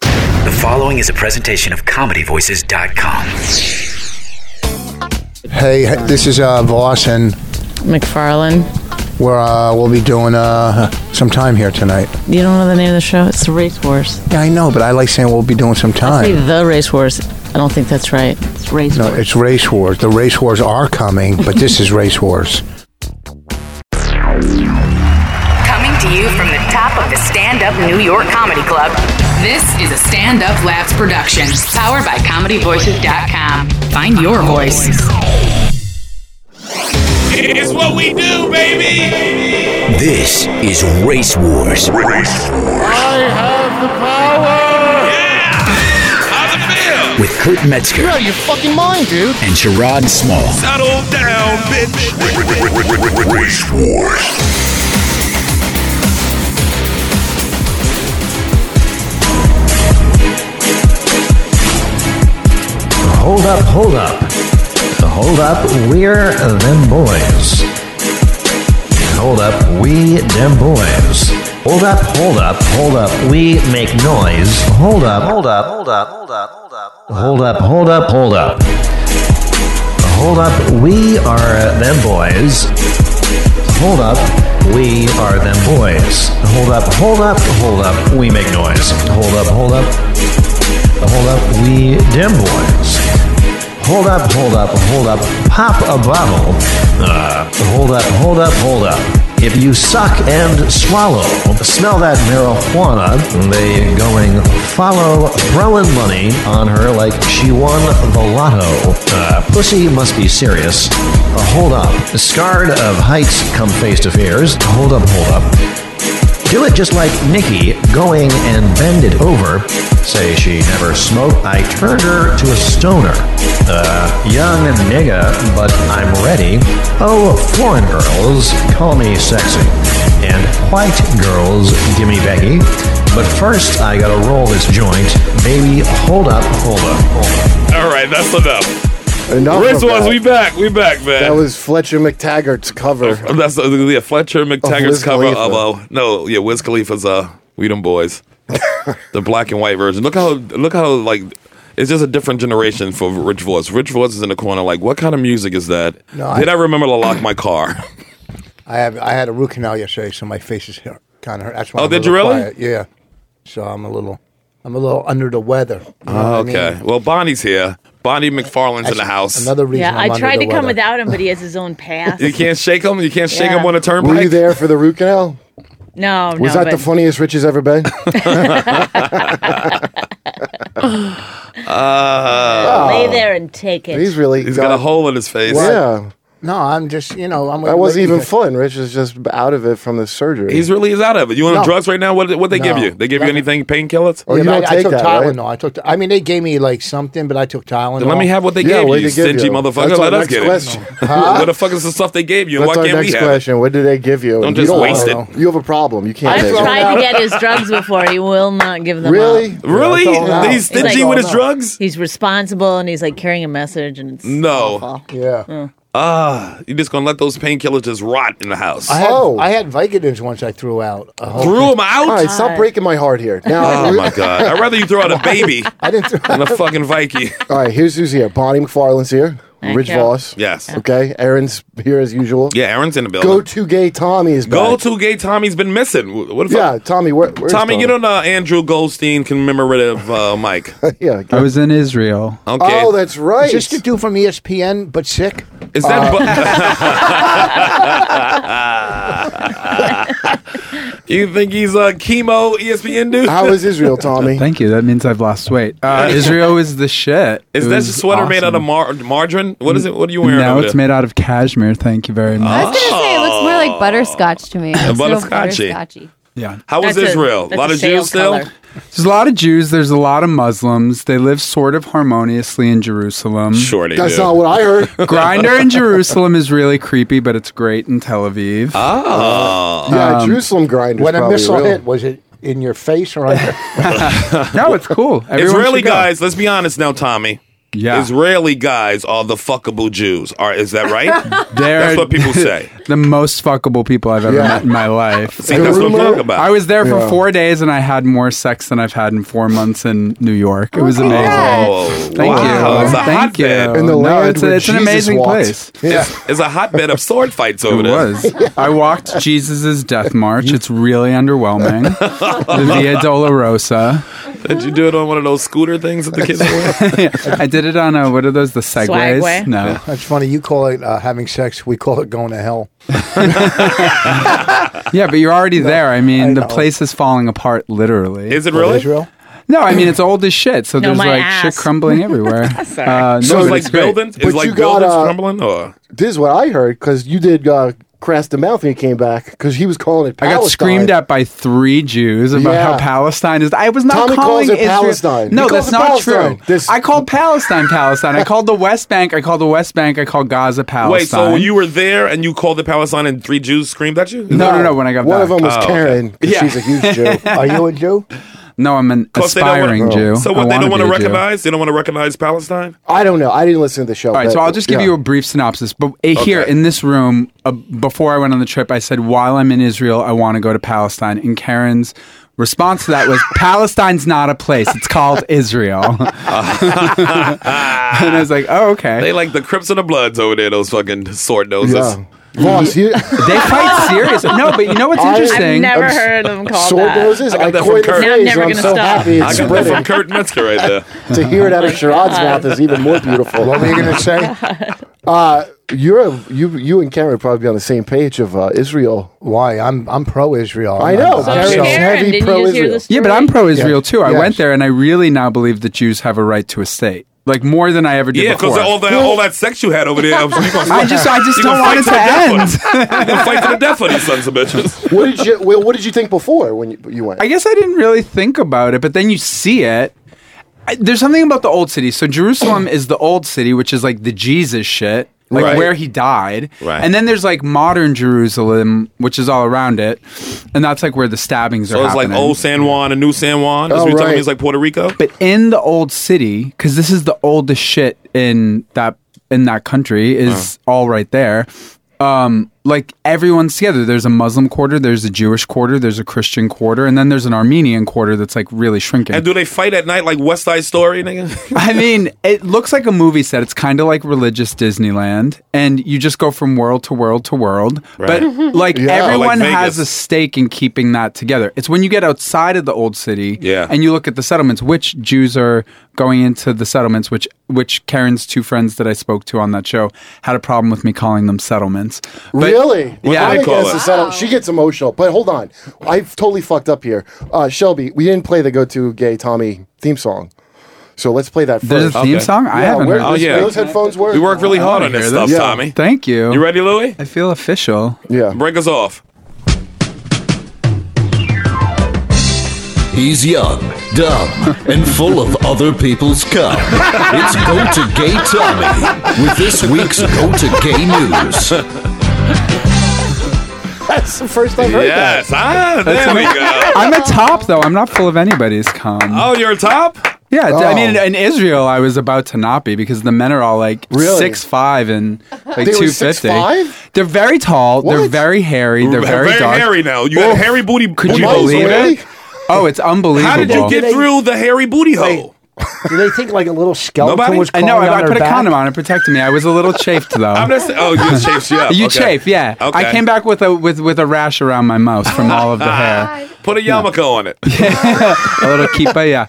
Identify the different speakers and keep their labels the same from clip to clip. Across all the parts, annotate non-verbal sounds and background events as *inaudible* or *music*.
Speaker 1: The following is a presentation of ComedyVoices.com.
Speaker 2: Hey, h- this is uh, Voss, and
Speaker 3: McFarlane.
Speaker 2: we're, uh, we'll be doing uh, some time here tonight.
Speaker 3: You don't know the name of the show? It's the Race Wars.
Speaker 2: Yeah, I know, but I like saying we'll be doing some
Speaker 3: I say
Speaker 2: time.
Speaker 3: the Race Wars. I don't think that's right. It's Race
Speaker 2: No,
Speaker 3: Wars.
Speaker 2: it's race wars. The race wars are coming, but this is race wars.
Speaker 4: Coming to you from the top of the Stand Up New York Comedy Club, this is a Stand Up Labs production powered by ComedyVoices.com. Find your voice.
Speaker 5: It's what we do, baby.
Speaker 1: This is Race Wars. Race Wars.
Speaker 5: How's it feel?
Speaker 1: With Kurt Metzger
Speaker 2: Out of your fucking mind, dude.
Speaker 1: and Sherrod Small.
Speaker 5: Settle down, bitch.
Speaker 1: Race Wars.
Speaker 6: Hold up, hold up. Hold up, we're them boys. Hold up, we them boys. Hold up, hold up, hold up, we make noise. Hold up, hold up, hold up, hold up, hold up. Hold up, hold up, hold up. Hold up, we are them boys. Hold up, we are them boys. Hold up, hold up, hold up, we make noise. Hold up, hold up, Hold up, we dim boys. Hold up, hold up, hold up. Pop a bottle. Uh, hold up, hold up, hold up. If you suck and swallow, smell that marijuana. They going follow, throwing money on her like she won the lotto. Uh, pussy must be serious. Uh, hold up, scarred of heights come face to fears. Hold up, hold up. Do it just like Nikki, going and bend it over. Say she never smoked. I turned her to a stoner. Uh, young nigga, but I'm ready. Oh, foreign girls, call me sexy. And white girls, gimme Becky. But first, I gotta roll this joint. Baby, hold up, hold up, hold up.
Speaker 5: All right, that's enough.
Speaker 7: Enough
Speaker 5: Race
Speaker 7: of
Speaker 5: Wars,
Speaker 7: that.
Speaker 5: we back. We back, man.
Speaker 7: That was Fletcher McTaggart's cover.
Speaker 5: that's uh, yeah, Fletcher McTaggart's
Speaker 7: Wiz
Speaker 5: cover
Speaker 7: Khalifa.
Speaker 5: of uh, no, yeah, Wiz Khalifa's uh, We Them
Speaker 2: *laughs*
Speaker 5: Boys, the black and white version. Look how look how like it's just a different generation for Rich Voice. Rich Voice is in the corner like, what kind of music is that?
Speaker 2: No, I-
Speaker 5: Did I, remember to lock my car?
Speaker 2: I have I had a root canal yesterday, so my face is kind of hurt. That's why.
Speaker 5: Oh,
Speaker 2: I'm a
Speaker 5: did you
Speaker 2: little
Speaker 5: really?
Speaker 2: quiet. Yeah. So I'm a little, I'm a little under the weather. You know what Uh, I mean?
Speaker 5: Oh, *laughs* okay, well Bonnie's here. Bonnie McFarlane's in the
Speaker 2: That's
Speaker 5: house.
Speaker 2: Another reason.
Speaker 3: yeah,
Speaker 2: I'm
Speaker 3: I
Speaker 2: under
Speaker 3: tried
Speaker 2: the
Speaker 3: to come
Speaker 2: weather.
Speaker 3: without him, but he has his own pass.
Speaker 5: you can't shake him. You can't shake
Speaker 3: Yeah.
Speaker 5: him on a turnpike.
Speaker 7: Were you there for the root canal?
Speaker 3: Oh, No,
Speaker 7: *laughs*
Speaker 3: no.
Speaker 7: Was that the
Speaker 3: but-
Speaker 7: funniest Rich has ever
Speaker 3: *laughs*
Speaker 7: been? *laughs*
Speaker 3: *laughs* Lay there and take it.
Speaker 7: He's really.
Speaker 5: Uh, He's got a hole in his face.
Speaker 7: Yeah.
Speaker 2: No, I'm just, you know, I'm.
Speaker 7: That wasn't even fun. Rich is just out of it from the surgery.
Speaker 5: He's really is out of it. You on
Speaker 2: No.
Speaker 5: drugs right now? What what they give
Speaker 2: No.
Speaker 5: you? They give you
Speaker 2: Nothing.
Speaker 5: anything? Painkillers?
Speaker 7: Oh,
Speaker 2: Yeah,
Speaker 7: you
Speaker 2: but
Speaker 7: don't
Speaker 2: I, I
Speaker 7: take
Speaker 2: took
Speaker 7: that, right?
Speaker 2: Tylenol. I took. I mean, they gave me like something, but I took Tylenol.
Speaker 5: Then let me have what they
Speaker 7: yeah,
Speaker 5: gave
Speaker 7: what
Speaker 5: you,
Speaker 7: did they give
Speaker 5: stingy
Speaker 7: you?
Speaker 5: motherfucker.
Speaker 7: That's our
Speaker 5: Let us
Speaker 7: next
Speaker 5: get *laughs*
Speaker 7: question.
Speaker 5: it. What the fuck is the stuff they gave you? and
Speaker 7: That's
Speaker 5: Why
Speaker 7: our
Speaker 5: can't we
Speaker 7: next
Speaker 5: have it?
Speaker 7: question. What did they give you?
Speaker 5: Don't
Speaker 7: You
Speaker 5: just waste
Speaker 2: know.
Speaker 5: it.
Speaker 7: You have a problem. You can't.
Speaker 3: I've
Speaker 7: take it.
Speaker 3: tried to get his drugs before. He will not give them
Speaker 7: Really?
Speaker 3: up.
Speaker 5: Really?
Speaker 2: all now.
Speaker 5: He's
Speaker 2: It's like
Speaker 5: stingy
Speaker 3: all
Speaker 5: with his
Speaker 2: now.
Speaker 5: drugs?
Speaker 3: He's responsible and he's like carrying a message and it's
Speaker 5: No.
Speaker 2: Uh-huh. Yeah.
Speaker 5: Ah, you're just gonna let those painkillers just rot in the house.
Speaker 2: I had,
Speaker 7: Oh.
Speaker 2: I had Vicodins once. I threw out. Uh-huh. A whole,
Speaker 5: Threw
Speaker 7: All
Speaker 5: him out.
Speaker 7: right, stop breaking my heart here. Now, *laughs*
Speaker 5: Oh my god! I'd rather you throw out a baby
Speaker 2: I didn't. Throw,
Speaker 5: than a
Speaker 7: *laughs*
Speaker 5: fucking Viking.
Speaker 7: all right, here's who's here. Bonnie McFarlane's here.
Speaker 3: Thank
Speaker 7: Rich
Speaker 3: you.
Speaker 7: Voss.
Speaker 5: Yes.
Speaker 7: Okay. Aaron's here as usual.
Speaker 5: Yeah, Aaron's in the building.
Speaker 7: Go to gay Tommy is back.
Speaker 5: Go to gay Tommy's been missing. What the fuck?
Speaker 7: Yeah, Tommy. Where, where's
Speaker 5: Tommy, get on uh, Andrew Goldstein commemorative uh, mic. Okay.
Speaker 7: *laughs* Yeah.
Speaker 8: I was in Israel.
Speaker 7: Oh, that's right.
Speaker 2: Is this the dude from E ESPN but sick?
Speaker 5: Is that?
Speaker 8: Uh, *laughs*
Speaker 5: bu- you think he's a chemo E ESPN dude?
Speaker 7: How is
Speaker 5: *laughs*
Speaker 7: Israel, Tommy?
Speaker 8: Thank you. That means I've lost weight.
Speaker 7: *laughs*
Speaker 8: Uh, Israel is the shit.
Speaker 5: is
Speaker 8: It
Speaker 5: that
Speaker 8: was
Speaker 5: sweater made out of
Speaker 8: awesome.
Speaker 5: mar- margarine? What is it? What are you wearing?
Speaker 8: Now
Speaker 5: over
Speaker 8: it's
Speaker 5: there?
Speaker 8: made out of cashmere. Thank you very
Speaker 9: I
Speaker 8: much.
Speaker 9: was gonna say it looks more like butterscotch to
Speaker 5: *laughs*
Speaker 9: me. It's
Speaker 5: butterscotchy.
Speaker 9: butterscotchy.
Speaker 8: Yeah.
Speaker 5: How was
Speaker 3: That's a-
Speaker 5: Israel? A,
Speaker 3: that's
Speaker 5: lot
Speaker 3: a
Speaker 5: of
Speaker 3: shale
Speaker 5: Jews still.
Speaker 3: color.
Speaker 8: There's a lot of Jews. There's a lot of Muslims. They live sort of harmoniously in Jerusalem.
Speaker 5: Sure, they
Speaker 7: That's
Speaker 5: do.
Speaker 7: not what
Speaker 8: *laughs*
Speaker 7: I heard.
Speaker 8: Grinder in Jerusalem is really creepy, but it's great in Tel Aviv.
Speaker 5: Oh.
Speaker 8: Um,
Speaker 7: yeah, Jerusalem grinders.
Speaker 2: Um, When a
Speaker 7: probably
Speaker 2: missile
Speaker 7: real.
Speaker 2: hit, was it in
Speaker 5: *laughs*
Speaker 2: your *laughs* face or on your?
Speaker 8: no, it's cool. Everyone
Speaker 5: Israeli
Speaker 8: should go.
Speaker 5: guys. Let's be honest now, Tommy.
Speaker 8: Yeah.
Speaker 5: Israeli guys are the fuckable Jews. Are is that right?
Speaker 8: *laughs* They're
Speaker 5: That's
Speaker 8: *laughs*
Speaker 5: what people say.
Speaker 8: the most fuckable people I've ever
Speaker 7: Yeah.
Speaker 8: met in my life.
Speaker 5: See, that's what I'm
Speaker 7: rumor-
Speaker 5: talking about.
Speaker 8: I was there for
Speaker 7: Yeah.
Speaker 8: four days and I had more sex than I've had in four months in New York. It was
Speaker 9: Oh,
Speaker 8: amazing.
Speaker 9: congrats.
Speaker 5: Oh,
Speaker 8: Thank
Speaker 5: wow.
Speaker 8: you.
Speaker 5: It's a
Speaker 8: Thank you.
Speaker 5: hotbed.
Speaker 7: In the
Speaker 8: no,
Speaker 7: land
Speaker 8: it's, a,
Speaker 7: where
Speaker 8: it's an
Speaker 7: Jesus
Speaker 8: amazing
Speaker 7: walked.
Speaker 8: place.
Speaker 7: Yeah.
Speaker 5: It's a hotbed of sword fights over
Speaker 8: It
Speaker 5: there.
Speaker 8: was. I
Speaker 7: *laughs*
Speaker 8: walked Jesus' death march. It's really
Speaker 5: *laughs*
Speaker 8: underwhelming. the Via Dolorosa.
Speaker 5: *laughs* Did you do it on one of those scooter things that the kids were?
Speaker 8: *laughs* I did it on a, what are those, the segways?
Speaker 3: Swagway?
Speaker 8: No.
Speaker 2: That's funny. You call it uh, having sex. We call it going to hell.
Speaker 8: Yeah, but you're already there. I mean,
Speaker 2: I
Speaker 8: the
Speaker 2: know.
Speaker 8: place is falling apart literally.
Speaker 5: Is it really?
Speaker 2: Israel.
Speaker 8: No, I mean, it's old as shit. So
Speaker 3: *laughs* No,
Speaker 8: there's
Speaker 3: my
Speaker 8: like
Speaker 3: ass.
Speaker 8: shit
Speaker 3: *laughs*
Speaker 8: crumbling everywhere.
Speaker 3: Sorry.
Speaker 8: Uh, no,
Speaker 5: So it's
Speaker 8: but
Speaker 5: like
Speaker 8: great.
Speaker 5: buildings. It's
Speaker 7: But
Speaker 5: like
Speaker 7: you got,
Speaker 5: buildings
Speaker 7: uh,
Speaker 5: crumbling, or
Speaker 7: This is what I heard because you did uh, crash the mouth when you came back because he was calling it.
Speaker 8: I
Speaker 7: Palestine.
Speaker 8: got screamed at by three Jews about
Speaker 7: Yeah.
Speaker 8: how Palestine is. I was not
Speaker 7: Tommy
Speaker 8: calling
Speaker 7: calls it
Speaker 8: Israel-
Speaker 7: Palestine.
Speaker 8: No,
Speaker 7: He calls
Speaker 8: that's
Speaker 7: it
Speaker 8: not
Speaker 7: Palestine.
Speaker 8: true.
Speaker 7: This-
Speaker 8: I called Palestine Palestine. I called the West Bank. I called the West Bank. I called Gaza Palestine.
Speaker 5: wait. So you were there and you called the Palestine and three Jews screamed at you?
Speaker 8: No, no, no. When I got
Speaker 7: one
Speaker 8: back.
Speaker 7: of
Speaker 5: Oh,
Speaker 7: them was Karen. 'cause
Speaker 8: Yeah.
Speaker 7: she's a huge
Speaker 5: *laughs*
Speaker 8: *laughs*
Speaker 7: Jew.
Speaker 2: Are you a Jew?
Speaker 8: No, I'm an
Speaker 5: Because they don't wanna-
Speaker 8: aspiring Jew.
Speaker 5: So
Speaker 8: I
Speaker 5: what? They don't want
Speaker 8: wanna
Speaker 5: to
Speaker 8: be a Jew.
Speaker 5: recognize. They don't want to recognize Palestine. *laughs*
Speaker 7: I don't know. I didn't listen to the show.
Speaker 8: All right, so I'll just give you a brief synopsis. But uh, here
Speaker 5: Okay.
Speaker 8: in this room, uh, before I went on the trip, I said, while I'm in Israel, I want to go to Palestine. And Karen's response to that was, *laughs* Palestine's not a place. It's called Israel. *laughs* and I was like, oh, okay.
Speaker 5: They like the Crips and the Bloods over there. Those fucking sword noses.
Speaker 7: Yeah. Voss, you,
Speaker 8: *laughs* They fight serious. No, but you know what's
Speaker 7: I-
Speaker 3: I've
Speaker 8: interesting?
Speaker 3: never heard them called
Speaker 7: sword
Speaker 3: that.
Speaker 7: noses.
Speaker 5: I got
Speaker 7: I,
Speaker 5: that from
Speaker 7: coined the
Speaker 5: Kurt. Now I'm
Speaker 7: phrase.
Speaker 3: never
Speaker 7: I'm
Speaker 3: gonna
Speaker 7: so
Speaker 3: stop.
Speaker 7: happy
Speaker 5: I
Speaker 7: it's
Speaker 5: got that from
Speaker 7: spreading.
Speaker 5: Kurt Metzger right there.
Speaker 7: *laughs* to hear it out of Sherrod's mouth is even more beautiful.
Speaker 2: What were you going to say?
Speaker 7: Uh, you're a, you you and Karen would probably be on the same page of uh, Israel.
Speaker 2: Why? I'm I'm pro-Israel.
Speaker 7: I know.
Speaker 2: I'm
Speaker 3: So
Speaker 7: So
Speaker 3: Karen,
Speaker 7: heavy
Speaker 3: didn't you just hear
Speaker 7: pro-Israel.
Speaker 3: the story?
Speaker 8: yeah, but I'm pro Israel
Speaker 2: Yes.
Speaker 8: too. I
Speaker 2: Yes.
Speaker 8: went there and I really now believe that Jews have a right to a state, like more than I ever did
Speaker 5: Yeah, because
Speaker 8: before.
Speaker 5: all that all that sex you had over there, I, was, you gonna,
Speaker 8: I just, I just
Speaker 5: you
Speaker 8: don't
Speaker 5: gonna
Speaker 8: want it to end.
Speaker 5: fight to the death. you gonna fight to the death for these sons of bitches.
Speaker 7: What did you well, What did you think before when you, you went?
Speaker 8: I guess I didn't really think about it, but then you see it. I, there's something about the old city. So Jerusalem is the old city, which is like the Jesus shit, like
Speaker 5: Right.
Speaker 8: where he died.
Speaker 5: Right.
Speaker 8: And then there's like modern Jerusalem, which is all around it, and that's like where the stabbings are.
Speaker 5: So it's like
Speaker 8: happening.
Speaker 5: old San Juan and new San Juan. That's
Speaker 7: Oh,
Speaker 5: what you're telling me
Speaker 7: right.
Speaker 5: it's like Puerto Rico.
Speaker 8: But in the old city, because this is the oldest shit in that in that country, is all right there. Um, like everyone's together. There's a Muslim quarter, there's a Jewish quarter, there's a Christian quarter, and then there's an Armenian quarter that's like really shrinking.
Speaker 5: And do they fight at night like West Side Story, nigga?
Speaker 8: *laughs* I mean, it looks like a movie set. It's kind of like religious Disneyland, and you just go from world to world to world.
Speaker 10: *laughs*
Speaker 5: Right.
Speaker 10: Oh,
Speaker 8: But like everyone
Speaker 5: Like
Speaker 8: has
Speaker 5: Vegas.
Speaker 8: a stake in keeping that together. It's when you get outside of the old city,
Speaker 5: Yeah.
Speaker 8: and you look at the settlements, which Jews are going into the settlements, which which Karen's two friends that I spoke to on that show had a problem with me calling them settlements. But-
Speaker 7: really?
Speaker 8: Yeah.
Speaker 7: I'm
Speaker 8: They
Speaker 5: call
Speaker 7: against
Speaker 5: it.
Speaker 7: the settlement. She gets emotional. But hold on, I've totally fucked up here. Uh, Shelby, we didn't play the "Go To Gay Tommy" theme song, so let's play that
Speaker 8: There's a
Speaker 7: first.
Speaker 8: theme
Speaker 5: Okay.
Speaker 8: song. I
Speaker 7: Yeah,
Speaker 8: haven't
Speaker 7: where-
Speaker 8: heard.
Speaker 5: Oh,
Speaker 7: those-
Speaker 5: yeah.
Speaker 7: those
Speaker 5: *laughs*
Speaker 7: headphones were.
Speaker 5: We work really hard on this
Speaker 8: hear
Speaker 5: stuff,
Speaker 8: this.
Speaker 5: Tommy.
Speaker 8: Thank you.
Speaker 5: You ready, Louie?
Speaker 8: I feel official.
Speaker 7: Yeah.
Speaker 5: Break us off.
Speaker 1: He's young,
Speaker 5: *laughs*
Speaker 1: dumb, and full of other people's cum. It's Go to Gay Tommy with this week's Go to Gay News.
Speaker 7: That's the first I've heard
Speaker 5: Yes. Ah, there we go.
Speaker 8: I'm a top though. I'm not full of anybody's cum.
Speaker 5: Oh, you're top?
Speaker 8: Yeah, d- I
Speaker 7: Oh.
Speaker 8: mean, in Israel, I was about to not be because the men are all like
Speaker 7: Really?
Speaker 8: six five and like
Speaker 7: They were
Speaker 8: two fifty.
Speaker 7: 6'5"?
Speaker 8: They're very tall. They're
Speaker 7: What? Oh.
Speaker 8: very hairy. They're very, dark.
Speaker 5: hairy now. You got a hairy booty.
Speaker 8: Could
Speaker 5: booty
Speaker 8: you
Speaker 5: holes
Speaker 8: believe
Speaker 5: over there.
Speaker 7: already?
Speaker 8: it? Oh, it's unbelievable.
Speaker 5: How did you get through the hairy booty hole?
Speaker 2: Do they think like a little skeleton
Speaker 5: Nobody?
Speaker 2: was
Speaker 8: I
Speaker 2: crawling
Speaker 8: know.
Speaker 2: on
Speaker 8: I, I
Speaker 2: their
Speaker 8: put a
Speaker 2: back?
Speaker 8: condom on. It protected me. I was a little chafed though. *laughs*
Speaker 5: I'm just oh, you chafed you up.
Speaker 8: you
Speaker 5: okay.
Speaker 8: chafe, yeah.
Speaker 5: Okay.
Speaker 8: I came back with a with with a rash around my mouth from all of the
Speaker 5: *laughs*
Speaker 8: hair. *laughs*
Speaker 5: Put a yarmulke on it.
Speaker 8: a little kippah, yeah.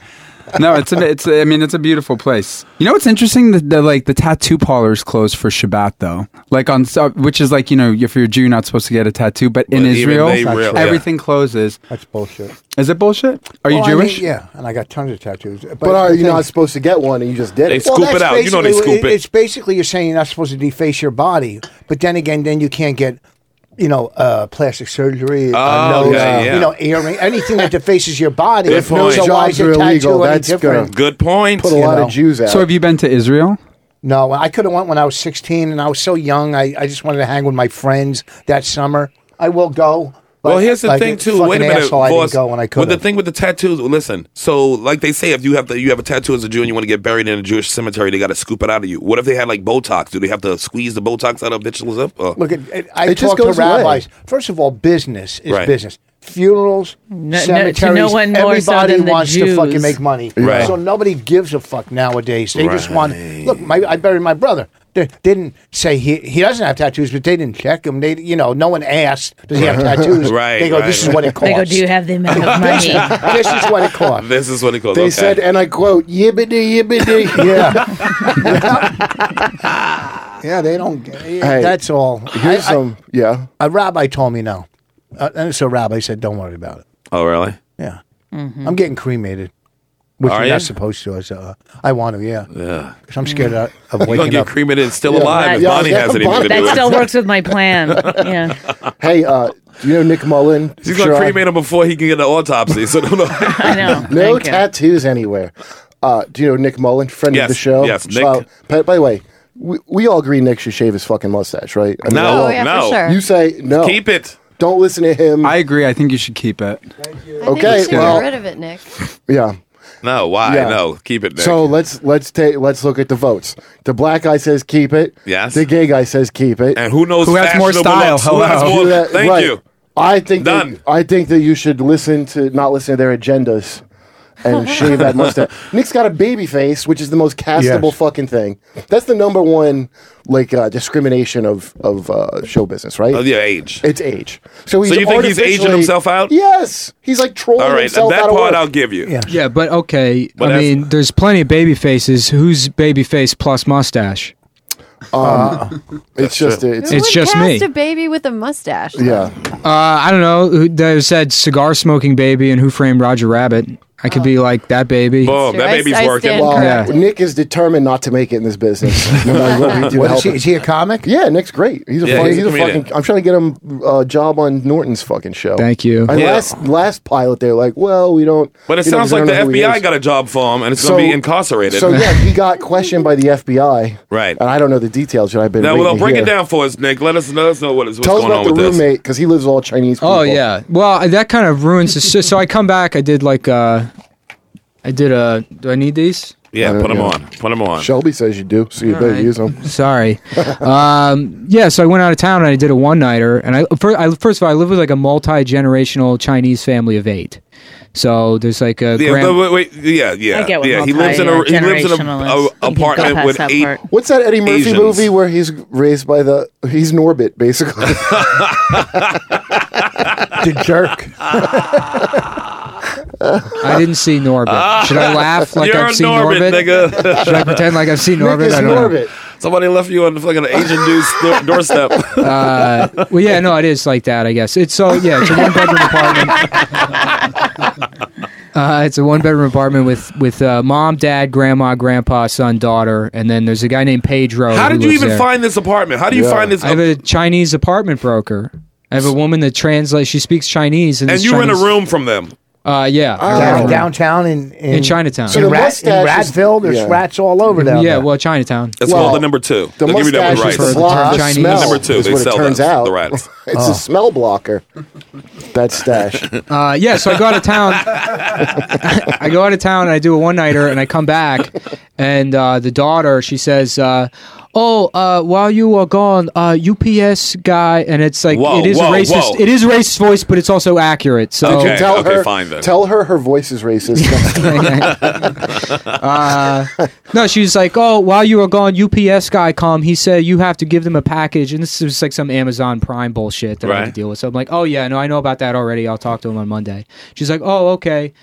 Speaker 8: No, it's a, it's. A, I mean, it's a beautiful place. You know what's interesting? The, the like the tattoo parlors close for Shabbat though. Like on so- which is like you know if you're a Jew you're not supposed to get a tattoo, but in
Speaker 5: But even
Speaker 8: Israel
Speaker 5: they really-
Speaker 8: everything closes.
Speaker 2: That's bullshit.
Speaker 8: Is it bullshit? Are you
Speaker 2: Well, I mean,
Speaker 8: Jewish?
Speaker 2: yeah, and I got tons of tattoos. But,
Speaker 7: *laughs* But are
Speaker 2: the
Speaker 7: you
Speaker 2: thing-
Speaker 7: not supposed to get one and you just did
Speaker 5: They
Speaker 7: it?
Speaker 5: scoop it
Speaker 2: that's
Speaker 5: out. You know they
Speaker 2: basically-
Speaker 5: scoop it.
Speaker 2: It's basically you're saying you're not supposed to deface your body, but then again, then you can't get, you know, uh, plastic surgery,
Speaker 5: Oh,
Speaker 2: uh, nose,
Speaker 5: okay, yeah.
Speaker 2: you know, earring, anything that defaces your body.
Speaker 5: Good point.
Speaker 2: So why
Speaker 7: Jobs
Speaker 2: is a
Speaker 7: are illegal.
Speaker 2: tattoo any
Speaker 7: That's
Speaker 2: different?
Speaker 7: gonna-
Speaker 5: Good point.
Speaker 7: Put a lot
Speaker 2: know.
Speaker 7: of Jews out.
Speaker 8: So have you been to Israel?
Speaker 2: No, I could have went when I was 16, and I was so young. I, I just wanted to hang with my friends that summer. I will go.
Speaker 5: well, here's the
Speaker 2: like,
Speaker 5: thing
Speaker 2: it's
Speaker 5: too.
Speaker 2: fucking
Speaker 5: Wait a minute,
Speaker 2: asshole, I
Speaker 5: Voss.
Speaker 2: didn't go when I
Speaker 5: With
Speaker 2: could.
Speaker 5: the thing with the tattoos, listen. So, like they say, if you have the, you have a tattoo as a Jew and you want to get buried in a Jewish cemetery, they got to scoop it out of you. What if they had like Botox? Do they have to squeeze the Botox out of bitches Oh. up? Or-
Speaker 2: Look, it, it, I
Speaker 7: It just
Speaker 2: talk to
Speaker 7: goes away.
Speaker 2: rabbis. First of all, business is
Speaker 5: Right.
Speaker 2: business. Funerals,
Speaker 3: no- to
Speaker 2: cemeteries,
Speaker 3: no one more
Speaker 2: everybody
Speaker 3: so than the
Speaker 2: wants to fucking
Speaker 3: Jews.
Speaker 2: make money.
Speaker 5: Right.
Speaker 2: So nobody gives a fuck nowadays. They just want. Look, my, I buried my brother. They didn't say he he doesn't have tattoos, but they didn't check him. They you know no one asked does he have tattoos.
Speaker 5: *laughs* Right,
Speaker 2: They go
Speaker 5: right.
Speaker 2: this is what it costs.
Speaker 3: They go, do you have the amount
Speaker 2: *laughs*
Speaker 3: of money?
Speaker 2: this is
Speaker 5: *laughs*
Speaker 2: what it costs.
Speaker 5: this is what it calls.
Speaker 7: They
Speaker 5: okay.
Speaker 7: said, and I quote, "Yibbity
Speaker 5: *laughs*
Speaker 7: yibbity."
Speaker 2: Yeah. yeah, they don't. That's all. I- I-
Speaker 7: Here's some. Yeah.
Speaker 2: a rabbi told me no. Uh, and so a rabbi said, don't worry about it.
Speaker 5: "Oh, really?
Speaker 2: Yeah. Mm-hmm. I'm getting cremated, which
Speaker 5: Are
Speaker 2: you're
Speaker 5: ya?
Speaker 2: not supposed to. I said, uh, I want to, yeah.
Speaker 5: Yeah,
Speaker 2: Because I'm scared
Speaker 5: *laughs*
Speaker 2: of, of
Speaker 5: you gonna
Speaker 2: waking
Speaker 5: get
Speaker 2: up.
Speaker 5: cremated and still alive? If
Speaker 3: Yeah,
Speaker 5: Bonnie
Speaker 7: yeah,
Speaker 5: has anything to
Speaker 7: Bonnie-
Speaker 5: do
Speaker 3: That
Speaker 5: with
Speaker 3: still
Speaker 5: it.
Speaker 3: works with my plan. Yeah.
Speaker 7: *laughs* Hey, uh, do you know Nick Mullen?
Speaker 5: *laughs* She's gonna
Speaker 7: Sure.
Speaker 5: cremate him before he can get an autopsy. So don't know.
Speaker 3: *laughs* I know.
Speaker 7: No
Speaker 3: Thank you.
Speaker 7: tattoos anywhere. Uh, do you know Nick Mullen, friend of
Speaker 5: Yes,
Speaker 7: the show?
Speaker 5: yes, Nick.
Speaker 7: Uh, by, by the way, we, we all agree Nick should shave his fucking mustache, right? I mean,
Speaker 5: No,
Speaker 9: Oh,
Speaker 7: all-
Speaker 9: yeah,
Speaker 5: no.
Speaker 9: for sure.
Speaker 7: You say no.
Speaker 5: Keep it.
Speaker 7: Don't listen to him.
Speaker 8: I agree. I think you should keep it.
Speaker 9: I think
Speaker 7: Okay,
Speaker 9: you should
Speaker 7: well-
Speaker 9: get rid of it, Nick.
Speaker 7: yeah.
Speaker 5: No, why?
Speaker 7: Yeah.
Speaker 5: No, keep it. Nick.
Speaker 7: So let's let's take let's look at the votes. The black guy says keep it.
Speaker 5: Yes.
Speaker 7: The gay guy says keep it.
Speaker 5: and who knows
Speaker 8: Who has more
Speaker 5: fashionable
Speaker 8: style?
Speaker 5: looks? Who has
Speaker 8: Hello.
Speaker 5: more?
Speaker 7: Do that-
Speaker 5: Thank
Speaker 7: right.
Speaker 5: you.
Speaker 7: I think
Speaker 5: Done.
Speaker 7: That, I think that you should listen to not listen to their agendas
Speaker 2: *laughs*
Speaker 7: and shave that mustache. Nick's got a baby face, which is the most castable
Speaker 2: Yes.
Speaker 7: fucking thing. That's the number one like uh, discrimination of of uh, show business, right?
Speaker 5: Oh, yeah, age.
Speaker 7: It's age. So, he's
Speaker 5: So you think he's aging
Speaker 7: artificially-
Speaker 5: himself out?
Speaker 7: Yes, he's like trolling
Speaker 5: All right, that
Speaker 7: himself out of
Speaker 5: part
Speaker 7: work.
Speaker 5: I'll give you.
Speaker 2: Yeah.
Speaker 10: Yeah, but okay. I
Speaker 5: But that's-
Speaker 10: mean, there's plenty of baby faces. Who's baby face plus mustache?
Speaker 7: Um,
Speaker 5: Uh,
Speaker 8: Um,
Speaker 2: Uh-uh.
Speaker 7: it's just it's
Speaker 9: Who
Speaker 10: It's
Speaker 9: would
Speaker 10: just me.
Speaker 9: cast a baby with a mustache.
Speaker 7: yeah.
Speaker 10: Uh, I don't know. Who- They said cigar smoking baby and Who Framed Roger Rabbit. I could be like that baby.
Speaker 5: Boom, that
Speaker 9: Oh. I-
Speaker 5: baby's
Speaker 9: I
Speaker 5: working.
Speaker 9: stand
Speaker 7: Well,
Speaker 10: Yeah.
Speaker 7: Nick is determined not to make it in this business. No matter
Speaker 2: *laughs*
Speaker 7: what we do to
Speaker 2: What,
Speaker 7: help
Speaker 2: is, he,
Speaker 7: him.
Speaker 2: is he a comic?
Speaker 7: Yeah, Nick's great. He's a
Speaker 5: Yeah,
Speaker 7: funny,
Speaker 5: he's
Speaker 7: he's,
Speaker 5: a
Speaker 7: a,
Speaker 5: comedian.
Speaker 7: fucking. I'm trying to get him uh, a job on Norton's fucking show.
Speaker 10: Thank you.
Speaker 7: And
Speaker 5: Yeah.
Speaker 7: last last pilot, they're like, well, we don't.
Speaker 5: But it
Speaker 7: you know,
Speaker 5: sounds
Speaker 7: 'cause I
Speaker 5: like
Speaker 7: don't
Speaker 5: the
Speaker 7: know who he
Speaker 5: FBI
Speaker 7: is.
Speaker 5: got a job for him, and it's going to be incarcerated. *laughs*
Speaker 7: So yeah, he got questioned by the FBI.
Speaker 5: Right.
Speaker 7: And I don't know the details that I've been.
Speaker 5: now,
Speaker 7: waiting
Speaker 5: well,
Speaker 7: to
Speaker 5: break it
Speaker 7: hear.
Speaker 5: down for us, Nick. Let us, let us know what is what's
Speaker 7: Tell us
Speaker 5: going
Speaker 7: about the
Speaker 5: on with this.
Speaker 7: roommate because he lives with all Chinese. People.
Speaker 10: Oh yeah. Well, I- that kind of ruins the. sy- so I come back. I did like. Uh, I did a. Do I need these?
Speaker 5: Yeah, put him
Speaker 7: Uh, yeah.
Speaker 5: on. Put him on.
Speaker 7: Shelby says you do, so you better
Speaker 10: Alright.
Speaker 7: use him. *laughs*
Speaker 10: *laughs* Sorry. um, yeah, so I went out of town and I did a one nighter. And I, fir- I first of all, I live with like a multi generational Chinese family of eight. So there's like a
Speaker 5: Yeah,
Speaker 10: grand-
Speaker 5: but wait, wait, yeah, yeah,
Speaker 3: I get what
Speaker 5: yeah. He lives in a he lives in a,
Speaker 3: multi-generational
Speaker 5: a
Speaker 3: is. You can go
Speaker 5: apartment
Speaker 3: past
Speaker 5: with
Speaker 3: that
Speaker 5: eight.
Speaker 3: part.
Speaker 7: What's that Eddie Murphy
Speaker 5: Asians.
Speaker 7: movie where he's raised by the? He's Norbit
Speaker 5: *laughs*
Speaker 7: basically.
Speaker 2: The jerk.
Speaker 10: I didn't see
Speaker 5: *laughs*
Speaker 10: Norbit. Should I laugh like
Speaker 5: You're
Speaker 10: I've
Speaker 5: a
Speaker 10: seen
Speaker 5: Norbit,
Speaker 10: Norbit?
Speaker 5: nigga.
Speaker 10: Should
Speaker 5: *laughs*
Speaker 10: I pretend like I've seen Norbit?
Speaker 7: Nick is
Speaker 10: I don't know.
Speaker 7: Norbit.
Speaker 5: Somebody left you on the fucking Asian
Speaker 7: *laughs*
Speaker 5: dude's door- doorstep.
Speaker 10: Uh, well, yeah, no, it is like that, I guess. It's so yeah, it's a one bedroom apartment. Uh, it's a one bedroom apartment with with uh, mom, dad, grandma, grandpa, son, daughter, and then there's a guy named Pedro.
Speaker 5: How
Speaker 10: who
Speaker 5: did you
Speaker 10: lives
Speaker 5: even
Speaker 10: there.
Speaker 5: find this apartment? How do you
Speaker 7: Yeah.
Speaker 5: find this?
Speaker 10: I have a Chinese apartment broker. I have a woman that translates. She speaks Chinese, and,
Speaker 5: and
Speaker 10: this
Speaker 5: you were in a
Speaker 10: Chinese-
Speaker 5: room from them.
Speaker 10: Uh, yeah,
Speaker 2: Down-
Speaker 10: I live in-
Speaker 2: downtown in, in,
Speaker 10: in Chinatown.
Speaker 2: In,
Speaker 7: Ah. the
Speaker 2: Rat, in
Speaker 7: mustache is-
Speaker 2: Ratville, there's
Speaker 7: yeah.
Speaker 2: rats all over down
Speaker 10: yeah,
Speaker 2: there.
Speaker 10: well, Chinatown.
Speaker 5: That's
Speaker 7: Well,
Speaker 5: called the number two.
Speaker 7: The
Speaker 5: They'll give you that
Speaker 7: mustache
Speaker 5: with
Speaker 7: is the
Speaker 5: rice.
Speaker 10: for
Speaker 7: block
Speaker 10: Chinese.
Speaker 7: smell.
Speaker 5: Number two,
Speaker 7: is
Speaker 5: they
Speaker 7: what
Speaker 5: sell
Speaker 7: it turns
Speaker 5: those,
Speaker 7: out.
Speaker 5: the rats.
Speaker 7: *laughs*
Speaker 5: Oh.
Speaker 7: it's a smell blocker. That stash.
Speaker 10: Uh, yeah, so I go out of town. *laughs* I go out of town and I do a one nighter and I come back, and uh, the daughter she says, uh, "Oh, uh, while you are gone, uh, UPS guy," and it's like
Speaker 5: Whoa,
Speaker 10: it is
Speaker 5: whoa,
Speaker 10: a racist.
Speaker 5: whoa.
Speaker 10: It is a racist voice, but it's also accurate. So
Speaker 5: Okay.
Speaker 7: tell
Speaker 5: okay,
Speaker 7: her.
Speaker 5: fine then.
Speaker 7: Tell her her voice is
Speaker 5: *laughs*
Speaker 7: racist.
Speaker 10: Uh, No, she was like, "Oh, while you were gone, UPS guy come. He said you have to give them a package, and this is like some Amazon Prime bullshit that I had to
Speaker 5: Right.
Speaker 10: deal with." So I'm like, "Oh yeah, no, I know about that already. I'll talk to him on Monday." She's like, "Oh, okay."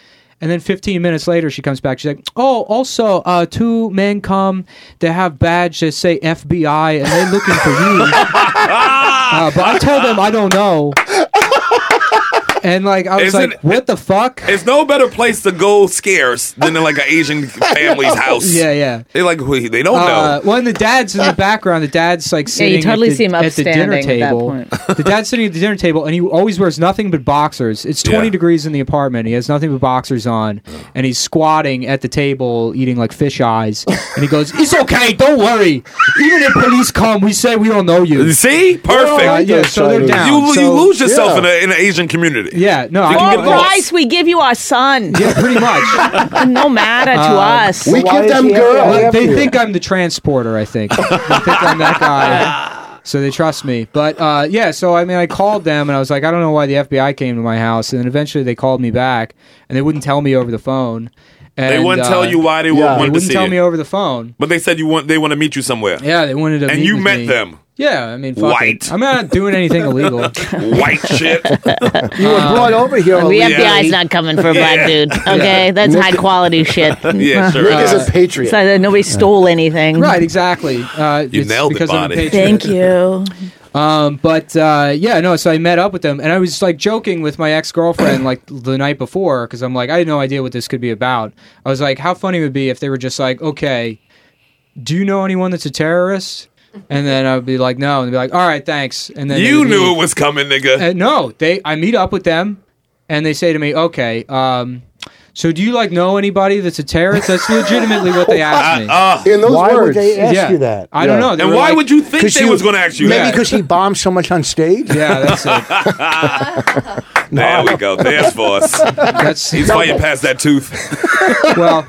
Speaker 10: And then 15 minutes later, she comes back. She's like, "Oh, also, uh, two men come. They have badge that say FBI, and they're
Speaker 5: *laughs*
Speaker 10: looking for you." uh, but I tell them I don't know. and like I was
Speaker 5: Isn't-
Speaker 10: like, what the fuck?
Speaker 5: It's no better place to go scarce than in like an
Speaker 10: *laughs*
Speaker 5: Asian family's house.
Speaker 10: Yeah, yeah.
Speaker 5: They like we- they don't
Speaker 10: Uh,
Speaker 5: know.
Speaker 10: well, and the dad's in the background. The dad's like
Speaker 3: Yeah,
Speaker 10: sitting
Speaker 3: you totally
Speaker 10: at the,
Speaker 3: see him
Speaker 10: at the dinner
Speaker 3: upstanding at that
Speaker 10: table. *laughs* the dad's sitting at the dinner table, and he always wears nothing but boxers. It's twenty
Speaker 5: Yeah.
Speaker 10: degrees in the apartment. He has nothing but boxers on, and he's squatting at the table eating like fish eyes. And he goes, "It's okay, don't worry. Even if police come, we say we don't know you."
Speaker 5: See, perfect.
Speaker 10: Uh, yeah, so they're down.
Speaker 5: You, lo-
Speaker 10: So-
Speaker 5: you lose yourself
Speaker 7: yeah.
Speaker 5: in, a, in an Asian community.
Speaker 10: Yeah, no, I
Speaker 5: You can
Speaker 10: know.
Speaker 5: get
Speaker 3: For
Speaker 5: lost.
Speaker 3: Christ, we give you our son.
Speaker 10: Yeah, pretty much.
Speaker 3: *laughs*
Speaker 10: Uh,
Speaker 3: No matter to us.
Speaker 7: We
Speaker 2: Uh, why
Speaker 7: give
Speaker 2: is
Speaker 7: them
Speaker 2: he after-
Speaker 7: girls.
Speaker 2: why
Speaker 10: Well,
Speaker 2: after
Speaker 10: they
Speaker 2: you?
Speaker 10: think I'm the transporter. I think they think I'm that guy, so they trust me. But uh, yeah, so I mean, I called them and I was like, I don't know why the FBI came to my house, and then eventually they called me back, and they wouldn't tell me over the phone. And,
Speaker 5: They wouldn't
Speaker 10: uh,
Speaker 5: tell you why they
Speaker 7: yeah.
Speaker 5: wanted
Speaker 10: They
Speaker 5: to
Speaker 10: wouldn't
Speaker 5: see
Speaker 10: tell
Speaker 5: you.
Speaker 10: me over the phone.
Speaker 5: but they said you want they want to meet you somewhere.
Speaker 10: Yeah, they wanted to.
Speaker 5: And
Speaker 10: meet
Speaker 5: you
Speaker 10: with
Speaker 5: met
Speaker 10: me.
Speaker 5: them.
Speaker 10: Yeah, I mean, fuck
Speaker 5: White.
Speaker 10: it. I'm not doing
Speaker 5: *laughs*
Speaker 10: anything illegal. Um,
Speaker 5: White shit.
Speaker 2: You were brought over here.
Speaker 3: Um, The
Speaker 2: Aaliyah.
Speaker 3: FBI's not coming for a black dude. Okay, that's
Speaker 7: *laughs*
Speaker 3: high quality shit.
Speaker 5: *laughs* Yeah, sure.
Speaker 7: Nick is a
Speaker 3: It's
Speaker 7: patriot.
Speaker 10: uh,
Speaker 3: not Uh, that nobody stole anything.
Speaker 10: right, exactly. Uh,
Speaker 5: You
Speaker 10: it's
Speaker 5: nailed it,
Speaker 10: because I'm a
Speaker 5: Bonnie.
Speaker 10: patriot.
Speaker 3: Thank you.
Speaker 10: Um, but uh, yeah, no. So I met up with them, and I was like joking with my ex girlfriend like the night before because I'm like, I had no idea what this could be about. I was like, how funny it would be if they were just like, okay, do you know anyone that's a terrorist? And then I would be like, no, and they'd be like, all right, thanks. And then they
Speaker 5: you
Speaker 10: would
Speaker 5: knew
Speaker 10: leave.
Speaker 5: it was coming, nigga.
Speaker 10: Uh, no, they. I meet up with them, and they say to me, okay, um, so do you like know anybody that's a terrorist? That's legitimately what they
Speaker 5: *laughs*
Speaker 10: asked me.
Speaker 7: In those
Speaker 2: Why would
Speaker 7: words,
Speaker 2: they ask you that?
Speaker 10: I don't know. They
Speaker 5: Uh, and
Speaker 10: were
Speaker 5: why
Speaker 10: like-
Speaker 5: would you *laughs* think
Speaker 2: 'Cause
Speaker 5: they
Speaker 2: you-
Speaker 5: was going to ask you
Speaker 2: Maybe
Speaker 5: that?
Speaker 2: because he bombed so much on stage.
Speaker 10: Yeah, that's it.
Speaker 5: *laughs*
Speaker 10: *laughs*
Speaker 5: There we go. There's Voss.
Speaker 10: That's
Speaker 5: He's fighting past that tooth.
Speaker 10: *laughs* well,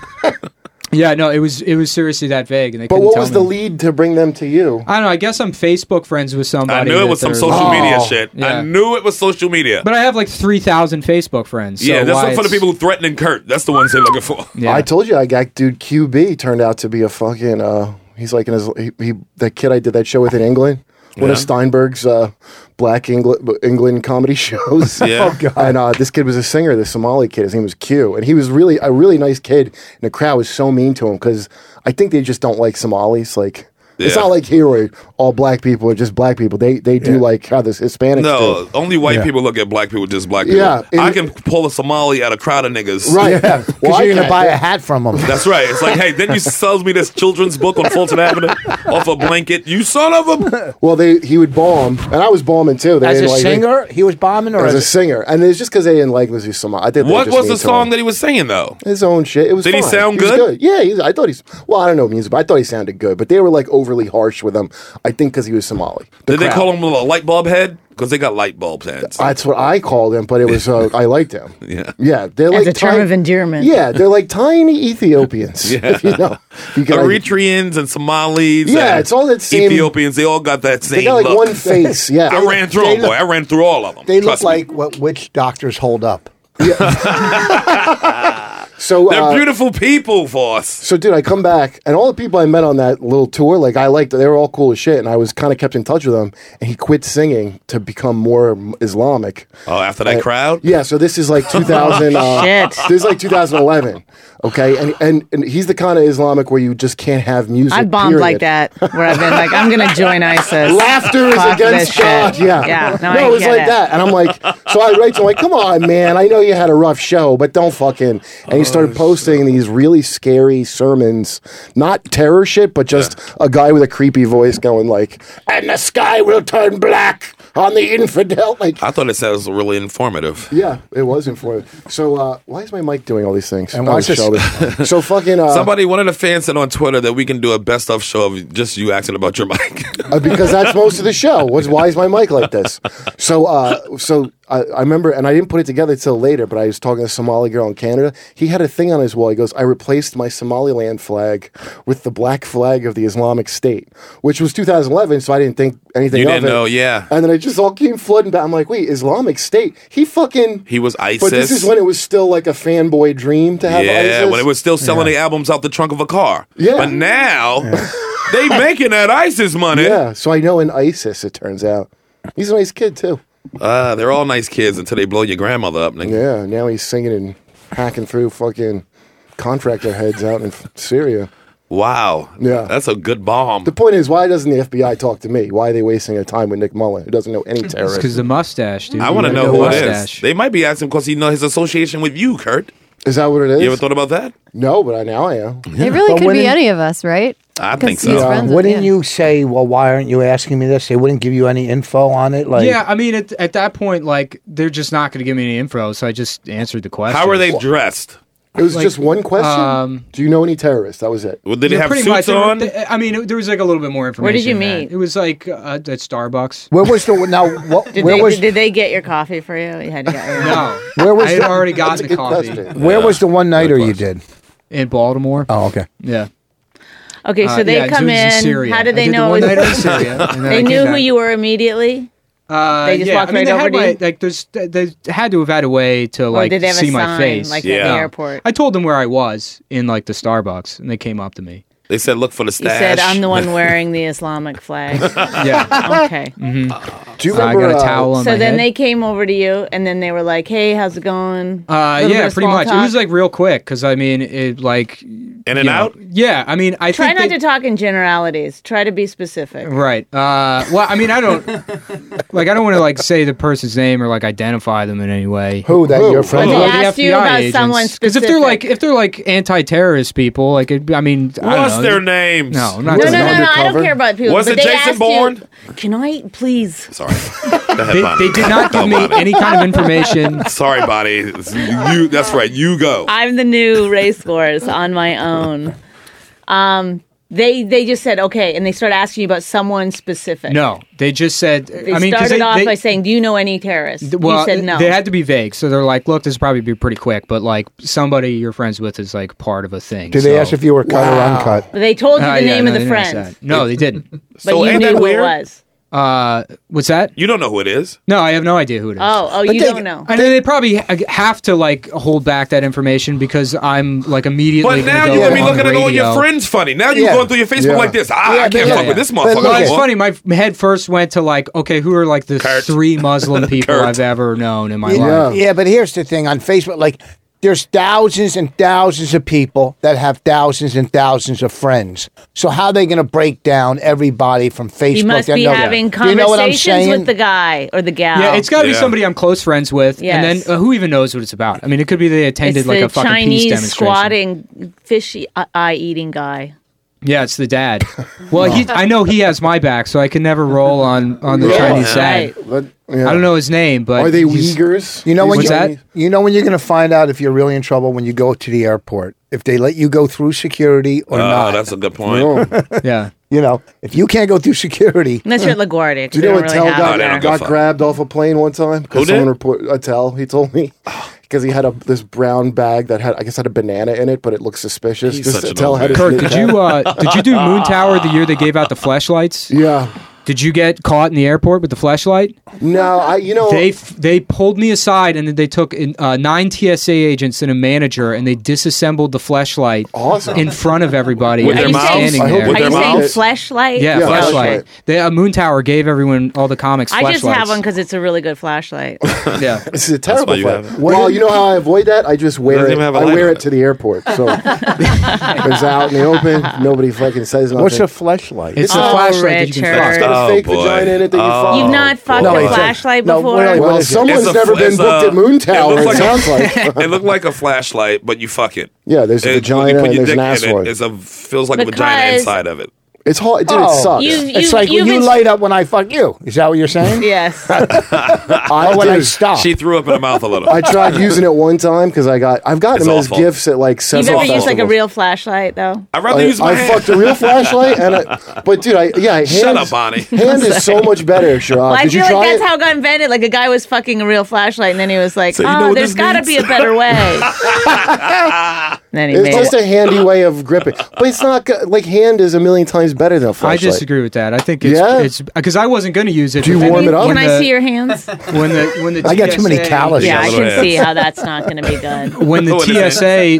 Speaker 10: yeah, no, it was it was seriously that vague, and they.
Speaker 7: but
Speaker 10: couldn't
Speaker 7: what
Speaker 10: tell
Speaker 7: was
Speaker 10: me.
Speaker 7: the lead to bring them to you?
Speaker 10: I don't know. I guess I'm Facebook friends with
Speaker 5: I
Speaker 10: somebody.
Speaker 5: knew it
Speaker 10: that
Speaker 5: was some
Speaker 10: they're-
Speaker 5: social media
Speaker 7: Oh,
Speaker 5: shit. I
Speaker 10: yeah.
Speaker 5: knew it was social media.
Speaker 10: But I have like three thousand Facebook friends. so
Speaker 5: yeah, that's
Speaker 10: why
Speaker 5: not for the
Speaker 10: it's-
Speaker 5: people who threatening Kurt. That's the ones they're looking for.
Speaker 10: Yeah.
Speaker 7: I told you, I got dude QB turned out to be a fucking. Uh, he's like in his he, he that kid I did that show with in England. One of
Speaker 5: Yeah.
Speaker 7: Steinberg's uh, black England, England comedy *laughs* shows.
Speaker 5: Yeah. Oh, God.
Speaker 7: And uh, this kid was a singer, this Somali kid. His name was Q. And he was really a really nice kid. And the crowd was so mean to him because I think they just don't like Somalis. Like, it's
Speaker 5: Yeah.
Speaker 7: not like here where all black people are just black people. They they do like how this Hispanics
Speaker 5: No,
Speaker 7: do.
Speaker 5: only white
Speaker 2: Yeah.
Speaker 5: people look at black people just black people.
Speaker 7: Yeah, it-
Speaker 5: I can pull a Somali out of crowd of niggas.
Speaker 7: Right. *laughs*
Speaker 2: Yeah, because
Speaker 7: Well, I
Speaker 2: you're going
Speaker 7: can't.
Speaker 2: to *laughs* buy a hat from him.
Speaker 5: That's right. It's like,
Speaker 7: *laughs*
Speaker 5: hey, then you sells me this children's book on Fulton Avenue off a blanket. You son of a.
Speaker 7: Well, they he would bomb, and I was bombing too. They
Speaker 2: As a
Speaker 7: didn't like me.
Speaker 2: singer, he was bombing, or
Speaker 7: as
Speaker 2: as
Speaker 7: a singer, and it's just because they didn't like Lizzie Somali. I think they
Speaker 5: What
Speaker 7: just
Speaker 5: was the
Speaker 7: need to
Speaker 5: song
Speaker 7: learn
Speaker 5: that he was singing though?
Speaker 7: his own shit. It was.
Speaker 5: Did he
Speaker 7: fine.
Speaker 5: sound
Speaker 7: was
Speaker 5: good?
Speaker 7: Yeah, he's, I thought he's. Well, I don't know music, but I thought he sounded good. But they were like overly harsh with him. I think because he was Somali. The
Speaker 5: Did they
Speaker 7: crowd.
Speaker 5: call him a light bulb head? Because they got light bulb heads.
Speaker 7: That's what I called him, but it was uh, I liked him.
Speaker 5: *laughs* Yeah.
Speaker 7: yeah. They're
Speaker 3: As
Speaker 7: like
Speaker 3: a term
Speaker 7: tiny-
Speaker 3: of endearment.
Speaker 7: Yeah, they're like tiny
Speaker 5: *laughs*
Speaker 7: Ethiopians. yeah, if *laughs* *laughs* you know, if you can,
Speaker 5: Eritreans and Somalis.
Speaker 7: Yeah,
Speaker 5: and
Speaker 7: it's all that same-
Speaker 5: Ethiopians. They all got that same
Speaker 7: they got like
Speaker 5: look.
Speaker 7: one face. Yeah,
Speaker 5: *laughs* I ran through
Speaker 2: they
Speaker 5: them, boy.
Speaker 2: look-
Speaker 5: I ran through all of them.
Speaker 2: *laughs* they look
Speaker 5: Trust me.
Speaker 2: like what witch doctors hold up.
Speaker 7: So
Speaker 5: they're
Speaker 7: uh,
Speaker 5: beautiful people, Voss.
Speaker 7: So, dude, I come back, and all the people I met on that little tour, like I liked, they were all cool as shit, and I was kind of kept in touch with them. And he quit singing to become more Islamic.
Speaker 5: Oh, after
Speaker 7: Uh,
Speaker 5: that crowd,
Speaker 7: Yeah, so this is
Speaker 5: *laughs*
Speaker 7: like 2000. uh,
Speaker 3: Shit.
Speaker 7: This is like 2011. Okay, and and, and he's the kind of Islamic where you just can't have music.
Speaker 3: I've bombed like
Speaker 7: period.
Speaker 3: that, where I've been like,
Speaker 7: *laughs*
Speaker 3: I'm gonna join ISIS.
Speaker 7: Laughter is
Speaker 3: Fuck
Speaker 7: against
Speaker 3: this shit.
Speaker 7: God. Yeah.
Speaker 3: Yeah, no,
Speaker 7: No,
Speaker 3: I
Speaker 7: it was
Speaker 3: get
Speaker 7: like
Speaker 3: it.
Speaker 7: that. And I'm like, so I write to him, like, come on, man. I know you had a rough show, but don't fucking. And he
Speaker 5: Oh,
Speaker 7: started posting these really scary sermons, not terror shit, but just a guy with a creepy voice going, like, and the sky will turn black on the infidel. Like,
Speaker 5: I thought it sounds really informative.
Speaker 7: yeah, it was informative. So, uh, why is my mic doing all these things?
Speaker 2: And why is this-
Speaker 7: Shelby. so
Speaker 5: *laughs*
Speaker 7: fucking. Uh,
Speaker 5: Somebody, one of the fans said on Twitter that we can do a best of show of just you asking about your *laughs* mic.
Speaker 7: Uh, because that's most of the show. Was why is my mic like this? So, uh, so I, I remember, and I didn't put it together till later. But I was talking to a Somali girl in Canada. He had a thing on his wall. He goes, "I replaced my Somaliland flag with the black flag of the Islamic State," which was 2011. So I didn't think anything.
Speaker 5: You
Speaker 7: of
Speaker 5: didn't
Speaker 7: it.
Speaker 5: know, yeah.
Speaker 7: And then it just all came flooding back. I'm like, wait, Islamic State? He fucking
Speaker 5: He was
Speaker 7: But this
Speaker 5: ISIS.
Speaker 7: is when it was still like a fanboy dream to have.
Speaker 5: yeah,
Speaker 7: ISIS.
Speaker 5: when it was still selling the albums out the trunk of a car.
Speaker 7: Yeah. *laughs*
Speaker 5: But now they *laughs* making that ISIS money.
Speaker 7: Yeah, so I know in ISIS. It turns out he's a nice kid too.
Speaker 5: Uh, they're all nice kids until they blow your grandmother up, nigga.
Speaker 7: Yeah, now he's singing and hacking through fucking contractor heads out in Syria.
Speaker 5: Wow.
Speaker 7: Yeah.
Speaker 5: That's a good bomb.
Speaker 7: The point is, why doesn't the FBI talk to me? Why are they wasting their time with Nick Mullen, who doesn't know any
Speaker 10: It's because
Speaker 7: terrorists?
Speaker 10: the mustache, dude.
Speaker 5: I want to
Speaker 10: You
Speaker 5: know
Speaker 10: the
Speaker 5: who it
Speaker 10: mustache.
Speaker 5: is. They might be asking because he know his association with you, Kurt.
Speaker 7: Is that what it is?
Speaker 5: You ever thought about that?
Speaker 7: no, but I, now I am.
Speaker 9: It really
Speaker 2: But
Speaker 9: could
Speaker 2: when
Speaker 9: be
Speaker 2: in-
Speaker 9: any of us, right?
Speaker 5: I
Speaker 9: 'Cause
Speaker 5: think so.
Speaker 9: he's
Speaker 5: Yeah.
Speaker 9: friends with-
Speaker 2: Wouldn't
Speaker 9: yeah.
Speaker 2: you say, well, why aren't you asking me this? They wouldn't give you any info on it. Like,
Speaker 10: yeah, I mean, at, at that point, like they're just not going to give me any info, so I just answered the question.
Speaker 5: How are they dressed?
Speaker 7: It was just one question.
Speaker 10: um,
Speaker 7: Do you know any terrorists? That was it.
Speaker 5: Well, did
Speaker 10: Yeah,
Speaker 5: they have
Speaker 10: pretty
Speaker 5: suits
Speaker 10: much. They were-
Speaker 5: on?
Speaker 10: they- I mean, it- there was like a little bit more information.
Speaker 3: Where did you
Speaker 10: than that.
Speaker 3: meet?
Speaker 10: It was like uh, at Starbucks.
Speaker 2: where was the now? What,
Speaker 3: Did
Speaker 2: where
Speaker 3: they,
Speaker 2: was
Speaker 3: did they get your coffee for you? You had to get your
Speaker 10: No,
Speaker 2: *laughs* Where was
Speaker 10: I had
Speaker 2: the-
Speaker 10: already gotten the
Speaker 7: Good
Speaker 10: coffee
Speaker 7: question.
Speaker 2: where was the one nighter you did?
Speaker 10: in Baltimore.
Speaker 2: Oh, okay.
Speaker 10: Yeah.
Speaker 3: Okay,
Speaker 10: Uh,
Speaker 3: so they
Speaker 10: yeah,
Speaker 3: come
Speaker 10: Zoom's
Speaker 3: in.
Speaker 10: Syria.
Speaker 3: How
Speaker 10: I
Speaker 3: did they
Speaker 10: the
Speaker 3: know it
Speaker 10: one-nighter
Speaker 3: *laughs*
Speaker 10: in
Speaker 3: was?
Speaker 10: Syria, and then I
Speaker 3: They
Speaker 10: came
Speaker 3: knew who
Speaker 10: back.
Speaker 3: you were immediately.
Speaker 10: Uh,
Speaker 3: They just
Speaker 10: yeah,
Speaker 3: walked
Speaker 10: I mean,
Speaker 3: right
Speaker 10: they
Speaker 3: over
Speaker 10: had
Speaker 3: to
Speaker 10: my,
Speaker 3: you?
Speaker 10: Like, there's, they had to have had a way to like
Speaker 3: did they have a
Speaker 10: see my
Speaker 3: sign,
Speaker 10: face.
Speaker 3: like, at
Speaker 5: the
Speaker 10: No.
Speaker 3: airport?
Speaker 10: I told them where I was in like the Starbucks, and they came up to
Speaker 5: *laughs*
Speaker 10: me.
Speaker 5: They said, look for the
Speaker 3: You
Speaker 5: stash.
Speaker 3: said I'm the one wearing the Islamic flag.
Speaker 10: *laughs* Yeah,
Speaker 3: Okay.
Speaker 7: Do you
Speaker 10: Uh, I
Speaker 7: remember?
Speaker 10: got a
Speaker 7: uh,
Speaker 10: towel on
Speaker 3: So
Speaker 10: my
Speaker 3: then
Speaker 10: head.
Speaker 3: they came over to you, and then they were like, "Hey, how's it going?"
Speaker 10: Uh,
Speaker 3: Little bit
Speaker 10: yeah,
Speaker 3: of
Speaker 10: pretty
Speaker 3: small
Speaker 10: much. It
Speaker 3: talk.
Speaker 10: was like real quick because I mean, it like
Speaker 5: In and
Speaker 10: you know,
Speaker 5: out?
Speaker 10: Yeah, I mean, I
Speaker 3: Try
Speaker 10: think
Speaker 3: not
Speaker 10: they-
Speaker 3: to talk in generalities. Try to be specific.
Speaker 10: Right. Uh, well, I mean, I
Speaker 2: *laughs*
Speaker 10: don't like. I don't want to like say the person's name or like identify them in any way.
Speaker 2: Who that your
Speaker 3: But
Speaker 2: friend?
Speaker 3: they
Speaker 10: Well,
Speaker 2: was?
Speaker 10: the
Speaker 3: asked you
Speaker 10: FBI
Speaker 3: about someone
Speaker 10: Because if they're like
Speaker 3: specific.
Speaker 10: if they're like anti-terrorist people, like it, I mean, I don't
Speaker 5: What's
Speaker 10: know.
Speaker 5: their names?
Speaker 10: No, not
Speaker 3: No, no,
Speaker 10: gonna-
Speaker 3: no, no. I
Speaker 7: Undercover?
Speaker 3: don't care about people.
Speaker 5: Was
Speaker 3: but
Speaker 5: it
Speaker 3: they
Speaker 5: Jason
Speaker 3: asked you,
Speaker 5: Bourne?
Speaker 3: Can I please? *laughs*
Speaker 5: Sorry. Go ahead,
Speaker 10: They,
Speaker 5: Bonnie.
Speaker 10: they did not give me
Speaker 5: Go, Bonnie.
Speaker 10: any kind of information.
Speaker 5: *laughs* Sorry, Bonnie. It's You, that's right. You go.
Speaker 3: I'm the new race wars on my own. Um, they they just said okay, and they started asking you about someone specific.
Speaker 10: No, they just said.
Speaker 3: They
Speaker 10: I mean, 'cause they,
Speaker 3: started off
Speaker 10: they,
Speaker 3: by saying, "Do you know any terrorists?"
Speaker 10: well,
Speaker 3: you said no.
Speaker 10: They had to be vague, so they're like, "Look, this will probably be pretty quick, but like somebody you're friends with is like part of a thing."
Speaker 2: Did they ask if you were cut or uncut?
Speaker 3: But they told
Speaker 10: Ah,
Speaker 3: you the name of the
Speaker 10: friend?
Speaker 3: friend,
Speaker 10: No, they didn't.
Speaker 3: *laughs* but you
Speaker 5: ain't that
Speaker 3: knew who it
Speaker 5: weird?
Speaker 3: was.
Speaker 10: Uh, what's that?
Speaker 5: You don't know who it is.
Speaker 10: No, I have no idea who it is.
Speaker 3: Oh, oh, you don't know.
Speaker 10: I know they probably ha- have to like hold back that information because I'm like
Speaker 5: But
Speaker 10: immediately.
Speaker 5: now
Speaker 10: gonna go
Speaker 5: you're going to be
Speaker 10: on
Speaker 5: looking at all
Speaker 10: radio.
Speaker 5: your friends funny. Now you're
Speaker 7: Yeah.
Speaker 5: going through your Facebook
Speaker 7: Yeah.
Speaker 5: like this. Ah, I can't
Speaker 10: yeah,
Speaker 5: fuck
Speaker 10: yeah.
Speaker 5: with this
Speaker 7: But
Speaker 5: motherfucker.
Speaker 7: look,
Speaker 10: Well, it's
Speaker 5: anymore.
Speaker 10: funny. My f- head first went to like, okay, who are like the
Speaker 5: Kurt. *laughs*
Speaker 10: three Muslim people
Speaker 5: Kurt.
Speaker 10: I've ever known in my
Speaker 7: Yeah.
Speaker 10: life?
Speaker 2: Yeah, but here's the thing on Facebook, like there's thousands and thousands of people that have thousands and thousands of friends. So how are they going to break down everybody from Facebook?
Speaker 3: You must
Speaker 2: that
Speaker 3: be
Speaker 2: know-
Speaker 3: having
Speaker 2: Do you know what I'm
Speaker 3: conversations
Speaker 2: saying?
Speaker 3: with the guy or the gal.
Speaker 10: Yeah, it's got to be
Speaker 5: Yeah.
Speaker 10: somebody I'm close friends with, and
Speaker 3: Yes.
Speaker 10: then uh, who even knows what it's about? I mean, it could be they attended
Speaker 3: It's
Speaker 10: like
Speaker 3: the
Speaker 10: a fucking peace
Speaker 3: Chinese
Speaker 10: demonstration.
Speaker 3: squatting, fishy eye eating guy.
Speaker 10: Yeah, it's the
Speaker 7: *laughs*
Speaker 10: dad. Well, he, I know he has my back, so I can never roll on on the
Speaker 7: Yeah.
Speaker 10: Chinese side.
Speaker 3: Right.
Speaker 7: But, yeah.
Speaker 10: I don't know his name, but
Speaker 7: Are they
Speaker 10: he's-
Speaker 7: Uyghurs?
Speaker 2: You know when you,
Speaker 10: What's that?
Speaker 2: you know when you're going to find out if you're really in trouble when you go to the airport. If they let you go through security or
Speaker 5: Oh,
Speaker 2: not.
Speaker 5: that's a good point. *laughs*
Speaker 10: Yeah.
Speaker 2: you know, if you can go through security,
Speaker 3: Unless you're at LaGuardia.
Speaker 7: Do
Speaker 3: 'cause
Speaker 7: you
Speaker 3: they
Speaker 7: know
Speaker 3: don't
Speaker 7: what
Speaker 3: really
Speaker 7: Tell
Speaker 3: have
Speaker 5: No,
Speaker 7: got,
Speaker 5: they don't
Speaker 3: that.
Speaker 5: give a
Speaker 7: got
Speaker 5: fuck.
Speaker 7: grabbed off a plane one time?
Speaker 5: Who
Speaker 7: Because
Speaker 5: did?
Speaker 7: someone report a tell. He told
Speaker 5: *sighs*
Speaker 7: me because he had a this brown bag that had I guess had a banana in it, but it looked suspicious.
Speaker 5: He's
Speaker 7: this
Speaker 5: such an
Speaker 7: Attell
Speaker 5: old
Speaker 7: had a
Speaker 5: man.
Speaker 10: Kurt,
Speaker 7: snake
Speaker 10: did
Speaker 7: hat. *laughs*
Speaker 10: you uh, did you do Moon Tower the year they gave out the flashlights?
Speaker 7: Yeah.
Speaker 10: Did you get caught in the airport with the flashlight?
Speaker 7: No, I. You know
Speaker 10: They f- they pulled me aside and then they took in, uh, nine TSA agents and a manager and they disassembled the flashlight
Speaker 7: Awesome.
Speaker 10: in front of everybody.
Speaker 5: With
Speaker 10: and
Speaker 5: their
Speaker 10: I'm
Speaker 5: mouths?
Speaker 10: standing
Speaker 7: I hope
Speaker 10: there.
Speaker 7: with
Speaker 3: Are
Speaker 7: their
Speaker 3: you saying
Speaker 7: mouths?
Speaker 3: flashlight?
Speaker 10: yeah,
Speaker 7: Yeah,
Speaker 10: flashlight.
Speaker 7: flashlight.
Speaker 10: They, uh, Moon Tower gave everyone all the comics.
Speaker 3: I just have
Speaker 10: flashlights.
Speaker 3: one because it's a really good flashlight.
Speaker 10: *laughs* Yeah.
Speaker 7: This is a terrible
Speaker 5: why you
Speaker 7: fight.
Speaker 5: have it.
Speaker 7: Well, you know how I avoid that? I just wear
Speaker 5: Doesn't
Speaker 7: it.
Speaker 5: even have a
Speaker 7: I
Speaker 5: light
Speaker 7: wear
Speaker 5: on
Speaker 7: it
Speaker 5: it.
Speaker 7: to the airport,
Speaker 3: *laughs*
Speaker 7: so it's out in the open. Nobody fucking says nothing.
Speaker 2: what's a flashlight?
Speaker 10: It's
Speaker 3: Oh,
Speaker 10: a flashlight that you can
Speaker 3: Richard.
Speaker 7: it's got a
Speaker 5: Oh,
Speaker 7: fake
Speaker 5: boy.
Speaker 7: vagina in it that you
Speaker 5: Oh.
Speaker 7: fuck.
Speaker 3: You've not fucked
Speaker 5: No,
Speaker 3: a
Speaker 5: it's a-
Speaker 3: flashlight
Speaker 2: no,
Speaker 3: before.
Speaker 2: wait,
Speaker 7: well,
Speaker 2: What is it?
Speaker 7: someone's
Speaker 5: It's a-
Speaker 7: never been
Speaker 5: it's
Speaker 7: booked
Speaker 5: a-
Speaker 7: at Moon Tower.
Speaker 5: It
Speaker 7: It,
Speaker 5: looks
Speaker 7: sounds like.
Speaker 5: *laughs* it looked like a flashlight, but you fuck it.
Speaker 7: Yeah, there's a
Speaker 5: It- when
Speaker 7: vagina
Speaker 5: you put
Speaker 7: and
Speaker 5: your
Speaker 7: there's an
Speaker 5: dick in
Speaker 7: asteroid.
Speaker 5: It, it's a feels like a vagina
Speaker 3: Because-
Speaker 5: inside of it.
Speaker 7: It's hard, dude.
Speaker 2: Oh.
Speaker 7: It sucks.
Speaker 3: You-
Speaker 2: it's like when
Speaker 3: you've
Speaker 2: you
Speaker 3: been-
Speaker 2: light up when I fuck you. Is that what you're saying?
Speaker 3: *laughs* Yes.
Speaker 5: *laughs*
Speaker 7: I,
Speaker 2: Or when I
Speaker 7: dude,
Speaker 2: stop.
Speaker 5: She threw up in her mouth a little.
Speaker 7: I
Speaker 3: *laughs*
Speaker 7: tried using it one time because I got I've gotten
Speaker 5: It's
Speaker 7: them
Speaker 5: awful.
Speaker 7: as gifts at like
Speaker 3: You've
Speaker 7: several
Speaker 3: ever used like a
Speaker 7: festivals.
Speaker 3: real flashlight though?
Speaker 5: I'd rather
Speaker 7: I,
Speaker 5: use my
Speaker 7: I
Speaker 5: hand.
Speaker 7: fucked a real flashlight and I, but dude, I yeah, hands,
Speaker 5: *laughs* Shut up, Bonnie.
Speaker 7: *laughs* Hand is so much
Speaker 3: *laughs*
Speaker 7: better, Sharad.
Speaker 3: Well, I
Speaker 7: Did
Speaker 3: feel
Speaker 7: you
Speaker 3: like
Speaker 7: try
Speaker 3: that's
Speaker 7: it?
Speaker 3: how it got invented. Like a guy was fucking a real flashlight, and then he was like,
Speaker 5: So you know
Speaker 3: "Oh,
Speaker 5: what
Speaker 3: there's
Speaker 5: this
Speaker 3: got to
Speaker 5: means?"
Speaker 3: be a better way."
Speaker 5: *laughs*
Speaker 3: then he
Speaker 7: It's
Speaker 3: made
Speaker 7: just
Speaker 3: it.
Speaker 7: a handy way of gripping, but it's not go- like hand is a million times better than a
Speaker 10: I
Speaker 7: flashlight.
Speaker 10: disagree with that. I think it's
Speaker 7: Yeah?
Speaker 10: it's because I wasn't going to use it.
Speaker 7: Do you
Speaker 10: but then
Speaker 7: warm it up?
Speaker 10: when
Speaker 3: Can I
Speaker 10: the-
Speaker 3: see your hands?
Speaker 10: *laughs* When the when the
Speaker 2: I got too many
Speaker 10: TSA
Speaker 2: calluses.
Speaker 3: yeah, I
Speaker 5: little
Speaker 3: can
Speaker 5: hands.
Speaker 10: *laughs*
Speaker 3: see how that's not going to be good.
Speaker 10: when the
Speaker 5: What is it?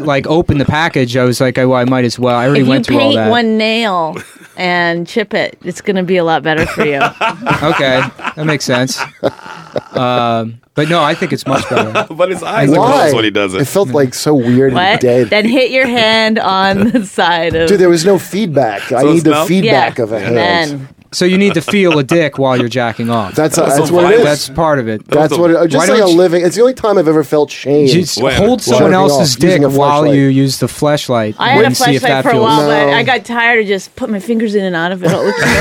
Speaker 10: TSA like opened the package, I was like, oh, well, I might as well. I already
Speaker 3: If you
Speaker 10: went through all
Speaker 3: paint
Speaker 10: that. *laughs*
Speaker 3: one nail and chip it, it's going to be a lot better for you.
Speaker 7: *laughs*
Speaker 10: Okay, that makes sense. Um, But no, I think it's much better.
Speaker 5: but his eyes are
Speaker 7: Why?
Speaker 5: closed when he does it.
Speaker 7: It felt like so weird
Speaker 3: What?
Speaker 7: and dead.
Speaker 3: Then hit your hand on the *laughs* side of.
Speaker 7: Dude, there was no feedback. I
Speaker 5: So
Speaker 7: need the
Speaker 5: smell?
Speaker 7: feedback of a hand.
Speaker 3: Then
Speaker 10: so you need to feel a dick while you're jacking off.
Speaker 7: That's uh, that's
Speaker 5: so
Speaker 7: what it is.
Speaker 5: violent.
Speaker 10: That's
Speaker 7: That's,
Speaker 10: part of it.
Speaker 7: what it,
Speaker 10: Why
Speaker 7: just
Speaker 10: don't
Speaker 7: like a
Speaker 10: you-
Speaker 7: living. It's the only time I've ever felt shame.
Speaker 10: You just
Speaker 5: Wait a
Speaker 10: hold
Speaker 5: minute.
Speaker 10: someone
Speaker 7: Jerking
Speaker 10: else's
Speaker 7: off, using
Speaker 10: dick
Speaker 7: a
Speaker 10: while
Speaker 7: flashlight.
Speaker 10: you *laughs* use the flashlight.
Speaker 3: I had a
Speaker 10: and see if
Speaker 3: flashlight
Speaker 10: that
Speaker 3: for a
Speaker 10: feels-
Speaker 3: while, but
Speaker 7: No.
Speaker 3: I got tired of just putting my fingers in and out of it all the time.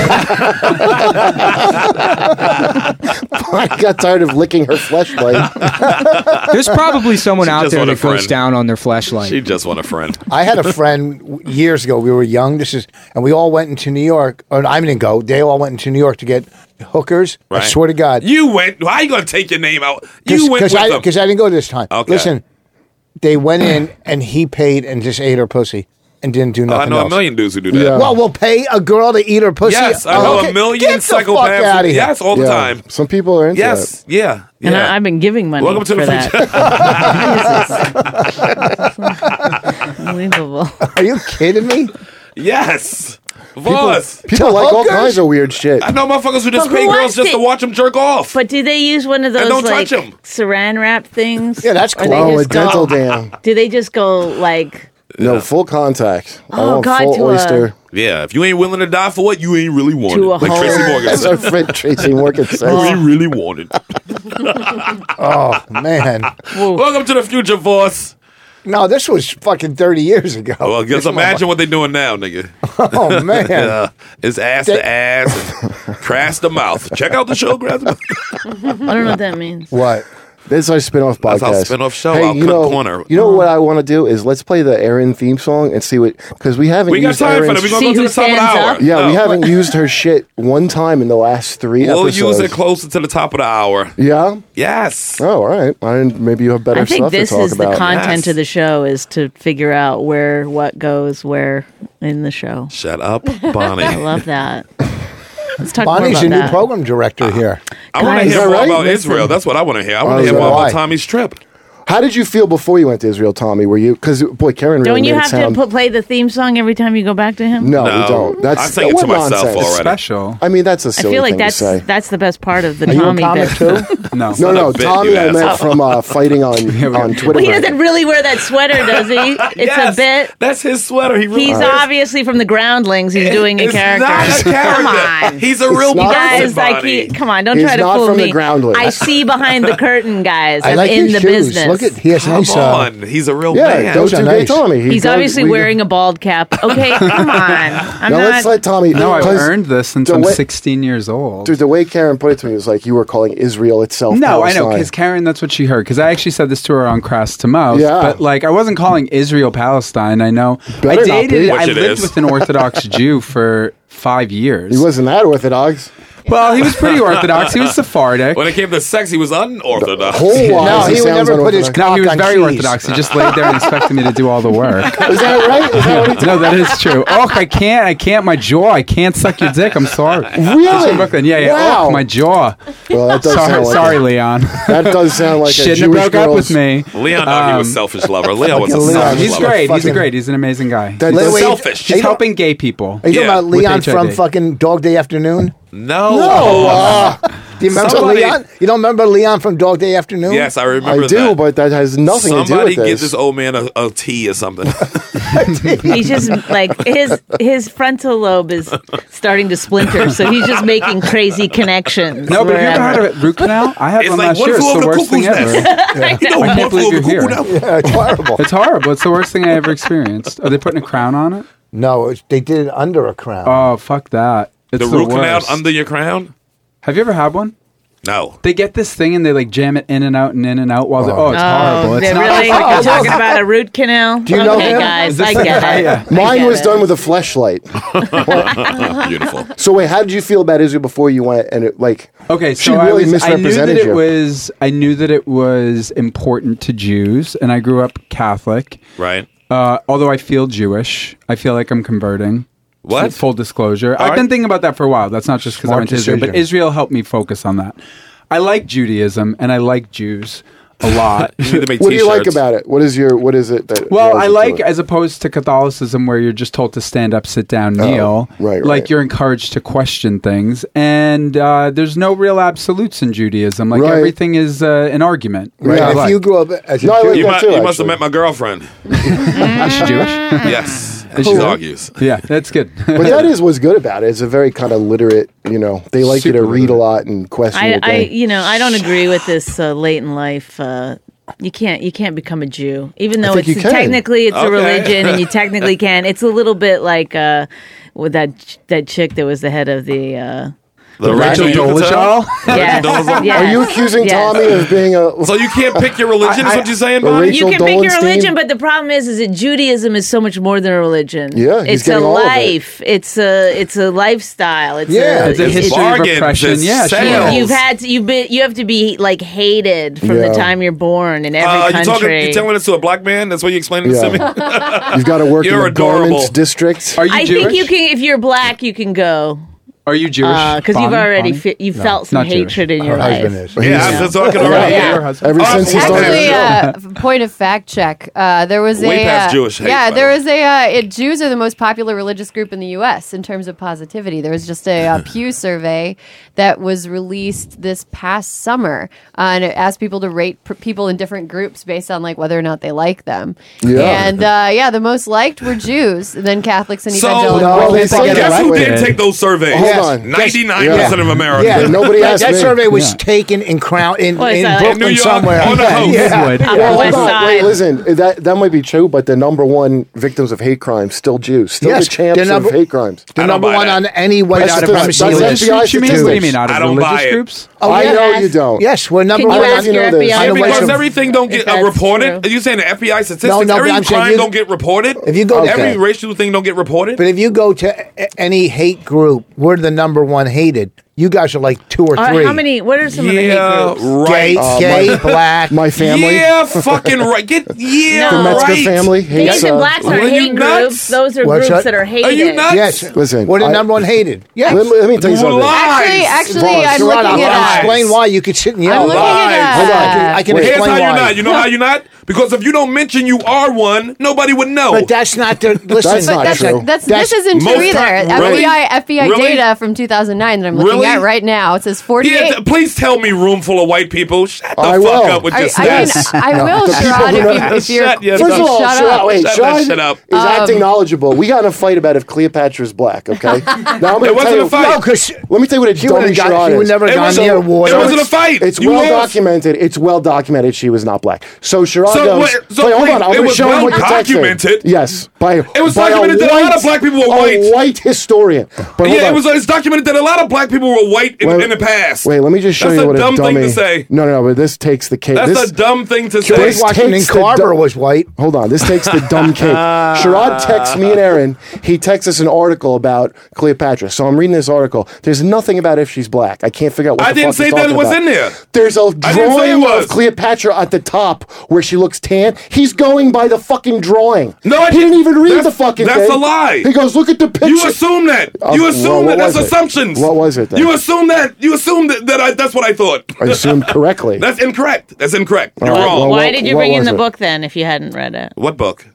Speaker 7: *laughs* I got tired of licking her fleshlight.
Speaker 5: *laughs*
Speaker 10: There's probably someone
Speaker 5: She
Speaker 10: out
Speaker 5: just
Speaker 10: there
Speaker 5: want a
Speaker 10: that goes
Speaker 5: friend.
Speaker 10: down on their flashlight.
Speaker 5: She just want a friend.
Speaker 2: *laughs* I had a friend w- years ago. We were young. This is, and we all went into New York. Or I didn't go. They all went into New York to get hookers. I
Speaker 5: Right.
Speaker 2: swear to God,
Speaker 5: You went. Why are you gonna take your name out? You went with
Speaker 2: I,
Speaker 5: them.
Speaker 2: 'cause I didn't go this time.
Speaker 5: Okay.
Speaker 2: Listen, they went in and he paid and just ate her pussy and didn't do
Speaker 5: Oh, I
Speaker 2: nothing.
Speaker 5: know
Speaker 2: else.
Speaker 5: a million dudes who do that.
Speaker 7: Yeah.
Speaker 2: Well, we'll pay a girl to eat her pussy.
Speaker 5: yes, I know
Speaker 2: Okay,
Speaker 5: a million
Speaker 2: Get the fuck
Speaker 5: psychopaths.
Speaker 2: out of here.
Speaker 5: Yes, all the
Speaker 7: Yeah.
Speaker 5: time.
Speaker 7: Some people are into
Speaker 5: Yes,
Speaker 3: *laughs*
Speaker 5: yeah, yeah.
Speaker 3: And I, I've been giving money
Speaker 5: Welcome to
Speaker 3: for
Speaker 5: the
Speaker 3: that.
Speaker 5: *laughs* future.
Speaker 3: Unbelievable.
Speaker 2: Are you kidding me?
Speaker 5: *laughs* yes, Voss.
Speaker 7: that. People like all
Speaker 2: hookers?
Speaker 7: kinds of weird shit.
Speaker 5: I know motherfuckers who just
Speaker 3: But who
Speaker 5: pay girls
Speaker 3: wants
Speaker 5: just to
Speaker 3: it?
Speaker 5: watch them jerk off.
Speaker 3: But do they use one of those
Speaker 5: don't
Speaker 3: like
Speaker 5: touch 'em.
Speaker 3: saran wrap things?
Speaker 2: Yeah, that's
Speaker 3: Or
Speaker 2: cool.
Speaker 3: they
Speaker 7: Oh, a
Speaker 3: just go-
Speaker 7: dental dam.
Speaker 3: Do they just go like?
Speaker 7: No, full contact. I
Speaker 3: Oh,
Speaker 7: want
Speaker 3: God, to
Speaker 7: full
Speaker 3: a-
Speaker 7: oyster.
Speaker 5: yeah, if you ain't willing to die for it, you ain't really wanted.
Speaker 3: To a
Speaker 5: Like
Speaker 3: hole.
Speaker 5: Tracy Morgan
Speaker 7: That's
Speaker 5: said,
Speaker 7: our friend Tracy
Speaker 5: *laughs*
Speaker 7: Morgan
Speaker 5: we
Speaker 7: says.
Speaker 5: really wanted.
Speaker 2: Oh *laughs* man.
Speaker 5: Welcome to the future, Voss.
Speaker 2: No, this was fucking thirty years ago.
Speaker 5: *laughs* Well,
Speaker 2: This
Speaker 5: just imagine what they're doing now, nigga.
Speaker 2: motherfucker- Oh
Speaker 5: *laughs*
Speaker 2: man.
Speaker 5: Uh, it's ass
Speaker 2: They-
Speaker 5: to ass,
Speaker 2: *laughs*
Speaker 5: and crass to mouth. Check out the show, grab the.
Speaker 3: I don't know what that means.
Speaker 2: What?
Speaker 7: This is our spin-off podcast.
Speaker 5: That's our spin-off show, our
Speaker 7: you
Speaker 5: Cut
Speaker 7: know,
Speaker 5: Corner.
Speaker 7: You know what I want to do is let's play the Erin theme song and see what because we haven't
Speaker 5: We got
Speaker 7: used
Speaker 5: time for
Speaker 7: Erin's-
Speaker 5: that. We
Speaker 3: See
Speaker 5: gonna go to
Speaker 3: who
Speaker 5: the top of the
Speaker 3: stands
Speaker 5: hour.
Speaker 3: up?
Speaker 7: Yeah, we
Speaker 5: No. *laughs*
Speaker 7: haven't used her shit one time in the last three
Speaker 5: We'll
Speaker 7: episodes.
Speaker 5: use it closer to the top of the hour.
Speaker 7: yeah.
Speaker 5: Yes.
Speaker 7: Oh, all right. I didn't, maybe you have better
Speaker 3: I think
Speaker 7: stuff
Speaker 3: this
Speaker 7: to talk
Speaker 3: is
Speaker 7: about.
Speaker 3: the content
Speaker 5: Yes.
Speaker 3: of the show is to figure out where what goes where in the show.
Speaker 5: Shut up,
Speaker 3: *laughs* I
Speaker 5: Bonnie.
Speaker 3: love that. Let's talk more
Speaker 2: Bonnie's
Speaker 3: about
Speaker 2: your new
Speaker 3: that.
Speaker 2: program director
Speaker 3: Ah.
Speaker 2: here.
Speaker 5: I want
Speaker 3: Guys,
Speaker 5: to hear
Speaker 3: Is that
Speaker 5: more
Speaker 7: right?
Speaker 5: about
Speaker 7: Listen.
Speaker 5: Israel. That's what I want to hear. I
Speaker 7: Oh,
Speaker 5: want to hear
Speaker 7: yeah.
Speaker 5: more
Speaker 2: Why?
Speaker 5: about Tommy's trip.
Speaker 7: How did you feel before you went to Israel, Tommy? Were you because boy, Karen really
Speaker 3: Don't you
Speaker 7: made it
Speaker 3: have
Speaker 7: sound.
Speaker 3: to put, play the theme song every time you go back to him?
Speaker 7: no,
Speaker 5: No.
Speaker 7: we don't. That's
Speaker 5: I sing it
Speaker 7: what
Speaker 5: to myself
Speaker 7: nonsense.
Speaker 5: already.
Speaker 8: Special.
Speaker 7: I mean, that's a
Speaker 3: I
Speaker 7: silly
Speaker 3: feel like
Speaker 7: thing
Speaker 3: that's
Speaker 7: to say.
Speaker 3: that's the best part of the
Speaker 2: Are you a
Speaker 3: Tommy
Speaker 2: comic
Speaker 3: bit. *laughs*
Speaker 2: too?
Speaker 8: *laughs* No.
Speaker 7: No, no,
Speaker 5: a bit,
Speaker 7: Tommy,
Speaker 5: you
Speaker 7: I meant
Speaker 5: asshole.
Speaker 7: from uh,
Speaker 8: *laughs*
Speaker 7: fighting on
Speaker 8: we
Speaker 7: on
Speaker 8: go.
Speaker 7: Twitter.
Speaker 3: Well, he doesn't really wear that sweater, does he? It's
Speaker 5: Yes,
Speaker 3: a bit.
Speaker 5: That's his sweater. He really
Speaker 3: He's obviously from the Groundlings. He's doing a
Speaker 5: It's
Speaker 3: character.
Speaker 5: Not a character.
Speaker 3: Come on.
Speaker 5: He's a real
Speaker 7: not.
Speaker 5: person,
Speaker 3: guys, like,
Speaker 5: Bonnie.
Speaker 3: he, come on, don't
Speaker 7: He's
Speaker 3: try to
Speaker 7: not
Speaker 3: fool
Speaker 7: from the
Speaker 3: me.
Speaker 7: Groundlings.
Speaker 3: I see behind the curtain,
Speaker 5: *laughs*
Speaker 3: guys.
Speaker 2: I
Speaker 3: I'm
Speaker 2: like
Speaker 3: in
Speaker 2: his
Speaker 3: the
Speaker 2: shoes.
Speaker 3: business.
Speaker 2: Look at he has
Speaker 5: Come
Speaker 2: nice. Uh,
Speaker 5: on. He's a real
Speaker 7: Yeah,
Speaker 5: man.
Speaker 2: Those
Speaker 7: those two
Speaker 2: are
Speaker 7: gay
Speaker 2: nice.
Speaker 7: Tommy. He
Speaker 3: He's
Speaker 7: does-
Speaker 3: obviously
Speaker 7: we-
Speaker 3: wearing a bald cap. Okay, come on. I'm
Speaker 7: Now
Speaker 3: not.
Speaker 7: let's let
Speaker 3: *laughs*
Speaker 7: Tommy.
Speaker 8: No, I've
Speaker 7: 'cause-
Speaker 8: earned this since
Speaker 7: the
Speaker 8: I'm
Speaker 7: way-
Speaker 8: 16 years old.
Speaker 7: Dude, the way Karen put it to me was like you were calling Israel itself.
Speaker 8: No, I know
Speaker 7: Palestine.
Speaker 8: because Karen, that's what she heard. Because I actually said this to her on Crass to Mouth.
Speaker 7: Yeah.
Speaker 8: But like, I wasn't calling Israel Palestine. I know.
Speaker 7: Better
Speaker 8: I
Speaker 7: not be.
Speaker 8: dated.
Speaker 5: Which
Speaker 8: I
Speaker 5: it
Speaker 8: lived
Speaker 5: is.
Speaker 8: with an
Speaker 5: *laughs*
Speaker 8: Orthodox Jew for five years.
Speaker 7: He wasn't that orthodox.
Speaker 8: Well, he was *laughs* pretty Orthodox. He was Sephardic.
Speaker 5: When it came to sex, he was unorthodox. *laughs*
Speaker 7: Whole
Speaker 2: no,
Speaker 7: wise,
Speaker 2: he would
Speaker 7: sounds
Speaker 2: never put his
Speaker 7: unorthodox.
Speaker 8: no,
Speaker 2: cock
Speaker 8: he was
Speaker 2: on
Speaker 8: very
Speaker 2: cheese.
Speaker 8: Orthodox. He just laid there and expected me to do all the work.
Speaker 7: *laughs* Is that right? Is that what he
Speaker 8: *laughs* no, that is true. Oh, I can't. I can't. My jaw. I can't suck your dick. I'm sorry.
Speaker 7: *laughs* Really?
Speaker 8: That's from Brooklyn. Yeah, yeah.
Speaker 7: Wow.
Speaker 8: Oh, my jaw.
Speaker 7: Well, that does
Speaker 8: Sorry,
Speaker 7: sound like
Speaker 8: sorry,
Speaker 7: a,
Speaker 8: Leon.
Speaker 7: That does sound like
Speaker 8: *laughs*
Speaker 7: a
Speaker 8: Shouldn't have
Speaker 7: Jewish
Speaker 8: broke up
Speaker 7: girl's-
Speaker 8: with me. Um,
Speaker 5: Leon, no, he was a selfish lover. Leon was a
Speaker 2: fucking Leon.
Speaker 5: selfish
Speaker 8: He's
Speaker 5: lover.
Speaker 8: great. He's a
Speaker 2: Fucking-
Speaker 8: great. He's an amazing guy.
Speaker 7: That
Speaker 2: Wait,
Speaker 7: does-
Speaker 2: wait,
Speaker 5: Selfish.
Speaker 8: He's helping gay people.
Speaker 2: Are you
Speaker 5: Yeah,
Speaker 2: talking about Leon
Speaker 8: with HIV.
Speaker 2: from fucking Dog Day Afternoon?
Speaker 5: No.
Speaker 2: No. uh, do you remember
Speaker 5: Somebody-
Speaker 2: Leon? You don't remember Leon from Dog Day Afternoon?
Speaker 5: *laughs*
Speaker 2: Oh,
Speaker 5: Yes, I remember
Speaker 7: I do,
Speaker 5: that.
Speaker 7: but that has nothing
Speaker 5: Somebody
Speaker 7: to do
Speaker 5: give
Speaker 7: with
Speaker 5: this old man a, a tea or something.
Speaker 3: He's just like his his frontal lobe is starting to splinter, so he's just making crazy connections.
Speaker 8: No,
Speaker 7: Ah.
Speaker 8: but have you ever
Speaker 3: wherever.
Speaker 8: heard of it? root canal? I had
Speaker 5: It's
Speaker 8: one
Speaker 5: like
Speaker 8: last
Speaker 5: one
Speaker 8: year. It's
Speaker 5: flew
Speaker 8: the
Speaker 5: over the
Speaker 8: worst thing ever.
Speaker 5: cuckoo's you know,
Speaker 8: I can't
Speaker 5: one
Speaker 8: believe
Speaker 5: flew over
Speaker 8: you're
Speaker 5: cuckoo
Speaker 8: here.
Speaker 5: now.
Speaker 2: Yeah, it's horrible.
Speaker 8: It's horrible. It's the worst thing I ever experienced. Are they putting a crown on it?
Speaker 2: no, it's, they did it under a crown.
Speaker 8: Oh, fuck that. It's
Speaker 5: The
Speaker 8: the,
Speaker 5: root canal
Speaker 8: worst.
Speaker 5: under your crown?
Speaker 8: Have you ever had one?
Speaker 5: No.
Speaker 8: They get this thing and they like jam it in and out and in and out while they're. Oh, it's horrible.
Speaker 3: Oh,
Speaker 8: It's
Speaker 3: they're
Speaker 8: not.
Speaker 3: really
Speaker 8: it's-
Speaker 3: you're talking about a root canal.
Speaker 2: you
Speaker 3: okay,
Speaker 2: know him?
Speaker 3: guys,
Speaker 8: Is
Speaker 3: I
Speaker 8: this-
Speaker 3: get it.
Speaker 8: Yeah.
Speaker 3: I
Speaker 7: Mine
Speaker 3: get
Speaker 7: was
Speaker 3: it.
Speaker 7: done with a
Speaker 3: *laughs*
Speaker 5: *laughs*
Speaker 7: flashlight.
Speaker 5: Beautiful.
Speaker 7: So wait, how did you feel about Israel before you went? And it, like,
Speaker 8: Okay,
Speaker 7: she
Speaker 8: so I,
Speaker 7: really
Speaker 8: was, I knew that
Speaker 7: misrepresented
Speaker 8: it
Speaker 7: you.
Speaker 8: was. I knew that it was important to Jews, and I grew up Catholic.
Speaker 5: Right?
Speaker 8: Uh, although I feel Jewish, I feel like I'm converting.
Speaker 5: What?
Speaker 8: Full disclosure. I've
Speaker 5: right.
Speaker 8: been thinking about that for a while. That's not just because I
Speaker 2: Smart
Speaker 8: went to Israel, but
Speaker 2: decision.
Speaker 8: Israel helped me focus on that. I like Judaism and I like Jews. a lot.
Speaker 5: *laughs* You need to
Speaker 7: *laughs*
Speaker 5: make
Speaker 7: What do you like
Speaker 5: t-shirts.
Speaker 7: about it? What is your what is it that
Speaker 8: Well,
Speaker 7: draws
Speaker 8: Oh, I
Speaker 7: you to
Speaker 8: like *laughs*
Speaker 7: it?
Speaker 8: as opposed to Catholicism where you're just told to stand up, sit down, kneel.
Speaker 7: Oh,
Speaker 8: Like
Speaker 7: right, right.
Speaker 8: you're encouraged to question things, and uh, there's no real absolutes in Judaism. Like
Speaker 7: Right.
Speaker 8: everything is uh, an argument. Right.
Speaker 7: Yeah,
Speaker 11: if
Speaker 7: like-
Speaker 11: you grew up as a
Speaker 7: No, I
Speaker 11: Jew,
Speaker 7: like
Speaker 5: You,
Speaker 7: that
Speaker 5: might,
Speaker 7: too,
Speaker 5: you must
Speaker 7: actually.
Speaker 5: have met my girlfriend.
Speaker 8: She's Jewish. *laughs*
Speaker 5: yes, and she argues.
Speaker 8: yeah, that's good.
Speaker 7: But that is what's good about it. It's a very kind of literate, you know, they like you to
Speaker 8: Super
Speaker 7: read a lot and question
Speaker 3: I,
Speaker 7: it.
Speaker 3: I, you know, I don't agree with this uh, late in life. Uh, you can't, you can't become a Jew, even though
Speaker 7: think
Speaker 3: it's
Speaker 7: you can.
Speaker 3: technically it's
Speaker 5: Okay.
Speaker 3: a religion,
Speaker 5: *laughs*
Speaker 3: and you technically can. It's a little bit like uh, with that ch- that chick that was the head of the. Uh,
Speaker 5: *laughs* The Rachel
Speaker 8: Rachel
Speaker 5: Dolezal.
Speaker 8: Dolezal?
Speaker 3: yes,
Speaker 5: Dolezal?
Speaker 3: yes,
Speaker 7: Are you accusing
Speaker 3: yes.
Speaker 7: Tommy of being a
Speaker 5: So you can't pick your religion. is what you're saying, Bonnie?
Speaker 7: Rachel
Speaker 3: You can pick your
Speaker 7: Dolenstein?
Speaker 3: religion, but the problem is, is that Judaism is so much more than a religion.
Speaker 7: Yeah, he's
Speaker 3: it's a
Speaker 7: getting all of it.
Speaker 3: life. It's a it's a lifestyle. It's
Speaker 11: Yeah,
Speaker 3: a,
Speaker 11: it's
Speaker 8: the
Speaker 5: It's
Speaker 8: history of
Speaker 5: bargain,
Speaker 8: oppression.
Speaker 5: it's
Speaker 8: Yeah, sure.
Speaker 5: sales.
Speaker 3: You've had to, you've been you have to be like hated from
Speaker 7: Yeah.
Speaker 3: the time you're born in every
Speaker 5: Uh, you
Speaker 3: country.
Speaker 5: talking?
Speaker 3: *laughs*
Speaker 5: You telling this to a black man? That's what you explaining this
Speaker 7: Yeah.
Speaker 5: to me?
Speaker 7: You've got to work in
Speaker 5: You're
Speaker 7: the garments
Speaker 5: adorable.
Speaker 7: district.
Speaker 8: Are you
Speaker 3: I
Speaker 8: Jewish?
Speaker 3: think you can if you're black, you can go
Speaker 8: Are you Jewish?
Speaker 3: because you've
Speaker 8: Bonnie?
Speaker 3: already
Speaker 8: Bonnie?
Speaker 3: fe- you
Speaker 8: No,
Speaker 3: felt some
Speaker 8: not Jewish.
Speaker 3: hatred in your
Speaker 11: her husband
Speaker 3: life.
Speaker 11: is.
Speaker 5: yeah, I'm just talking already.
Speaker 3: Yeah.
Speaker 8: Your husband.
Speaker 7: Ever since he
Speaker 5: Awful.
Speaker 7: started
Speaker 9: Actually, uh, f- point of fact check. Uh, there was
Speaker 5: Way
Speaker 9: a
Speaker 5: past
Speaker 9: uh,
Speaker 5: Jewish hate, by
Speaker 9: yeah.
Speaker 5: the
Speaker 9: There
Speaker 5: way.
Speaker 9: was a uh, it, Jews are the most popular religious group in the U.S. in terms of positivity. There was just a
Speaker 5: *laughs*
Speaker 9: uh, Pew survey that was released this past summer, uh, and it asked people to rate pr- people in different groups based on like whether or not they like them.
Speaker 7: Yeah.
Speaker 9: And uh, yeah, the most liked were Jews, then Catholics and
Speaker 5: So,
Speaker 9: evangelicals.
Speaker 7: No,
Speaker 9: Well,
Speaker 7: they
Speaker 9: that's
Speaker 7: said
Speaker 9: all-
Speaker 7: that.
Speaker 5: Guess who
Speaker 7: Right.
Speaker 5: didn't take those surveys?
Speaker 7: Hold on.
Speaker 5: Ninety-nine
Speaker 7: Yes.
Speaker 5: percent *laughs* of America.
Speaker 2: Yeah.
Speaker 7: Nobody
Speaker 2: That,
Speaker 7: asked
Speaker 2: that
Speaker 7: me.
Speaker 2: survey was taken in Crown in,
Speaker 3: What is
Speaker 2: in
Speaker 3: that? In
Speaker 2: Brooklyn
Speaker 5: New York,
Speaker 2: somewhere.
Speaker 5: on a
Speaker 2: Yeah,
Speaker 5: hoax.
Speaker 2: yeah.
Speaker 8: Would.
Speaker 3: Upper
Speaker 7: Well,
Speaker 3: West
Speaker 7: hold on. Wait,
Speaker 3: Side.
Speaker 7: listen. That that might be true, but the number one victims of hate crimes still Jews, still
Speaker 2: Yes,
Speaker 7: the champs
Speaker 2: the number-
Speaker 7: of hate crimes.
Speaker 2: The
Speaker 5: I don't
Speaker 2: number
Speaker 5: buy
Speaker 2: one
Speaker 5: that.
Speaker 2: on any white
Speaker 7: That's
Speaker 2: out of
Speaker 7: the-
Speaker 2: premises
Speaker 7: that's
Speaker 2: list.
Speaker 7: FBI
Speaker 8: What you mean? What do you
Speaker 7: statistics.
Speaker 8: mean? Out of
Speaker 5: I don't buy
Speaker 8: religious
Speaker 5: it.
Speaker 8: groups?
Speaker 2: Oh,
Speaker 7: I
Speaker 2: yeah.
Speaker 7: know you don't.
Speaker 2: Yes, we're number
Speaker 7: I
Speaker 3: Can
Speaker 2: one.
Speaker 3: you
Speaker 7: don't
Speaker 2: on-
Speaker 3: ask
Speaker 7: even
Speaker 3: your
Speaker 7: know this. I
Speaker 3: FBI?
Speaker 5: Yeah,
Speaker 7: mean,
Speaker 5: because
Speaker 7: Wait, so-
Speaker 5: everything don't
Speaker 3: If
Speaker 5: get uh,
Speaker 3: that's
Speaker 5: reported.
Speaker 3: true.
Speaker 5: You saying the FBI statistics?
Speaker 2: No, no, but
Speaker 5: every
Speaker 2: I'm saying
Speaker 5: crime
Speaker 2: you-
Speaker 5: don't get reported.
Speaker 2: If you go-
Speaker 5: every
Speaker 7: Okay.
Speaker 5: racial thing don't get reported.
Speaker 2: But if you go to a- any hate group, we're the number one hated. You guys are like two or
Speaker 3: All right,
Speaker 2: three.
Speaker 3: how many? What are some of the hate
Speaker 5: yeah,
Speaker 3: groups?
Speaker 5: right.
Speaker 2: Gay, gay, black.
Speaker 7: My family,
Speaker 5: Yeah, fucking right. Get yeah,
Speaker 3: The
Speaker 7: Metzger
Speaker 5: right.
Speaker 7: family,
Speaker 3: Gays
Speaker 7: hates.
Speaker 3: and
Speaker 7: uh,
Speaker 3: blacks
Speaker 5: Were
Speaker 3: aren't
Speaker 5: you
Speaker 3: hate
Speaker 5: nuts?
Speaker 3: groups. Those are
Speaker 2: What's
Speaker 3: groups
Speaker 2: that?
Speaker 3: that are hated.
Speaker 5: Are you nuts?
Speaker 2: yes.
Speaker 7: Listen,
Speaker 2: we're the
Speaker 7: I-
Speaker 2: number one hated. Yes.
Speaker 7: let, me, let me tell you something.
Speaker 9: Actually,
Speaker 5: Lies.
Speaker 9: actually,
Speaker 7: Boss, you're
Speaker 9: I'm
Speaker 2: Hold on,
Speaker 9: looking
Speaker 2: I'm
Speaker 9: at.
Speaker 5: lies.
Speaker 2: gonna
Speaker 9: uh,
Speaker 2: explain why you could sit and yell.
Speaker 9: I'm looking
Speaker 5: Lies.
Speaker 9: at.
Speaker 2: Hold on, I can, I can
Speaker 7: Wait.
Speaker 5: Here's
Speaker 2: explain
Speaker 5: how you're
Speaker 2: why.
Speaker 5: not. You know how you're not? Because if you don't mention you are one, nobody would know.
Speaker 2: But that's not the listen.
Speaker 7: That's not
Speaker 9: But that's,
Speaker 7: true.
Speaker 9: that's,
Speaker 2: That's-
Speaker 9: this isn't true
Speaker 5: Most
Speaker 9: either.
Speaker 5: time- really?
Speaker 9: FBI FBI
Speaker 5: Really?
Speaker 9: data from 2009 that I'm looking
Speaker 5: Really?
Speaker 9: at right now. It says 48.
Speaker 5: yeah, th- please tell me, room full of white people. Shut the
Speaker 7: I
Speaker 5: fuck
Speaker 7: will.
Speaker 5: up with
Speaker 9: I,
Speaker 5: your
Speaker 9: I mean,
Speaker 5: stats.
Speaker 9: I will, Sherrod,
Speaker 7: people who
Speaker 9: if,
Speaker 7: know-
Speaker 9: you, if you're
Speaker 5: Shut your
Speaker 9: if you
Speaker 5: mouth.
Speaker 7: First of all,
Speaker 9: shut
Speaker 7: Sherrod,
Speaker 9: up.
Speaker 7: wait,
Speaker 5: Shut
Speaker 7: Sherrod
Speaker 5: that shit up.
Speaker 7: is
Speaker 9: Um,
Speaker 7: acting knowledgeable. We got in a fight about if Cleopatra's black,
Speaker 5: *laughs*
Speaker 7: okay? Now I'm gonna
Speaker 5: It wasn't
Speaker 7: tell you,
Speaker 5: a fight.
Speaker 2: No, because
Speaker 7: Let me tell you what a
Speaker 2: she would
Speaker 7: dummy
Speaker 2: have got. She
Speaker 7: Sherrod
Speaker 2: would
Speaker 7: is.
Speaker 2: never
Speaker 5: It
Speaker 2: gone
Speaker 5: was a-
Speaker 2: near
Speaker 5: it
Speaker 2: water.
Speaker 5: wasn't a fight.
Speaker 7: It's
Speaker 5: You
Speaker 7: well
Speaker 5: lost.
Speaker 7: documented. It's well documented she was not black. So Sherrod
Speaker 5: So
Speaker 7: goes,
Speaker 5: wait, so
Speaker 7: wait, hold
Speaker 5: wait,
Speaker 7: on, I'm
Speaker 5: it
Speaker 7: gonna
Speaker 5: was
Speaker 7: show him
Speaker 5: well
Speaker 7: what the text said.
Speaker 5: documented?
Speaker 7: Yes. By,
Speaker 5: It was
Speaker 7: by
Speaker 5: documented that a lot
Speaker 7: white-
Speaker 5: of black people were
Speaker 7: A
Speaker 5: white.
Speaker 7: white historian. But hold
Speaker 5: yeah, it
Speaker 7: on.
Speaker 5: was. It's documented that a lot of black people were white in,
Speaker 7: Wait,
Speaker 5: in the past.
Speaker 7: Wait, let me just show
Speaker 5: That's
Speaker 7: you what
Speaker 5: a dumb
Speaker 7: dummy.
Speaker 5: thing to say.
Speaker 7: No, no, no, but this takes the cake.
Speaker 5: That's
Speaker 7: this,
Speaker 5: a dumb thing to say.
Speaker 7: This
Speaker 2: George Washington
Speaker 7: takes the
Speaker 2: Carver
Speaker 7: dumb-
Speaker 2: was white.
Speaker 7: Hold on, this takes the dumb
Speaker 5: *laughs*
Speaker 7: cake. Sherrod texts me and Aaron. He texts us an article about Cleopatra. So I'm reading this article. There's nothing about if she's black. I can't figure out what
Speaker 5: I
Speaker 7: the
Speaker 5: didn't
Speaker 7: fuck he's
Speaker 5: say that
Speaker 7: talking
Speaker 5: was
Speaker 7: about.
Speaker 5: in there.
Speaker 7: There's a
Speaker 5: I didn't say it
Speaker 7: drawing
Speaker 5: was.
Speaker 7: of Cleopatra at the top where she looks tan. He's going by the fucking drawing.
Speaker 5: No, I
Speaker 7: he
Speaker 5: didn't-
Speaker 7: didn't even read
Speaker 5: that's-
Speaker 7: the fucking
Speaker 5: that's
Speaker 7: thing.
Speaker 5: a lie.
Speaker 7: He goes, look at the picture.
Speaker 5: You assume that. You
Speaker 7: Uh,
Speaker 5: assume
Speaker 7: well,
Speaker 5: that.
Speaker 7: what was
Speaker 5: That's
Speaker 7: it?
Speaker 5: assumptions.
Speaker 7: What was it then?
Speaker 5: You assume that. You assume that. that I, that's what I thought.
Speaker 7: I
Speaker 5: *laughs*
Speaker 7: assumed correctly.
Speaker 5: That's incorrect. That's incorrect. You're
Speaker 7: right,
Speaker 5: wrong.
Speaker 7: well,
Speaker 3: Why
Speaker 7: what-
Speaker 3: did you
Speaker 7: what
Speaker 3: bring in
Speaker 7: was
Speaker 3: the
Speaker 7: it?
Speaker 3: book then if you hadn't read it?
Speaker 5: What book?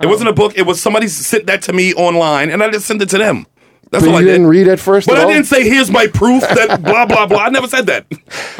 Speaker 5: It wasn't a book. It was somebody sent that to me online, and I just sent it to them. That's
Speaker 7: But
Speaker 5: all
Speaker 7: you
Speaker 5: I did.
Speaker 7: didn't read it first
Speaker 5: But
Speaker 7: at
Speaker 5: I
Speaker 7: all?
Speaker 5: didn't say here's my proof that blah blah blah. I never said that.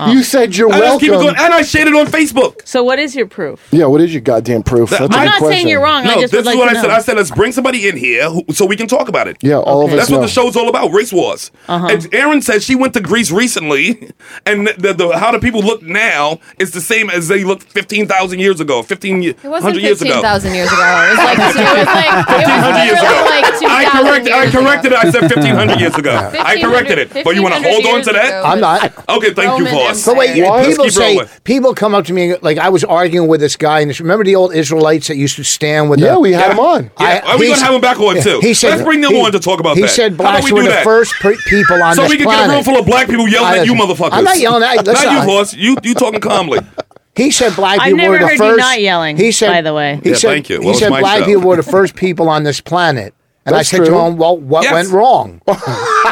Speaker 7: you said you're
Speaker 5: I just
Speaker 7: welcome.
Speaker 5: keep it going, and I shared it on Facebook.
Speaker 3: So what is your proof?
Speaker 7: Yeah, what is your goddamn proof?
Speaker 5: That-
Speaker 7: That's a good
Speaker 5: I'm
Speaker 3: I'm not saying
Speaker 7: question.
Speaker 3: you're wrong. I
Speaker 5: No,
Speaker 3: just
Speaker 5: this
Speaker 3: would
Speaker 5: is
Speaker 3: like
Speaker 5: what I
Speaker 3: to know.
Speaker 5: said. I said let's bring somebody in here who, so we can talk about it.
Speaker 7: Yeah, all of us
Speaker 5: That's
Speaker 7: know.
Speaker 5: what the show's all about, race wars.
Speaker 9: Uh-huh.
Speaker 5: And Aaron said she went to Greece recently, *laughs* and the, the, how the people look now is the same as they looked 15,000 years ago,
Speaker 9: It wasn't
Speaker 5: 1,500 years ago.
Speaker 9: 15,000 years ago. It was like, it was like, it was
Speaker 5: 1500 years ago.
Speaker 9: literally like 2,000
Speaker 5: I corrected. I
Speaker 9: years ago.
Speaker 5: corrected it. I said 1500 years ago. I corrected it. But you want to
Speaker 9: 1500
Speaker 5: hold on
Speaker 9: years
Speaker 5: to that?
Speaker 9: ago.
Speaker 2: I'm not.
Speaker 5: Okay, thank you,
Speaker 9: Roman
Speaker 5: boss.
Speaker 2: But wait,
Speaker 9: Why?
Speaker 2: and
Speaker 5: Let's
Speaker 2: people
Speaker 5: keep
Speaker 2: say
Speaker 5: rolling.
Speaker 2: people come up to me and, like I was arguing with this guy, and this, remember the old Israelites that used to stand with.
Speaker 7: Yeah,
Speaker 2: the,
Speaker 7: we had him on.
Speaker 5: Yeah,
Speaker 2: I-
Speaker 5: are we
Speaker 2: he's-
Speaker 5: gonna have him back on too?
Speaker 2: He said,
Speaker 5: Let's bring them
Speaker 2: he-
Speaker 5: on to talk about
Speaker 2: he
Speaker 5: that.
Speaker 2: said
Speaker 5: How
Speaker 2: blacks
Speaker 5: about we
Speaker 2: were
Speaker 5: do
Speaker 2: the
Speaker 5: that?
Speaker 2: first pre- people on
Speaker 5: So
Speaker 2: this
Speaker 5: we can
Speaker 2: planet.
Speaker 5: get a room full of black people
Speaker 2: I
Speaker 5: yelling at you,
Speaker 2: listen-
Speaker 5: motherfuckers.
Speaker 2: I'm not yelling at- listen,
Speaker 5: not
Speaker 2: I-
Speaker 5: you, boss. You you talking calmly.
Speaker 2: He said black
Speaker 3: I've
Speaker 2: people
Speaker 3: never
Speaker 2: were the
Speaker 3: heard you
Speaker 2: first.
Speaker 3: not yelling,
Speaker 2: He said,
Speaker 3: by the way.
Speaker 2: He
Speaker 5: Yeah,
Speaker 2: said,
Speaker 5: thank you. Well,
Speaker 2: he
Speaker 5: it's
Speaker 2: said
Speaker 5: my
Speaker 2: black
Speaker 5: show.
Speaker 2: people were the first people on this planet. And I
Speaker 7: That's
Speaker 2: said to
Speaker 7: true.
Speaker 2: him, well, what
Speaker 5: Yes.
Speaker 2: went wrong?
Speaker 5: *laughs* A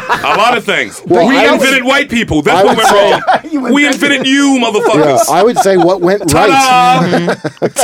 Speaker 5: lot of things.
Speaker 7: Well,
Speaker 5: we
Speaker 7: I would-
Speaker 5: invented white people.
Speaker 7: I
Speaker 5: That's what
Speaker 7: would
Speaker 2: *laughs*
Speaker 5: went wrong. we invented you,
Speaker 7: Yeah,
Speaker 5: motherfuckers.
Speaker 7: I would say what went right.
Speaker 5: *laughs* Ta-da!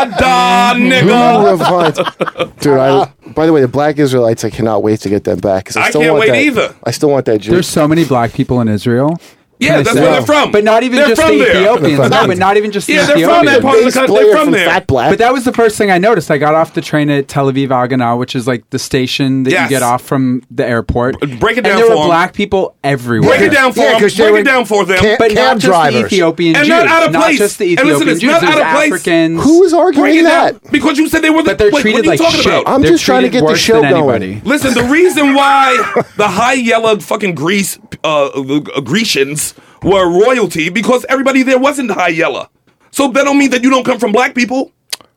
Speaker 5: Ta-da,
Speaker 7: Who
Speaker 5: nigga.
Speaker 7: revived- Dude, I, by the way, the black Israelites, I cannot wait to get them back. 'cause
Speaker 5: I
Speaker 7: still
Speaker 5: can't
Speaker 7: want
Speaker 5: wait
Speaker 7: that,
Speaker 5: either.
Speaker 7: I still want that juice.
Speaker 8: There's so many black people in Israel.
Speaker 5: Yeah,
Speaker 8: Can I
Speaker 5: that's
Speaker 8: say
Speaker 5: where
Speaker 8: that?
Speaker 5: they're from.
Speaker 8: But not even
Speaker 5: They're
Speaker 8: just
Speaker 5: from
Speaker 8: the
Speaker 5: there.
Speaker 8: Ethiopians.
Speaker 7: They're
Speaker 8: No,
Speaker 7: from there.
Speaker 8: but not even just the
Speaker 5: Yeah, they're
Speaker 8: Ethiopians.
Speaker 5: from that part of the
Speaker 7: Bass
Speaker 5: country.
Speaker 7: player
Speaker 5: They're from
Speaker 7: from
Speaker 5: there.
Speaker 7: Fat Black.
Speaker 8: But that was the first thing I noticed. I got off the train at Tel Aviv Agana, which is like the station that
Speaker 5: Yes.
Speaker 8: you get off from the airport.
Speaker 5: B- break it down
Speaker 8: And there
Speaker 5: for
Speaker 8: were
Speaker 5: 'em.
Speaker 8: black people everywhere.
Speaker 5: Break it down for
Speaker 2: Yeah,
Speaker 5: them.
Speaker 2: 'cause they
Speaker 5: Break it
Speaker 2: were-
Speaker 5: down for them.
Speaker 2: Can't-
Speaker 8: But not
Speaker 2: Cab
Speaker 8: just
Speaker 2: drivers.
Speaker 8: the Ethiopian
Speaker 5: And
Speaker 8: Jews,
Speaker 5: not out of place.
Speaker 8: just the
Speaker 5: And
Speaker 8: Ethiopian
Speaker 5: listen, it's
Speaker 8: Jews,
Speaker 5: not
Speaker 8: it was
Speaker 5: out of place.
Speaker 8: Africans.
Speaker 7: Who is
Speaker 5: Break it
Speaker 7: arguing
Speaker 5: down.
Speaker 7: that?
Speaker 5: Because you said they were the.
Speaker 8: But they're
Speaker 5: wait,
Speaker 8: treated
Speaker 5: what are you
Speaker 8: like
Speaker 5: talking
Speaker 8: shit.
Speaker 5: about?
Speaker 7: I'm
Speaker 8: They're
Speaker 7: just trying to
Speaker 8: treated
Speaker 7: get the
Speaker 8: worse
Speaker 7: show
Speaker 8: than
Speaker 7: going.
Speaker 8: anybody.
Speaker 5: Listen, the
Speaker 8: *laughs*
Speaker 5: reason why the high yellow fucking Greece uh, uh, Grecians were royalty because everybody there wasn't high yellow. So that don't mean that you don't come from black people.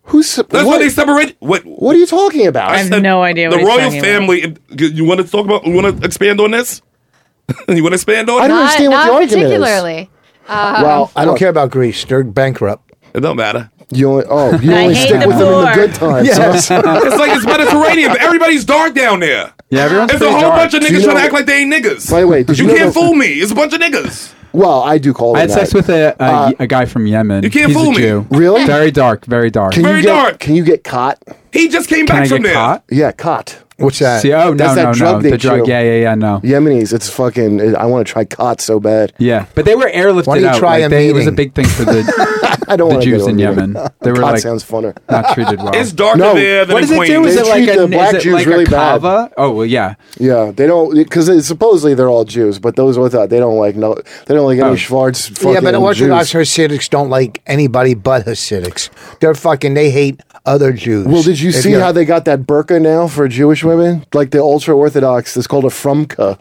Speaker 7: Who's
Speaker 5: That's
Speaker 7: what,
Speaker 5: why they separate. What?
Speaker 7: what are you talking about?
Speaker 5: I
Speaker 3: have
Speaker 5: said
Speaker 3: no idea what
Speaker 5: the
Speaker 3: he's
Speaker 5: royal
Speaker 3: talking about.
Speaker 5: family. You want to talk about? You want to expand on this? *laughs* you want to expand on?
Speaker 7: I don't
Speaker 5: it?
Speaker 7: understand what
Speaker 9: not
Speaker 7: the argument is.
Speaker 9: particularly. Um,
Speaker 7: well,
Speaker 2: I don't
Speaker 7: look,
Speaker 2: care about Greece. They're bankrupt.
Speaker 5: It don't matter.
Speaker 7: You only, oh, you
Speaker 3: I
Speaker 7: only
Speaker 3: hate
Speaker 7: stick
Speaker 3: the
Speaker 7: with them in the
Speaker 3: poor.
Speaker 7: good times. So-
Speaker 5: *laughs* It's like it's Mediterranean. Everybody's dark down there.
Speaker 8: Yeah, everyone's
Speaker 5: It's a
Speaker 8: pretty
Speaker 5: whole
Speaker 8: dark.
Speaker 5: bunch of niggas
Speaker 7: you know-
Speaker 5: trying to act like they ain't niggas.
Speaker 7: By the way, did you know
Speaker 5: can't
Speaker 7: that-
Speaker 5: fool me. It's a bunch of niggas.
Speaker 7: well, I do call them
Speaker 8: I had sex
Speaker 7: that.
Speaker 8: with a, a, a guy from Yemen.
Speaker 5: You can't
Speaker 8: He's
Speaker 5: fool
Speaker 8: a
Speaker 5: me.
Speaker 8: Jew.
Speaker 7: Uh, Really?
Speaker 8: Very dark. Very dark.
Speaker 7: Can
Speaker 5: Very
Speaker 7: you get,
Speaker 5: dark.
Speaker 7: Can you get caught?
Speaker 5: He just came
Speaker 8: Can
Speaker 5: back
Speaker 8: I
Speaker 5: from
Speaker 8: get
Speaker 5: there.
Speaker 8: caught?
Speaker 7: Yeah, caught.
Speaker 2: What's that?
Speaker 8: See, oh no
Speaker 7: That's that
Speaker 8: no
Speaker 7: drug
Speaker 8: no
Speaker 7: they
Speaker 8: the drug
Speaker 7: chew.
Speaker 8: yeah yeah yeah no
Speaker 7: Yemenis, it's fucking. I want to try cot so bad.
Speaker 8: yeah but they were airlifted
Speaker 2: Why don't you
Speaker 8: out
Speaker 2: try
Speaker 8: like
Speaker 2: a
Speaker 8: they, it was a
Speaker 2: meeting?
Speaker 8: big thing for
Speaker 7: *laughs*
Speaker 8: the
Speaker 7: I don't
Speaker 8: the
Speaker 7: want to
Speaker 8: Jews
Speaker 7: get
Speaker 8: in
Speaker 7: over it. *laughs*
Speaker 8: Yemen they were
Speaker 7: cot
Speaker 8: like
Speaker 7: sounds funner.
Speaker 8: not treated well
Speaker 5: It's darker
Speaker 7: No.
Speaker 5: there than
Speaker 8: what
Speaker 5: in
Speaker 8: does it do
Speaker 5: Queens.
Speaker 8: is
Speaker 7: They
Speaker 8: it like
Speaker 7: treat the
Speaker 8: a
Speaker 7: black
Speaker 8: is it
Speaker 7: Jews
Speaker 8: like
Speaker 7: really
Speaker 8: a
Speaker 7: bad.
Speaker 8: kava oh well yeah
Speaker 7: Yeah, they don't because supposedly they're all Jews, but those with that they don't like no, they don't like any
Speaker 8: Oh.
Speaker 7: Schwarz.
Speaker 2: Yeah, but
Speaker 7: fucking
Speaker 2: Orthodox
Speaker 7: Jews.
Speaker 2: Hasidics don't like anybody but Hasidics. They're fucking. They hate other Jews.
Speaker 7: Well, did you
Speaker 2: If
Speaker 7: see
Speaker 2: you're-
Speaker 7: how they got that burqa now for Jewish women? Like the ultra orthodox, it's called a frumka,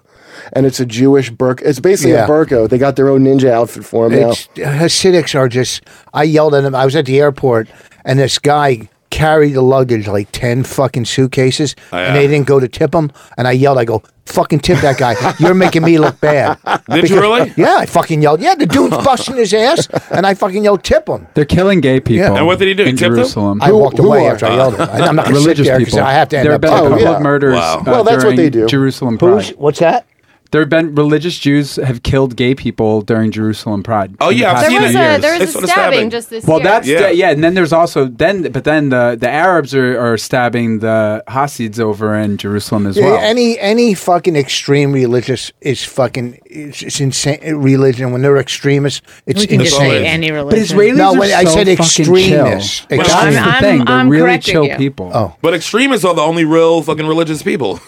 Speaker 7: and it's a Jewish burqa. It's basically
Speaker 2: Yeah.
Speaker 7: a burqa. They got their own ninja outfit for them now.
Speaker 2: It's, Hasidics are just. I yelled at him. I was at the airport, and this guy carried the luggage like ten fucking suitcases, and they
Speaker 5: yeah.
Speaker 2: didn't go to tip him. And I yelled, I go, "Fucking tip that guy! You're making me look
Speaker 7: *laughs*
Speaker 2: bad."
Speaker 5: Did you really?
Speaker 2: Yeah, I fucking yelled. Yeah, the dude's busting his ass, and I fucking yelled, "Tip him!"
Speaker 8: they're killing gay people
Speaker 5: And what did he do?
Speaker 8: in
Speaker 5: Tip them?
Speaker 8: Jerusalem
Speaker 2: I walked
Speaker 7: who
Speaker 2: away
Speaker 7: are-
Speaker 2: after I yelled. Him. I- I'm not going to sit
Speaker 8: religious
Speaker 2: there because
Speaker 8: people
Speaker 2: I have to end
Speaker 8: there
Speaker 2: up.
Speaker 8: have been a
Speaker 2: tipping.
Speaker 8: couple
Speaker 7: yeah.
Speaker 8: of murders
Speaker 5: Wow.
Speaker 8: uh,
Speaker 7: Well, that's what they
Speaker 8: during
Speaker 7: do.
Speaker 8: Jerusalem
Speaker 2: Who's,
Speaker 8: Pride
Speaker 2: what's that?
Speaker 8: there have been religious Jews have killed gay people during Jerusalem Pride
Speaker 5: Oh,
Speaker 8: in the
Speaker 5: yeah, I've
Speaker 8: past
Speaker 9: There
Speaker 5: seen
Speaker 8: few
Speaker 5: it.
Speaker 9: was
Speaker 8: years.
Speaker 9: a, there
Speaker 5: It's
Speaker 9: was a
Speaker 5: sort of
Speaker 9: stabbing,
Speaker 5: stabbing.
Speaker 9: just this
Speaker 8: Well,
Speaker 9: year.
Speaker 8: that's
Speaker 5: Yeah.
Speaker 8: yeah. yeah, and then there's also then, but then the the Arabs are, are stabbing the Hasids over in Jerusalem as
Speaker 2: Yeah,
Speaker 8: well.
Speaker 2: any any fucking extreme religious is fucking it's, it's insane religion. When they're extremists, it's
Speaker 3: We can just
Speaker 2: insane.
Speaker 3: say any
Speaker 8: but
Speaker 3: religion.
Speaker 8: Israelis
Speaker 2: No,
Speaker 8: are
Speaker 2: when I
Speaker 8: so
Speaker 2: said
Speaker 8: fucking
Speaker 2: extremists,
Speaker 8: chill.
Speaker 2: Well,
Speaker 8: That's
Speaker 2: I'm-
Speaker 8: the
Speaker 3: I'm-
Speaker 8: thing. They're
Speaker 3: I'm
Speaker 8: really
Speaker 3: correcting
Speaker 8: chill
Speaker 3: you.
Speaker 8: people.
Speaker 2: Oh.
Speaker 5: But extremists are the only real fucking religious people.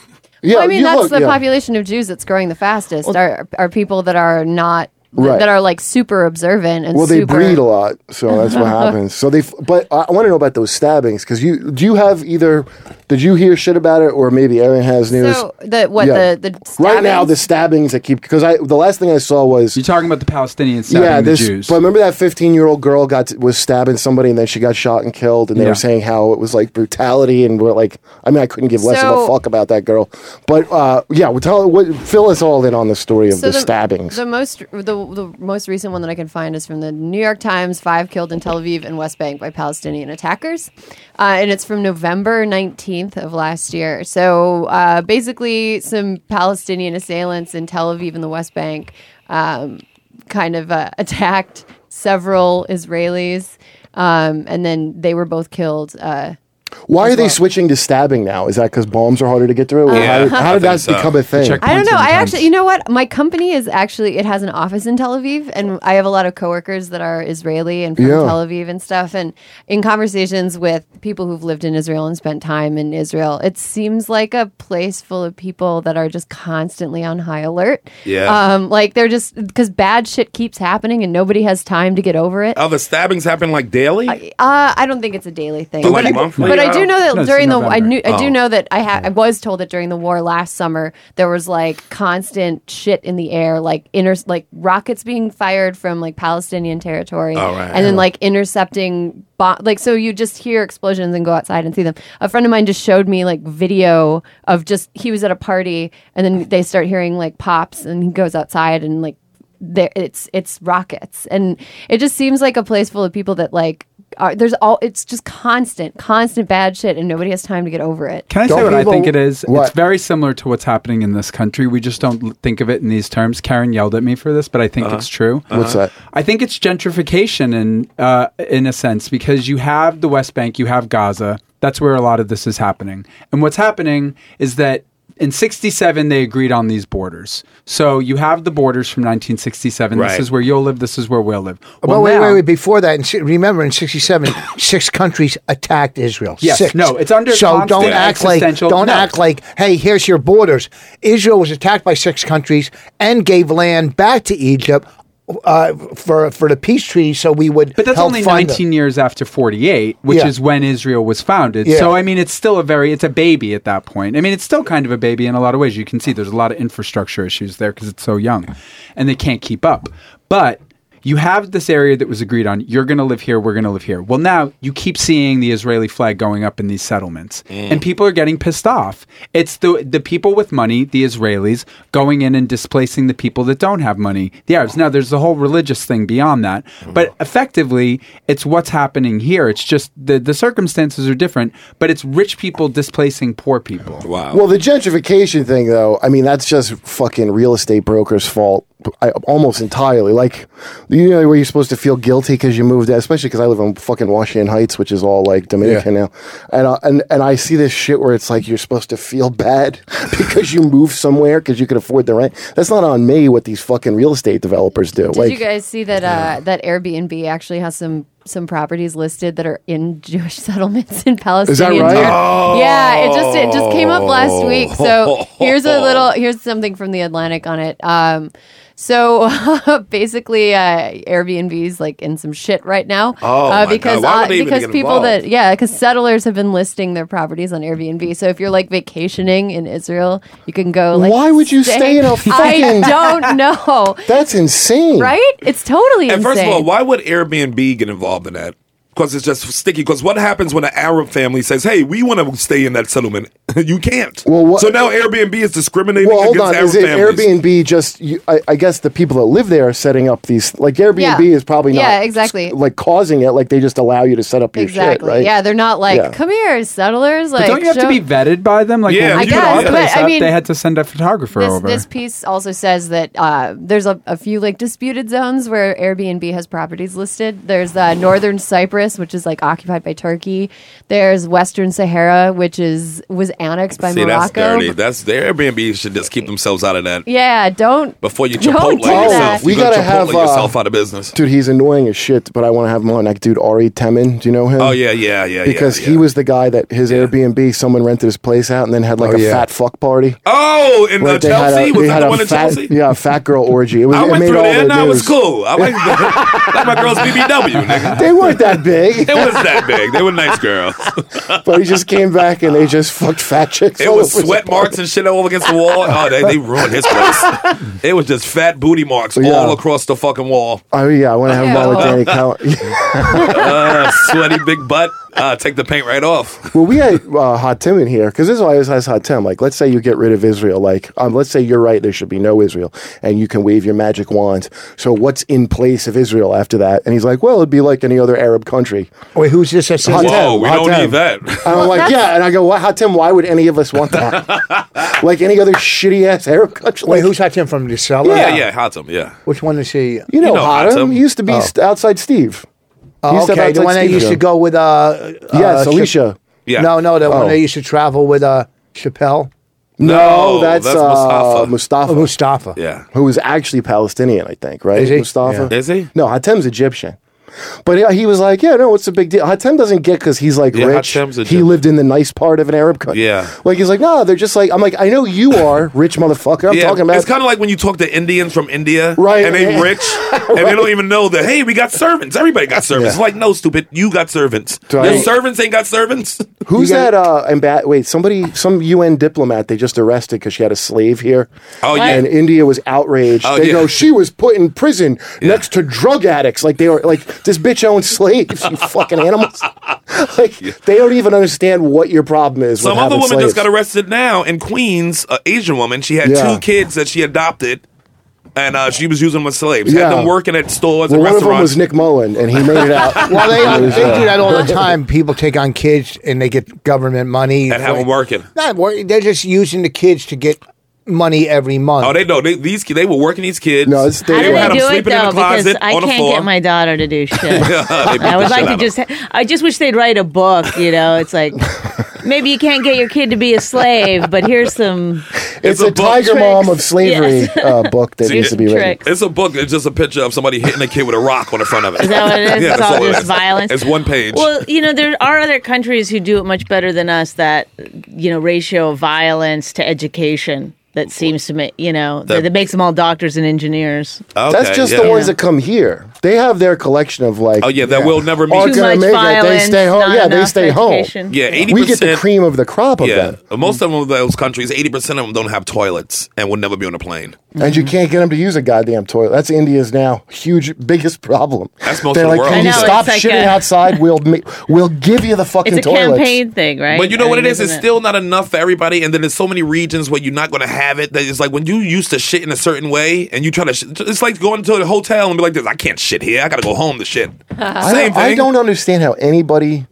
Speaker 7: Yeah,
Speaker 9: Well, I mean,
Speaker 7: you
Speaker 9: that's
Speaker 7: look-
Speaker 9: the
Speaker 7: yeah.
Speaker 9: population of Jews that's growing the fastest. are are people that are not th-
Speaker 7: Right.
Speaker 9: that are like super observant and
Speaker 7: Well, they
Speaker 9: super.
Speaker 7: breed a lot, so
Speaker 2: *laughs*
Speaker 7: that's what happens. So they, f- but I want to know about those stabbings because you do you have either did you hear shit about it or maybe Aaron has news
Speaker 9: So the what
Speaker 7: Yeah.
Speaker 9: the the
Speaker 7: right now the
Speaker 9: stabbings?
Speaker 7: stabbings that keep because I the last thing I saw was
Speaker 8: You're talking about the Palestinians stabbing
Speaker 7: yeah this
Speaker 8: the Jews.
Speaker 7: but remember that 15 year old girl got to- was stabbing somebody and then she got shot and killed and they
Speaker 8: Yeah.
Speaker 7: were saying how it was like brutality and we're like I mean I couldn't give less of a
Speaker 9: So-
Speaker 7: fuck about that girl but uh, yeah well, tell what fill us all in on the story of
Speaker 9: So
Speaker 7: the, stabbings
Speaker 9: The most the, the most recent one that I can find is from the New York Times. Five killed in Tel Aviv and West Bank by Palestinian attackers, uh, and it's from November nineteenth of last year. So uh, basically, some Palestinian assailants in Tel Aviv and the West Bank um, kind of uh, *laughs* attacked several Israelis, um, and then they were both killed. Uh,
Speaker 7: Why are they switching to stabbing now? Is that because bombs are harder to get through? Or
Speaker 5: Yeah,
Speaker 7: how did,
Speaker 5: I
Speaker 7: how did
Speaker 5: think
Speaker 7: that
Speaker 5: so.
Speaker 7: become a thing?
Speaker 8: Check-
Speaker 9: Uh, I don't know. I
Speaker 8: sometimes.
Speaker 9: actually, you know what? My company is actually it has an office in Tel Aviv, and I have a lot of coworkers that are Israeli and from
Speaker 7: Yeah.
Speaker 9: Tel Aviv and stuff. And in conversations with people who've lived in Israel and spent time in Israel, it seems like a place full of people that are just constantly on high alert.
Speaker 5: Yeah.
Speaker 9: um, like they're just because bad shit keeps happening and nobody has time to get over it.
Speaker 5: Are the stabbings happen like daily?
Speaker 9: Uh, I don't think it's a daily thing,
Speaker 5: But
Speaker 9: but,
Speaker 5: like
Speaker 9: I,
Speaker 5: monthly?
Speaker 9: but I do know that
Speaker 8: No, it's
Speaker 9: during
Speaker 8: in
Speaker 9: the I
Speaker 8: November.
Speaker 9: knew
Speaker 5: Oh.
Speaker 9: I do know that I ha- I was told that during the war last summer there was like constant shit in the air, like inter like rockets being fired from like Palestinian territory,
Speaker 5: Oh, right.
Speaker 9: and then like intercepting bo- like so you just hear explosions and go outside and see them. A friend of mine just showed me like video of just he was at a party and then they start hearing like pops and he goes outside and like there it's it's rockets and it just seems like a place full of people that like are, there's all it's just constant, constant bad shit, and nobody has time to get over it.
Speaker 8: Can I
Speaker 7: Don't
Speaker 8: say what I
Speaker 7: people-
Speaker 8: think it is?
Speaker 7: What?
Speaker 8: It's very similar to what's happening in this country. We just don't l- think of it in these terms. Karen yelled at me for this, but I think it's true.
Speaker 7: What's that?
Speaker 8: I think it's gentrification in uh, in a sense because you have the West Bank, you have Gaza. That's where a lot of this is happening. And what's happening is that in 67 they agreed on these borders. So you have the borders from 1967.
Speaker 5: Right.
Speaker 8: This is where you'll live, this is where we'll live.
Speaker 2: Well, wait,
Speaker 8: now-
Speaker 2: wait, wait. Before that, in, si- remember in
Speaker 8: *coughs*
Speaker 2: '67, six countries attacked Israel.
Speaker 8: Yes,
Speaker 2: six.
Speaker 8: no, it's under
Speaker 2: So
Speaker 8: constant
Speaker 2: don't act like
Speaker 8: existential-
Speaker 2: don't
Speaker 8: no.
Speaker 2: act like hey, here's your borders. Israel was attacked by six countries and gave land back to Egypt uh, for for the peace treaty, so we would.
Speaker 8: But that's
Speaker 2: help
Speaker 8: only
Speaker 2: fund
Speaker 8: 19 years after 48, which
Speaker 2: Yeah.
Speaker 8: is when Israel was founded.
Speaker 2: Yeah.
Speaker 8: So I mean, it's still a very it's a baby at that point. I mean, it's still kind of a baby in a lot of ways. You can see there's a lot of infrastructure issues there because it's so young, and they can't keep up. But you have this area that was agreed on. You're going to live here. We're going to live here. Well, now you keep seeing the Israeli flag going up in these settlements, and people are getting pissed off. It's the the people with money, the Israelis, going in and displacing the people that don't have money, the Arabs. Now, there's the whole religious thing beyond that, but
Speaker 5: Mm.
Speaker 8: effectively, it's what's happening here. It's just the the circumstances are different, but it's rich people displacing poor people.
Speaker 5: Wow.
Speaker 7: Well, the gentrification thing, though, I mean, that's just fucking real estate brokers' fault I, almost entirely. Like, you know, where you're supposed to feel guilty because you moved out, especially because I live in fucking Washington Heights, which is all like Dominican now. And, uh, and, and I see this shit where it's like you're supposed to feel bad *laughs* because you moved somewhere because you could afford the rent. That's not on me what these fucking real estate developers do.
Speaker 9: Did
Speaker 7: like,
Speaker 9: you guys see that uh, that Airbnb actually has some some properties listed that are in *laughs* Jewish settlements in Palestine?
Speaker 7: right?
Speaker 9: Yeah, it just it just came up last week. So here's a little here's something from the Atlantic on it. Um, so *laughs* basically, uh, Airbnb's like in some shit right now.
Speaker 5: Oh, my
Speaker 9: uh,
Speaker 5: God.
Speaker 9: because
Speaker 5: Why would
Speaker 9: uh,
Speaker 5: they even
Speaker 9: because
Speaker 5: get
Speaker 9: people
Speaker 5: involved?
Speaker 9: that yeah, because settlers have been listing their properties on Airbnb. So if you're like vacationing in Israel, you can go. like
Speaker 7: Why would you stay in a fucking-
Speaker 9: *laughs* I don't know.
Speaker 7: Ah, that's insane.
Speaker 9: Right? It's totally
Speaker 5: And
Speaker 9: insane.
Speaker 5: first of all, why would Airbnb get involved in that? Because it's just sticky. Because what happens when an Arab family says, "Hey, we want to stay in that settlement"? *laughs* you can't.
Speaker 7: Well, what-
Speaker 5: so now Airbnb is discriminating
Speaker 7: Well, hold
Speaker 5: against
Speaker 7: on.
Speaker 5: Arab
Speaker 7: Is it
Speaker 5: families.
Speaker 7: Airbnb just? You, I, I guess the people that live there are setting up these. Like Airbnb
Speaker 9: Yeah.
Speaker 7: is probably not.
Speaker 9: Yeah, exactly.
Speaker 7: Like causing it. Like they just allow you to set up your shit,
Speaker 9: Exactly.
Speaker 7: right?
Speaker 9: Yeah, they're not like,
Speaker 7: Yeah.
Speaker 9: come here, settlers. Like,
Speaker 8: But don't you have to
Speaker 9: show-
Speaker 8: be vetted by them? Like,
Speaker 5: Yeah,
Speaker 8: when we
Speaker 5: I
Speaker 8: put our
Speaker 5: guess, but
Speaker 8: place
Speaker 9: I
Speaker 8: up,
Speaker 9: mean-
Speaker 8: they had to send a photographer
Speaker 9: This,
Speaker 8: over.
Speaker 9: this piece also says that uh, there's a, a few like disputed zones where Airbnb has properties listed. There's uh, northern Cyprus, which is like occupied by Turkey. There's western Sahara, which is was annexed by
Speaker 5: See,
Speaker 9: Morocco.
Speaker 5: that's dirty. That's the Airbnb should just keep themselves out of that.
Speaker 9: yeah, don't
Speaker 5: Before
Speaker 9: *laughs*
Speaker 5: you
Speaker 9: Don't
Speaker 5: chipotle
Speaker 9: do
Speaker 5: yourself,
Speaker 9: that.
Speaker 7: Oh, We
Speaker 5: you gotta
Speaker 7: gotta have,
Speaker 5: chipotle yourself
Speaker 7: uh,
Speaker 5: out of business.
Speaker 7: Dude, he's annoying as shit. But I want to have him on. Like, dude, Ari Temin. Do you know him?
Speaker 5: Oh yeah, yeah, yeah.
Speaker 7: Because
Speaker 5: yeah,
Speaker 7: he
Speaker 5: yeah.
Speaker 7: was the guy that his Airbnb, someone rented his place out and then had like a
Speaker 2: yeah.
Speaker 7: fat fuck party.
Speaker 5: Oh, in uh,
Speaker 7: Like,
Speaker 5: Chelsea was that the one in
Speaker 7: fat,
Speaker 5: Chelsea?
Speaker 7: *laughs* yeah, a fat girl orgy. It was,
Speaker 5: *laughs* I
Speaker 7: it
Speaker 5: went
Speaker 7: made
Speaker 5: through
Speaker 7: all
Speaker 5: there
Speaker 7: the
Speaker 5: and I was
Speaker 7: news.
Speaker 5: cool. I like, *laughs* like my girls BBW, nigga.
Speaker 7: They weren't that big,
Speaker 5: *laughs* It was that big. They were nice girls.
Speaker 7: *laughs* but he just came back and they just fucked fat chicks.
Speaker 5: It
Speaker 7: all
Speaker 5: was
Speaker 7: over his
Speaker 5: sweat marks and shit all against the wall. Oh, they, they ruined
Speaker 7: *laughs*
Speaker 5: his place. It was just fat booty marks
Speaker 7: Yeah.
Speaker 5: all across the fucking wall.
Speaker 7: Oh yeah, I want to have him on with
Speaker 9: Ew.
Speaker 7: Danny Cowan. *laughs*
Speaker 5: Uh, sweaty big butt. Uh, take the paint right off.
Speaker 7: well, we had uh, Hot Tim in here because this is why I always ask Hot Tim. Like, let's say you get rid of Israel. Like, um, let's say you're right. There should be no Israel, and you can wave your magic wand. So, what's in place of Israel after that? And he's like, well, it'd be like any other Arab country.
Speaker 2: Wait, who's this? that says
Speaker 7: Hot
Speaker 2: that?
Speaker 5: Whoa,
Speaker 7: Tim,
Speaker 5: we
Speaker 7: Hot
Speaker 5: don't
Speaker 7: Tim.
Speaker 5: need that.
Speaker 7: And I'm like, yeah. And I go, well, Hot Tim, why would any of us want
Speaker 5: *laughs*
Speaker 7: that? like any other shitty ass Arab country?
Speaker 2: Wait,
Speaker 7: Like,
Speaker 2: who's Hatem from the cellar?
Speaker 5: Yeah, yeah, Hatem, yeah.
Speaker 2: Which one is he?
Speaker 7: you know,
Speaker 5: you know Oh.
Speaker 7: Hot
Speaker 5: Hot
Speaker 7: Tim?
Speaker 5: Tim.
Speaker 7: He used to be st- outside Steve. He
Speaker 2: Oh,
Speaker 7: used to have
Speaker 2: okay, the
Speaker 7: outside
Speaker 2: one that
Speaker 7: Steve
Speaker 2: used
Speaker 7: show.
Speaker 2: to go with uh, uh
Speaker 7: Yes,
Speaker 2: Chap-
Speaker 7: Alicia.
Speaker 5: Yeah.
Speaker 2: No, no, the
Speaker 7: Oh.
Speaker 2: one that used to travel with uh Chappelle,
Speaker 5: No,
Speaker 7: that's,
Speaker 5: that's
Speaker 7: uh,
Speaker 5: Mustafa.
Speaker 7: Mustafa.
Speaker 2: oh, Mustafa.
Speaker 5: Yeah.
Speaker 7: who is actually Palestinian, I think, right?
Speaker 2: Is he?
Speaker 7: Mustafa.
Speaker 5: Yeah. Is he?
Speaker 7: No, Hatem's Egyptian. But yeah, he was like, yeah, no, what's the big deal? Hatem doesn't get because he's like
Speaker 5: Yeah,
Speaker 7: rich.
Speaker 5: Hatem's
Speaker 7: he
Speaker 5: Egyptian.
Speaker 7: lived in the nice part of an Arab country.
Speaker 5: Yeah.
Speaker 7: Like he's like, no, they're just like, I'm like, I know you are rich motherfucker. I'm
Speaker 5: yeah,
Speaker 7: talking about.
Speaker 5: it's kind of like when you talk to Indians from India,
Speaker 7: Right,
Speaker 5: And
Speaker 7: *laughs*
Speaker 5: they
Speaker 7: yeah.
Speaker 5: rich, and they don't even know that. Hey, we got servants. Everybody got servants. It's like, no, stupid, you got servants. Your
Speaker 7: Right.
Speaker 5: servants ain't got servants.
Speaker 7: Who's that? Uh, amba- wait, somebody, some UN diplomat they just arrested because she had a slave here.
Speaker 5: Oh, yeah.
Speaker 7: And India was outraged.
Speaker 5: Oh,
Speaker 7: they
Speaker 5: yeah. *laughs*
Speaker 7: go, she was put in prison next to drug addicts. Like they were like this bitch owns slaves.
Speaker 5: *laughs*
Speaker 7: You fucking animals. *laughs* like they don't even understand what your problem is.
Speaker 5: Some
Speaker 7: with
Speaker 5: other
Speaker 7: having
Speaker 5: woman
Speaker 7: slaves.
Speaker 5: just got arrested now in Queens, an Asian uh, woman. She had
Speaker 7: Yeah.
Speaker 5: two kids that she adopted. and uh, she was using them as slaves. Had
Speaker 7: Yeah.
Speaker 5: them working at stores
Speaker 7: Well,
Speaker 5: and
Speaker 7: one of them
Speaker 5: restaurants.
Speaker 7: was Nick Mullen,
Speaker 5: *laughs*
Speaker 7: and he
Speaker 2: *laughs*
Speaker 7: made it out.
Speaker 2: Well, they,
Speaker 7: It was,
Speaker 2: they
Speaker 7: uh,
Speaker 2: do that all the time. People take on kids and they get government money
Speaker 5: And have 'em working.
Speaker 2: Not working. They're just using the kids to get money every month.
Speaker 5: Oh, they know they, these ki- they were working these kids.
Speaker 7: No, it's-
Speaker 3: How
Speaker 7: They
Speaker 3: do
Speaker 5: had
Speaker 3: they
Speaker 5: 'em
Speaker 3: do it
Speaker 5: sleeping in the
Speaker 3: though? Because
Speaker 5: closet,
Speaker 3: I
Speaker 5: on the
Speaker 3: can't
Speaker 5: floor.
Speaker 3: get my daughter to
Speaker 5: *laughs*
Speaker 3: do shit.
Speaker 5: They beat
Speaker 3: I
Speaker 5: the
Speaker 3: would
Speaker 5: shit
Speaker 3: like
Speaker 5: out
Speaker 3: to
Speaker 5: of
Speaker 3: just. I just wish they'd write a book. You know, it's
Speaker 5: *laughs*
Speaker 3: like maybe you can't get your kid to be a slave, but here's some
Speaker 7: it's,
Speaker 5: It's a
Speaker 7: a,
Speaker 5: book.
Speaker 7: Tiger Mom of
Speaker 3: Tricks.
Speaker 7: Slavery
Speaker 3: Yes.
Speaker 7: uh, book that
Speaker 5: See,
Speaker 7: needs to be written.
Speaker 3: tricks.
Speaker 5: It's a book. It's just a picture of somebody hitting a kid with a rock on the front of it.
Speaker 3: Is that what it is?
Speaker 5: Yeah,
Speaker 3: it's
Speaker 5: that's
Speaker 3: all
Speaker 5: all it
Speaker 3: just
Speaker 5: is.
Speaker 3: violence.
Speaker 5: It's one page.
Speaker 3: Well, you know, there are other countries who do it much better than us. That you know, ratio of violence to education that seems to make you know that,
Speaker 5: That-
Speaker 3: that makes them all doctors and engineers.
Speaker 5: Okay,
Speaker 7: That's just the
Speaker 5: yeah.
Speaker 7: ones that come here. They have their collection of like.
Speaker 5: Oh yeah, that will never meet.
Speaker 7: Too
Speaker 3: Too
Speaker 7: gonna
Speaker 3: much
Speaker 7: make it. They
Speaker 3: violence.
Speaker 7: stay home.
Speaker 3: not
Speaker 7: Yeah, they
Speaker 3: enough
Speaker 7: stay home.
Speaker 3: education.
Speaker 5: Yeah, eighty
Speaker 7: we get the
Speaker 5: percent.
Speaker 7: cream of the crop of
Speaker 5: Yeah,
Speaker 7: them,
Speaker 5: most of them of those countries, eighty percent of them don't have toilets and will never be on a plane.
Speaker 7: and you can't get them to use a goddamn toilet. That's India's now huge *laughs* biggest problem.
Speaker 5: That's most
Speaker 7: They're
Speaker 5: of the
Speaker 7: like,
Speaker 5: world.
Speaker 7: Can you
Speaker 3: I know,
Speaker 7: stop
Speaker 3: it's like
Speaker 7: shitting
Speaker 3: a-
Speaker 7: outside? We'll ma- we'll give you the fucking
Speaker 3: *laughs* It's a
Speaker 7: toilets.
Speaker 3: campaign thing, right?
Speaker 5: But you know
Speaker 3: I
Speaker 5: what it
Speaker 3: mean,
Speaker 5: is? It's
Speaker 3: isn't
Speaker 5: still not enough for everybody, and then there's so many regions where you're not going to have it. That it's like when you used to shit in a certain way, and you try to. Sh- it's like going to a hotel and be like, "This, I can't shit here. I got to go home to shit." Same
Speaker 7: I don't,
Speaker 5: thing.
Speaker 7: I don't understand how anybody,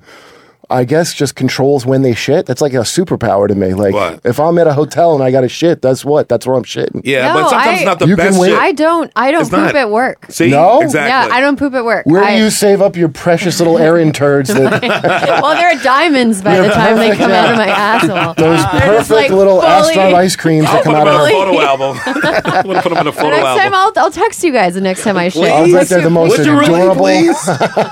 Speaker 7: I guess, just controls when they shit. That's like a superpower to me. Like,
Speaker 5: What?
Speaker 7: if I'm at a hotel and I got to shit, that's what? That's where I'm shitting.
Speaker 9: No,
Speaker 5: Yeah, but sometimes
Speaker 9: I-
Speaker 5: it's not the
Speaker 7: You can
Speaker 5: best
Speaker 7: win.
Speaker 5: shit.
Speaker 9: I don't. I don't
Speaker 5: It's
Speaker 9: poop
Speaker 5: not.
Speaker 9: at work.
Speaker 5: See,
Speaker 7: No?
Speaker 5: exactly.
Speaker 9: Yeah, I don't poop at work.
Speaker 7: Where
Speaker 9: I,
Speaker 7: do you save up your precious little errand
Speaker 9: *laughs*
Speaker 7: turds
Speaker 3: *laughs*
Speaker 7: that *laughs*
Speaker 9: well, they're diamonds by the time they come out of
Speaker 7: *laughs*
Speaker 9: my asshole.
Speaker 7: those
Speaker 9: They're just,
Speaker 7: perfect
Speaker 9: like,
Speaker 7: little
Speaker 9: fully-
Speaker 7: astronaut ice creams that come
Speaker 5: Put them
Speaker 7: out of
Speaker 5: in a
Speaker 9: Really?
Speaker 7: *laughs*
Speaker 3: *laughs*
Speaker 5: photo album. *laughs* I'm gonna put them in a
Speaker 9: The
Speaker 5: photo
Speaker 9: next time
Speaker 5: album.
Speaker 9: I'll, I'll text you guys the next time I shit.
Speaker 7: I bet they're the most
Speaker 5: Would you really,
Speaker 7: adorable *laughs*
Speaker 5: please?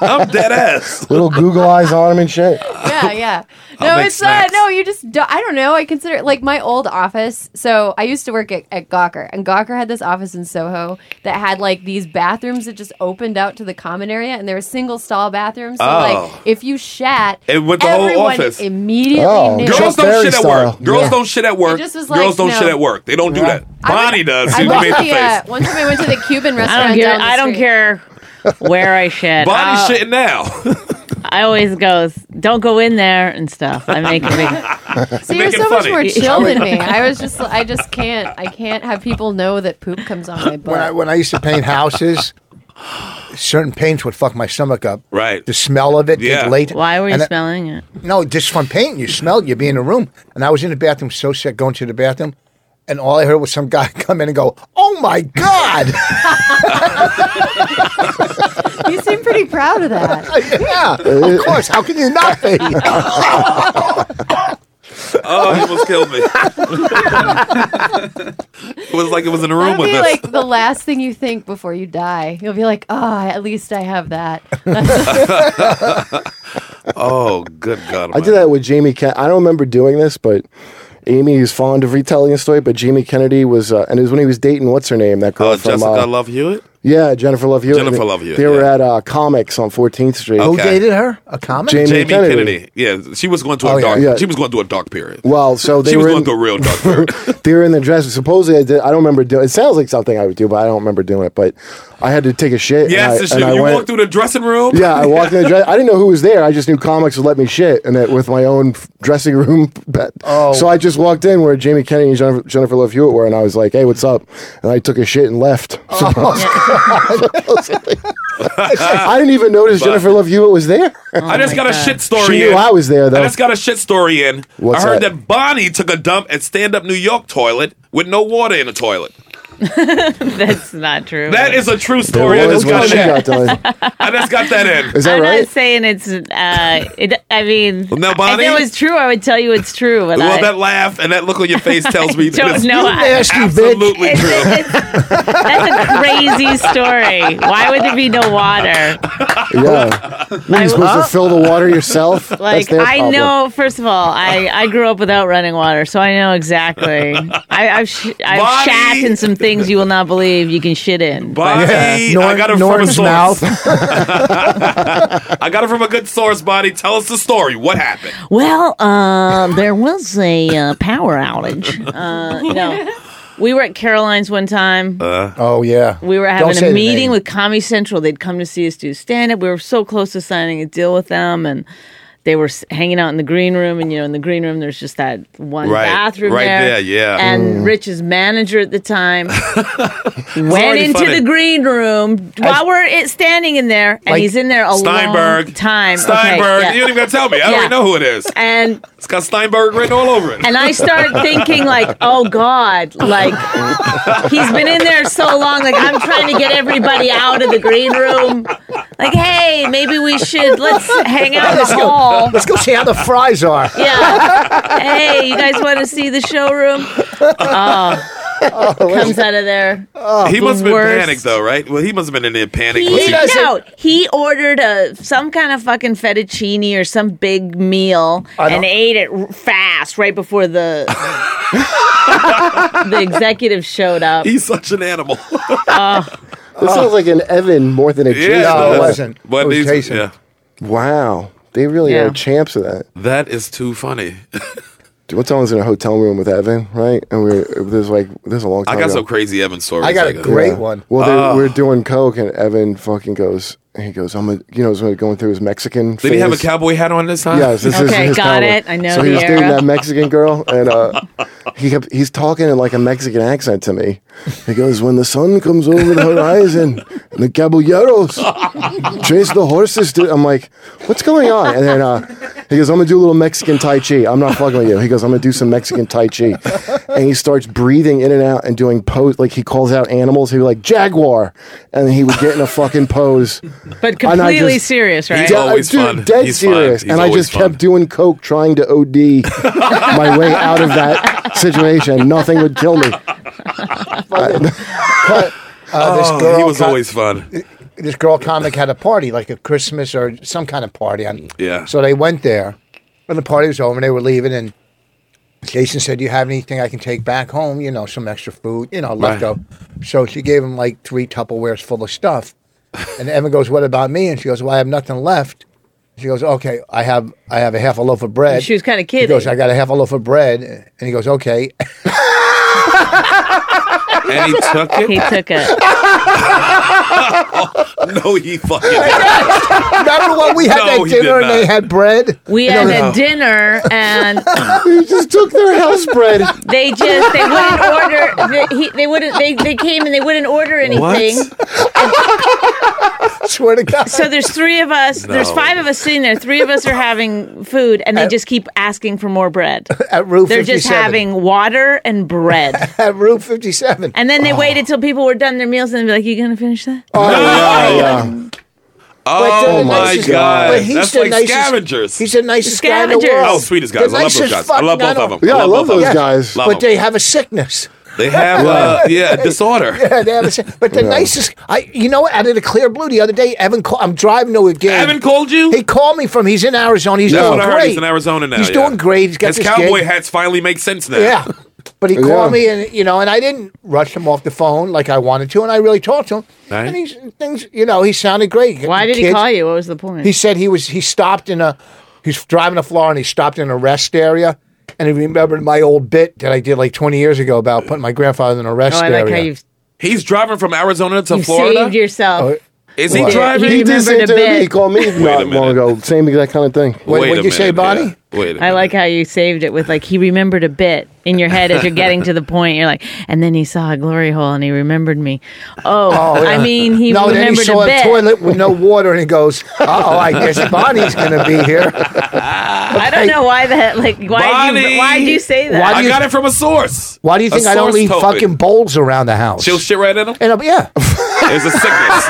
Speaker 5: I'm dead ass.
Speaker 7: little Google eyes on them and shit.
Speaker 9: *laughs* yeah, yeah.
Speaker 5: I'll
Speaker 9: No,
Speaker 5: make
Speaker 9: it's not.
Speaker 5: snacks.
Speaker 9: No, you just. do I don't know. I consider it like my old office. So I used to work at, at Gawker, and Gawker had this office in Soho that had like these bathrooms that just opened out to the common area, and there were single stall bathrooms. So
Speaker 5: Oh.
Speaker 9: like, if you shat,
Speaker 5: It went the whole
Speaker 9: everyone
Speaker 5: office.
Speaker 9: immediately
Speaker 7: Oh,
Speaker 9: knew.
Speaker 7: Chuck
Speaker 5: Girls don't
Speaker 7: Berry
Speaker 5: shit at
Speaker 7: style.
Speaker 5: work. Girls
Speaker 7: Yeah.
Speaker 5: don't shit at work.
Speaker 9: just was
Speaker 5: Girls
Speaker 9: like,
Speaker 5: don't
Speaker 9: no.
Speaker 5: shit at work. They don't do that.
Speaker 9: I went-
Speaker 5: Bonnie does.
Speaker 9: I
Speaker 5: You
Speaker 9: went
Speaker 5: made
Speaker 9: to
Speaker 5: the
Speaker 9: the, uh,
Speaker 5: face.
Speaker 9: one time I went to the Cuban
Speaker 3: I
Speaker 9: restaurant.
Speaker 3: don't care.
Speaker 9: down the
Speaker 3: I don't
Speaker 9: street.
Speaker 3: care where
Speaker 5: *laughs*
Speaker 3: I
Speaker 9: uh,
Speaker 3: shit.
Speaker 5: Bonnie's
Speaker 3: I'll-
Speaker 5: shitting now.
Speaker 3: I always go, don't go in there and stuff. I make a big.
Speaker 5: *laughs*
Speaker 9: So you're
Speaker 5: Make it
Speaker 9: so much
Speaker 5: funny.
Speaker 9: more chill than me. I was just, I just can't, I can't have people know that poop comes on my butt.
Speaker 2: when I when I used to paint houses, certain paints would fuck my stomach up.
Speaker 5: Right.
Speaker 2: The smell of it. the
Speaker 5: Yeah.
Speaker 2: late-
Speaker 3: Why were you
Speaker 2: and I-
Speaker 3: smelling it?
Speaker 2: No, just from painting. You smelled. You'd be in the room, and I was in the bathroom, so sick going to the bathroom, and all I heard was some guy *laughs* come in and go, "Oh my god!"
Speaker 9: *laughs* You seem pretty proud of that.
Speaker 2: *laughs* yeah, of course. How can you not
Speaker 5: *laughs*
Speaker 2: be?
Speaker 5: Uh-huh. Oh, he almost killed me. it was like it was in a room
Speaker 9: That'll
Speaker 5: with
Speaker 9: be
Speaker 5: us.
Speaker 9: like the last thing you think before you die. You'll be like, oh, at least I have that.
Speaker 5: *laughs* oh, good God!
Speaker 7: I did that with Jamie. Ken- I don't remember doing this, but Amy is fond of retelling the story. But Jamie Kennedy was, uh, and it was when he was dating what's her name, that girl
Speaker 5: Oh,
Speaker 7: from
Speaker 5: Jessica
Speaker 7: uh,
Speaker 5: Love Hewitt.
Speaker 7: yeah, Jennifer Love Hewitt.
Speaker 5: Jennifer
Speaker 7: They-
Speaker 5: Love Hewitt,
Speaker 7: They were
Speaker 5: yeah.
Speaker 7: at uh, Comics on 14th Street.
Speaker 2: Who
Speaker 5: Okay.
Speaker 2: dated her? A comic?
Speaker 7: Jamie,
Speaker 5: Jamie
Speaker 7: Kennedy.
Speaker 5: Kennedy. Yeah, she was going through
Speaker 2: Oh,
Speaker 5: a
Speaker 2: yeah.
Speaker 5: dark.
Speaker 7: Yeah.
Speaker 5: She was going through a dark period.
Speaker 7: Well, so they
Speaker 5: she was
Speaker 7: were
Speaker 5: going
Speaker 7: in,
Speaker 5: through a real dark period.
Speaker 7: they were in the dress. Supposedly, I, did, I don't remember doing. It sounds like something I would do, but I don't remember doing it. But I had to take a shit.
Speaker 5: yes, and
Speaker 7: *laughs* and I, and I
Speaker 5: you
Speaker 7: went-
Speaker 5: walked through the dressing
Speaker 3: Oh,
Speaker 5: room.
Speaker 7: Yeah, I walked in the
Speaker 5: *laughs*
Speaker 7: dress. I didn't know who was there. I just knew comics would let me shit, and that with my own f- dressing room *laughs* bet.
Speaker 2: Oh.
Speaker 7: So I just walked in where Jamie Kennedy and Jennifer, Jennifer Love Hewitt were, and I was like, "Hey, what's up?" And I took a shit and left. *laughs*
Speaker 3: Oh,
Speaker 7: So I didn't even notice Jennifer Love Hewitt was
Speaker 3: *laughs*
Speaker 7: there.
Speaker 3: Oh,
Speaker 5: I just got a shit story.
Speaker 7: She knew
Speaker 5: in.
Speaker 7: I was there, though.
Speaker 5: *laughs* I just got a shit story in.
Speaker 7: What's
Speaker 5: I heard
Speaker 7: that?
Speaker 5: that? Bonnie took a dump at Stand Up New York toilet with no water in the toilet.
Speaker 3: *laughs* That's not true.
Speaker 5: That is a true story. I
Speaker 7: There was
Speaker 5: just
Speaker 7: one
Speaker 5: got
Speaker 7: she got
Speaker 5: that.
Speaker 7: done.
Speaker 5: *laughs* I just got that in.
Speaker 7: Is that
Speaker 3: I'm
Speaker 7: right?
Speaker 3: not saying it's. Uh, it, I mean,
Speaker 5: Well, now, Bonnie-
Speaker 3: if it was true, I would tell you it's true. But
Speaker 5: Well,
Speaker 3: I
Speaker 5: that laugh and that look on your face
Speaker 3: *laughs*
Speaker 5: tells me that
Speaker 3: don't
Speaker 5: it's
Speaker 3: know. I,
Speaker 2: Nasty bitch.
Speaker 5: absolutely
Speaker 3: it's,
Speaker 5: true.
Speaker 3: it's, that's a crazy story. Why would there be no water?
Speaker 7: yeah. What, are you supposed to fill the water
Speaker 3: *laughs*
Speaker 7: yourself? That's
Speaker 3: Like
Speaker 7: their
Speaker 3: I
Speaker 7: problem.
Speaker 3: know. First of all, I I grew up without running water, so I know exactly. I, I've sh- I've
Speaker 5: Bonnie!
Speaker 3: shat in some things you will not believe you can shit in.
Speaker 5: Bonnie, I
Speaker 2: Norm-
Speaker 5: got it from a
Speaker 2: Norm's
Speaker 5: source.
Speaker 2: mouth.
Speaker 7: *laughs*
Speaker 5: *laughs* I got it from a good source, Bonnie. Tell us the story. What happened?
Speaker 3: Well, uh, there was a uh, power outage. Uh, no, we were at Caroline's one time.
Speaker 2: Oh yeah.
Speaker 3: we were
Speaker 2: Don't
Speaker 3: having
Speaker 2: say
Speaker 3: a
Speaker 2: the
Speaker 3: meeting
Speaker 2: name.
Speaker 3: with Comedy Central. They'd come to see us do stand up. We were so close to signing a deal with them, and They were s- hanging out in the green room, and you know, in the green room, there's just that one
Speaker 5: Right,
Speaker 3: bathroom
Speaker 5: right
Speaker 3: there.
Speaker 5: there, yeah.
Speaker 3: And
Speaker 2: Mm.
Speaker 3: Rich's manager at the
Speaker 5: *laughs*
Speaker 3: time went
Speaker 5: already
Speaker 3: into
Speaker 5: funny.
Speaker 3: the green room while we're it, standing in there, and
Speaker 2: Like
Speaker 3: he's in there a long
Speaker 5: Steinberg.
Speaker 3: time. Okay,
Speaker 5: Steinberg.
Speaker 3: yeah.
Speaker 5: You don't even got to tell me. I
Speaker 3: Yeah.
Speaker 5: already know who it is.
Speaker 3: And
Speaker 5: It's got Steinberg written all over it.
Speaker 3: and I
Speaker 5: *laughs*
Speaker 3: start thinking like, oh God, like he's been
Speaker 7: *laughs*
Speaker 3: in there so long. Like I'm trying to get everybody out of the green room. Like, hey, maybe we should
Speaker 2: *laughs*
Speaker 3: let's hang out in the hall.
Speaker 2: Let's go see how the fries are.
Speaker 3: Yeah. Hey, you guys want to see the showroom? Oh, comes out of there.
Speaker 2: Oh.
Speaker 5: he must have been
Speaker 3: worst.
Speaker 5: panicked though, right? Well, he must have been in there panicked.
Speaker 3: He,
Speaker 5: Was he-
Speaker 3: no, he ordered a some kind of fucking fettuccine or some big meal and ate it r- fast right before
Speaker 2: *laughs*
Speaker 3: the the executive showed up. Oh.
Speaker 5: He's such an animal.
Speaker 7: This sounds like an Evan more than a Jason.
Speaker 2: No,
Speaker 5: it
Speaker 2: it
Speaker 5: does.
Speaker 2: wasn't.
Speaker 5: But
Speaker 2: It was
Speaker 5: these-
Speaker 2: Jason.
Speaker 5: yeah.
Speaker 7: Wow. They really
Speaker 3: Yeah.
Speaker 7: are champs of that.
Speaker 5: That is too funny.
Speaker 7: Dude, What's I was in a hotel room with Evan, right? And we were, there's like, there's a long time
Speaker 5: I got
Speaker 7: ago.
Speaker 5: some crazy Evan stories.
Speaker 2: I got a
Speaker 5: like Ah. that.
Speaker 2: great one.
Speaker 7: Well, they we're doing coke, and Evan fucking goes. He goes, I'm a, you know, he's going through his Mexican.
Speaker 5: Did he have a
Speaker 7: phase.
Speaker 5: cowboy hat on this time?
Speaker 7: Yes,
Speaker 5: *laughs*
Speaker 7: this
Speaker 3: Okay,
Speaker 7: is his
Speaker 3: got
Speaker 7: combo.
Speaker 3: it. I know
Speaker 7: So
Speaker 3: the
Speaker 7: he was dating
Speaker 3: era.
Speaker 7: that Mexican girl, and uh, he kept, he's talking in like a Mexican accent to me. He goes, "When the sun comes over the horizon, and the caballeros chase the horses." To, I'm like, "What's going on?" And then uh, he goes, "I'm gonna do a little Mexican tai chi." I'm not fucking with you. He goes, "I'm gonna do some Mexican tai chi," and he starts breathing in and out and doing pose. Like he calls out animals. He'd be like jaguar, and then he would get in a fucking pose.
Speaker 3: But
Speaker 7: And I
Speaker 3: completely
Speaker 7: just-
Speaker 3: serious, right?
Speaker 5: He's always fun.
Speaker 7: Dead
Speaker 5: He's fun.
Speaker 7: serious.
Speaker 5: He's
Speaker 7: And I
Speaker 5: always
Speaker 7: just
Speaker 5: fun.
Speaker 7: kept doing coke, trying to OD my way out of that situation. Nothing would kill me.
Speaker 2: Uh, this
Speaker 5: *laughs* Oh,
Speaker 2: girl
Speaker 5: he was
Speaker 2: co-
Speaker 5: always fun.
Speaker 2: this girl comic had a party, like a Christmas or some kind of party. On,
Speaker 5: Yeah.
Speaker 2: So they went there, and the party was over, and they were leaving, and Jason said, "Do you have anything I can take back home? You know, some extra food, you know,
Speaker 5: Right.
Speaker 2: leftover." So she gave him like three Tupperwares full of stuff, and Evan goes, "What about me?" And she goes, "Well, I have nothing left." She goes, "Okay, I have I have a half a loaf of bread."
Speaker 3: She was kinda
Speaker 2: He goes,
Speaker 3: kidding.
Speaker 2: "I got a half a loaf of bread," and he goes, "Okay."
Speaker 5: And he took
Speaker 3: He
Speaker 5: it.
Speaker 3: took it.
Speaker 7: *laughs*
Speaker 5: *laughs* No, he fucking. didn't.
Speaker 2: *laughs* Remember when we had
Speaker 5: No,
Speaker 2: that
Speaker 5: he did
Speaker 2: dinner and they
Speaker 5: not.
Speaker 2: had bread?
Speaker 3: We had a dinner and
Speaker 7: He just took their house bread.
Speaker 3: they just they wouldn't order they, he, they wouldn't they, they came and they wouldn't order anything.
Speaker 2: Swear to God.
Speaker 3: So there's three of us, there's
Speaker 5: No.
Speaker 3: five of us sitting there. Three of us are having food and they just keep asking for more bread.
Speaker 2: at Route
Speaker 3: They're just
Speaker 2: 57.
Speaker 3: having water and bread.
Speaker 2: at Route 57.
Speaker 3: And then they waited till people were done their meals and they'd be like, You gonna finish that?
Speaker 5: No.
Speaker 7: Yeah.
Speaker 2: But
Speaker 5: Oh
Speaker 2: they're the
Speaker 5: my
Speaker 2: nicest-
Speaker 5: God.
Speaker 2: but he's
Speaker 5: That's
Speaker 2: the
Speaker 5: like
Speaker 2: nicest-
Speaker 5: scavengers.
Speaker 2: He's the nicest guy in the
Speaker 3: Scavengers.
Speaker 2: world.
Speaker 5: Oh, sweetest guys.
Speaker 2: The
Speaker 5: I love those
Speaker 2: nicest
Speaker 5: guys. I
Speaker 2: fucking
Speaker 5: love both of
Speaker 2: animal.
Speaker 5: them.
Speaker 7: Yeah, I love
Speaker 5: both of
Speaker 7: those
Speaker 5: them.
Speaker 7: guys.
Speaker 5: Love
Speaker 2: But
Speaker 5: them.
Speaker 2: they have a sickness.
Speaker 5: They have, uh, yeah, a disorder.
Speaker 2: *laughs* Yeah, they have a sick- but the nicest, I you know, what? out of the clear blue, the other day, Evan, call, I'm driving to a game.
Speaker 5: Evan called you?
Speaker 2: He called me from. He's in Arizona. He's
Speaker 5: That's
Speaker 2: doing
Speaker 5: what I heard.
Speaker 2: great.
Speaker 5: He's in Arizona now.
Speaker 2: He's
Speaker 5: yeah.
Speaker 2: doing great. He's got
Speaker 5: His
Speaker 2: this
Speaker 5: cowboy
Speaker 2: gig. Oh,
Speaker 5: hats finally make sense now.
Speaker 2: Yeah. But he
Speaker 7: Yeah.
Speaker 2: called me and you know, and I didn't rush him off the phone like I wanted to, and I really talked to him.
Speaker 5: Right.
Speaker 2: And he's things, you know, he sounded great.
Speaker 3: Why did he
Speaker 2: Kids-
Speaker 3: call you? What was the point?
Speaker 2: He said he was he stopped in a he's driving to Florida and he stopped in a rest area and he remembered my old bit that I did like 20 years ago about putting my grandfather in a rest
Speaker 3: oh, I
Speaker 2: area.
Speaker 3: like how you've,
Speaker 5: He's driving from Arizona to
Speaker 3: you've
Speaker 5: Florida.
Speaker 3: saved yourself.
Speaker 5: *laughs* Is he
Speaker 3: What?
Speaker 5: driving?
Speaker 3: He
Speaker 7: He did
Speaker 3: remembered
Speaker 7: say
Speaker 3: a
Speaker 7: to me,
Speaker 3: bit.
Speaker 7: he called me not
Speaker 5: minute.
Speaker 7: long ago. Same exact kind of thing.
Speaker 2: What-
Speaker 5: Wait
Speaker 2: what'd
Speaker 5: a
Speaker 2: you say,
Speaker 5: minute,
Speaker 2: Bonnie?
Speaker 5: yeah. Wait. A
Speaker 3: I like
Speaker 5: minute.
Speaker 3: how you saved it with like he remembered a bit in your head as you're getting to the point. You're like, and then he saw a glory hole and he remembered me. Oh, I mean, he
Speaker 2: no, then he
Speaker 3: remembered
Speaker 2: saw
Speaker 3: a
Speaker 2: a,
Speaker 3: bit.
Speaker 2: toilet with no water, and he goes, "Oh, I
Speaker 5: *laughs*
Speaker 2: guess Bonnie's going to be here."
Speaker 3: I don't know why that. Like, why would
Speaker 5: Bonnie!
Speaker 3: you? Why would you say that?
Speaker 2: Why do
Speaker 5: I
Speaker 2: you-
Speaker 5: got it from
Speaker 2: *laughs*
Speaker 5: a source.
Speaker 2: Why do you
Speaker 5: A
Speaker 2: think I don't
Speaker 5: source
Speaker 2: leave
Speaker 5: told me.
Speaker 2: fucking bowls around the house?
Speaker 5: She'll shit right in him.
Speaker 2: and I'm,
Speaker 5: *laughs*
Speaker 2: yeah,
Speaker 5: It's a sickness.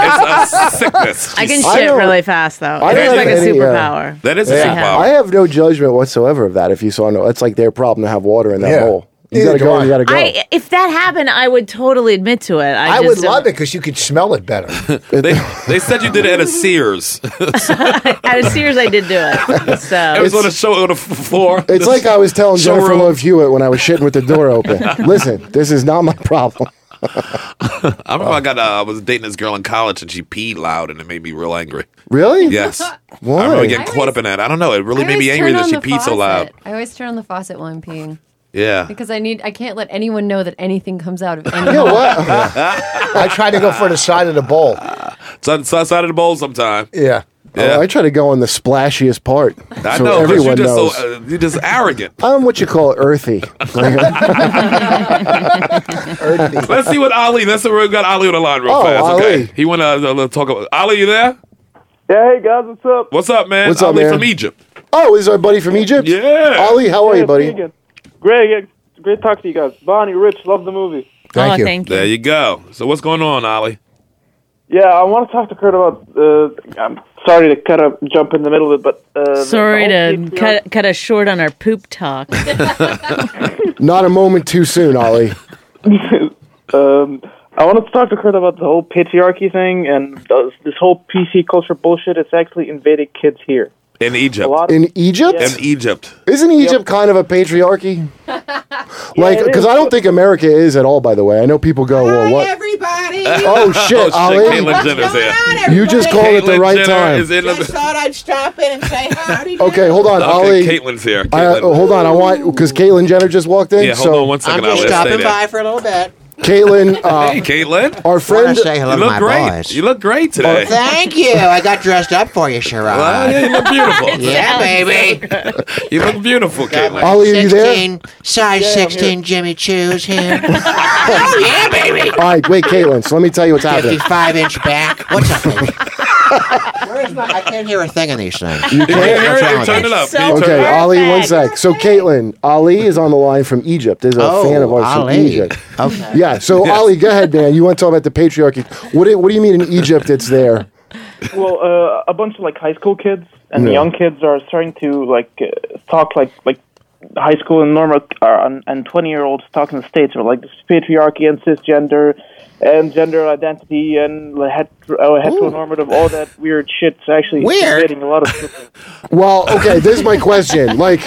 Speaker 5: it's a sickness.
Speaker 3: I can
Speaker 7: I
Speaker 3: shit
Speaker 7: don't-
Speaker 3: really fast though.
Speaker 7: I don't
Speaker 3: It's like
Speaker 7: have
Speaker 3: a
Speaker 7: any, uh,
Speaker 3: superpower.
Speaker 5: That is a
Speaker 3: Yeah.
Speaker 5: superpower.
Speaker 7: I have no judgment whatsoever of that. If you saw no, it's like their problem to have water in that
Speaker 2: Yeah.
Speaker 7: hole. You
Speaker 2: Neither
Speaker 7: gotta
Speaker 2: do
Speaker 7: go.
Speaker 2: I.
Speaker 7: Oh, You gotta go.
Speaker 3: I if that happened, I would totally admit to it. I,
Speaker 2: I
Speaker 3: just
Speaker 2: would
Speaker 3: don't-
Speaker 2: love it because you could smell it
Speaker 3: *laughs*
Speaker 2: better.
Speaker 5: they, they said you did it at a Sears.
Speaker 3: At a Sears, I did do it.
Speaker 5: it
Speaker 3: So
Speaker 5: was on a show on the f- floor.
Speaker 7: *laughs* It's
Speaker 5: The
Speaker 7: like I was telling Jennifer
Speaker 5: showroom.
Speaker 7: Love Hewitt when I was shitting with the door
Speaker 5: *laughs*
Speaker 7: open. Listen, this is not my problem.
Speaker 5: I remember I got. Uh, I was dating this girl in college, and she peed loud, and it made me real angry.
Speaker 7: Really? *laughs*
Speaker 5: Yes. I
Speaker 7: Why?
Speaker 5: remember getting
Speaker 9: I
Speaker 5: caught
Speaker 9: always-
Speaker 5: up in that. I don't know. It really
Speaker 9: I
Speaker 5: made me
Speaker 9: always
Speaker 5: angry
Speaker 9: turn
Speaker 5: that
Speaker 9: on
Speaker 5: she
Speaker 9: the
Speaker 5: peed so loud.
Speaker 9: faucet. I always turn on the faucet while I'm peeing
Speaker 7: *laughs*
Speaker 5: Yeah.
Speaker 9: because I need. I can't let anyone know that anything comes out of any.
Speaker 5: *laughs*
Speaker 7: Yeah, what?
Speaker 2: I try to go for the side of the bowl.
Speaker 5: *laughs* It's on- it's outside of the bowl sometime.
Speaker 2: Yeah,
Speaker 5: Yeah.
Speaker 7: Oh, I try to go on the splashiest part, Oh,
Speaker 5: I
Speaker 7: so
Speaker 5: know, 'cause
Speaker 7: everyone
Speaker 5: you're just
Speaker 7: knows.
Speaker 5: so uh, you're just
Speaker 7: *laughs*
Speaker 5: arrogant.
Speaker 7: I'm what you call
Speaker 11: *laughs*
Speaker 7: earthy.
Speaker 5: Let's see what Ali. Let's see where we got Ali on the line real
Speaker 7: Oh,
Speaker 5: fast. Okay,
Speaker 7: Ali.
Speaker 5: he want to talk about Ali. You there?
Speaker 11: Yeah, hey guys, what's up?
Speaker 5: What's up, man?
Speaker 7: What's up,
Speaker 5: Ali
Speaker 7: man?
Speaker 5: from Egypt.
Speaker 7: oh, is our buddy from Egypt?
Speaker 5: Yeah.
Speaker 7: Ollie, how are
Speaker 11: Yeah,
Speaker 7: you, buddy?
Speaker 11: speaking. Greg, yeah, it's great talk to you guys. Bonnie, Rich, love the movie.
Speaker 2: Thank
Speaker 3: oh,
Speaker 2: you.
Speaker 3: thank you.
Speaker 5: There you go. So what's going on, Ali?
Speaker 11: Yeah, I want to talk to Kurt about. Uh, I'm sorry to kind of jump in the middle of it, but uh, the-
Speaker 3: Sorry
Speaker 11: the whole
Speaker 3: to
Speaker 11: Patreon-
Speaker 3: cut cut us short on our poop talk.
Speaker 11: *laughs*
Speaker 7: Not a moment too soon, Ollie.
Speaker 11: Um, I wanted to talk to Kurt about the whole patriarchy thing and those- this whole PC culture bullshit. It's actually invading kids here.
Speaker 5: In
Speaker 11: A
Speaker 5: Egypt.
Speaker 11: lot.
Speaker 7: In Egypt?
Speaker 5: In Egypt.
Speaker 7: Isn't Egypt kind of a patriarchy? like,
Speaker 11: it
Speaker 7: because
Speaker 11: is.
Speaker 7: I don't think America is at all. By the way, I know people go, "Well, what?"
Speaker 5: *laughs*
Speaker 12: everybody.
Speaker 7: *laughs* Oh shit,
Speaker 5: Caitlyn
Speaker 7: Ollie!
Speaker 5: Jenner's here.
Speaker 7: You just called it the
Speaker 5: Caitlyn
Speaker 7: right
Speaker 5: Jenner
Speaker 7: time.
Speaker 5: is in the-
Speaker 12: thought I'd stop in and say howdy.
Speaker 7: Okay, hold on,
Speaker 5: Okay,
Speaker 7: Ollie.
Speaker 5: Caitlyn's here.
Speaker 7: I, uh,
Speaker 5: Caitlyn.
Speaker 7: hold on, I want because Caitlyn Jenner just walked in.
Speaker 5: yeah, hold
Speaker 7: so
Speaker 5: on one second, Ali. Let's stay there.
Speaker 12: for a little bit.
Speaker 13: *laughs*
Speaker 7: Caitlyn, uh,
Speaker 5: Hey, Caitlyn.
Speaker 7: our friend,
Speaker 5: You look great. You look great today.
Speaker 12: Oh, Thank you. I got dressed up for you, Sherrod.
Speaker 5: Ah, yeah, you look beautiful.
Speaker 12: *laughs* Yeah, baby.
Speaker 5: *laughs* you look beautiful, Caitlyn.
Speaker 7: Ollie, are you there?
Speaker 12: 16, size 16 Jimmy Choo's
Speaker 7: *laughs*
Speaker 12: here. oh, yeah, baby.
Speaker 7: All right, wait, Caitlyn. So let me tell you what's happening.
Speaker 12: 55 inch back. What's up,
Speaker 7: *laughs*
Speaker 12: baby? Where is my? I can't hear a thing on these things.
Speaker 7: You
Speaker 5: Can you
Speaker 7: can't.
Speaker 5: hear
Speaker 12: What's wrong
Speaker 5: it?
Speaker 12: with
Speaker 5: Turn
Speaker 12: that?
Speaker 5: it up.
Speaker 3: So
Speaker 5: Can you turn it
Speaker 7: Okay,
Speaker 5: up?
Speaker 7: Ollie, one sec. So Caitlyn, Ollie is on the line from Egypt. Is a
Speaker 12: Oh,
Speaker 7: fan of ours from
Speaker 12: Ali.
Speaker 7: Egypt.
Speaker 12: Okay.
Speaker 7: Yeah. So Ollie, go ahead, man. You want to talk about the patriarchy? What do, what do you mean in Egypt? It's there.
Speaker 11: *laughs* Well, uh, a bunch of like high school kids and
Speaker 7: Yeah.
Speaker 11: young kids are starting to like uh, talk like like high school and normal uh, and- and twenty year olds talk in the states are like this patriarchy and cisgender and gender identity and like, het- uh, heteronormative all that weird shit's actually
Speaker 12: Weird?
Speaker 11: getting a lot of people.
Speaker 7: Well, okay, this is my question. Like,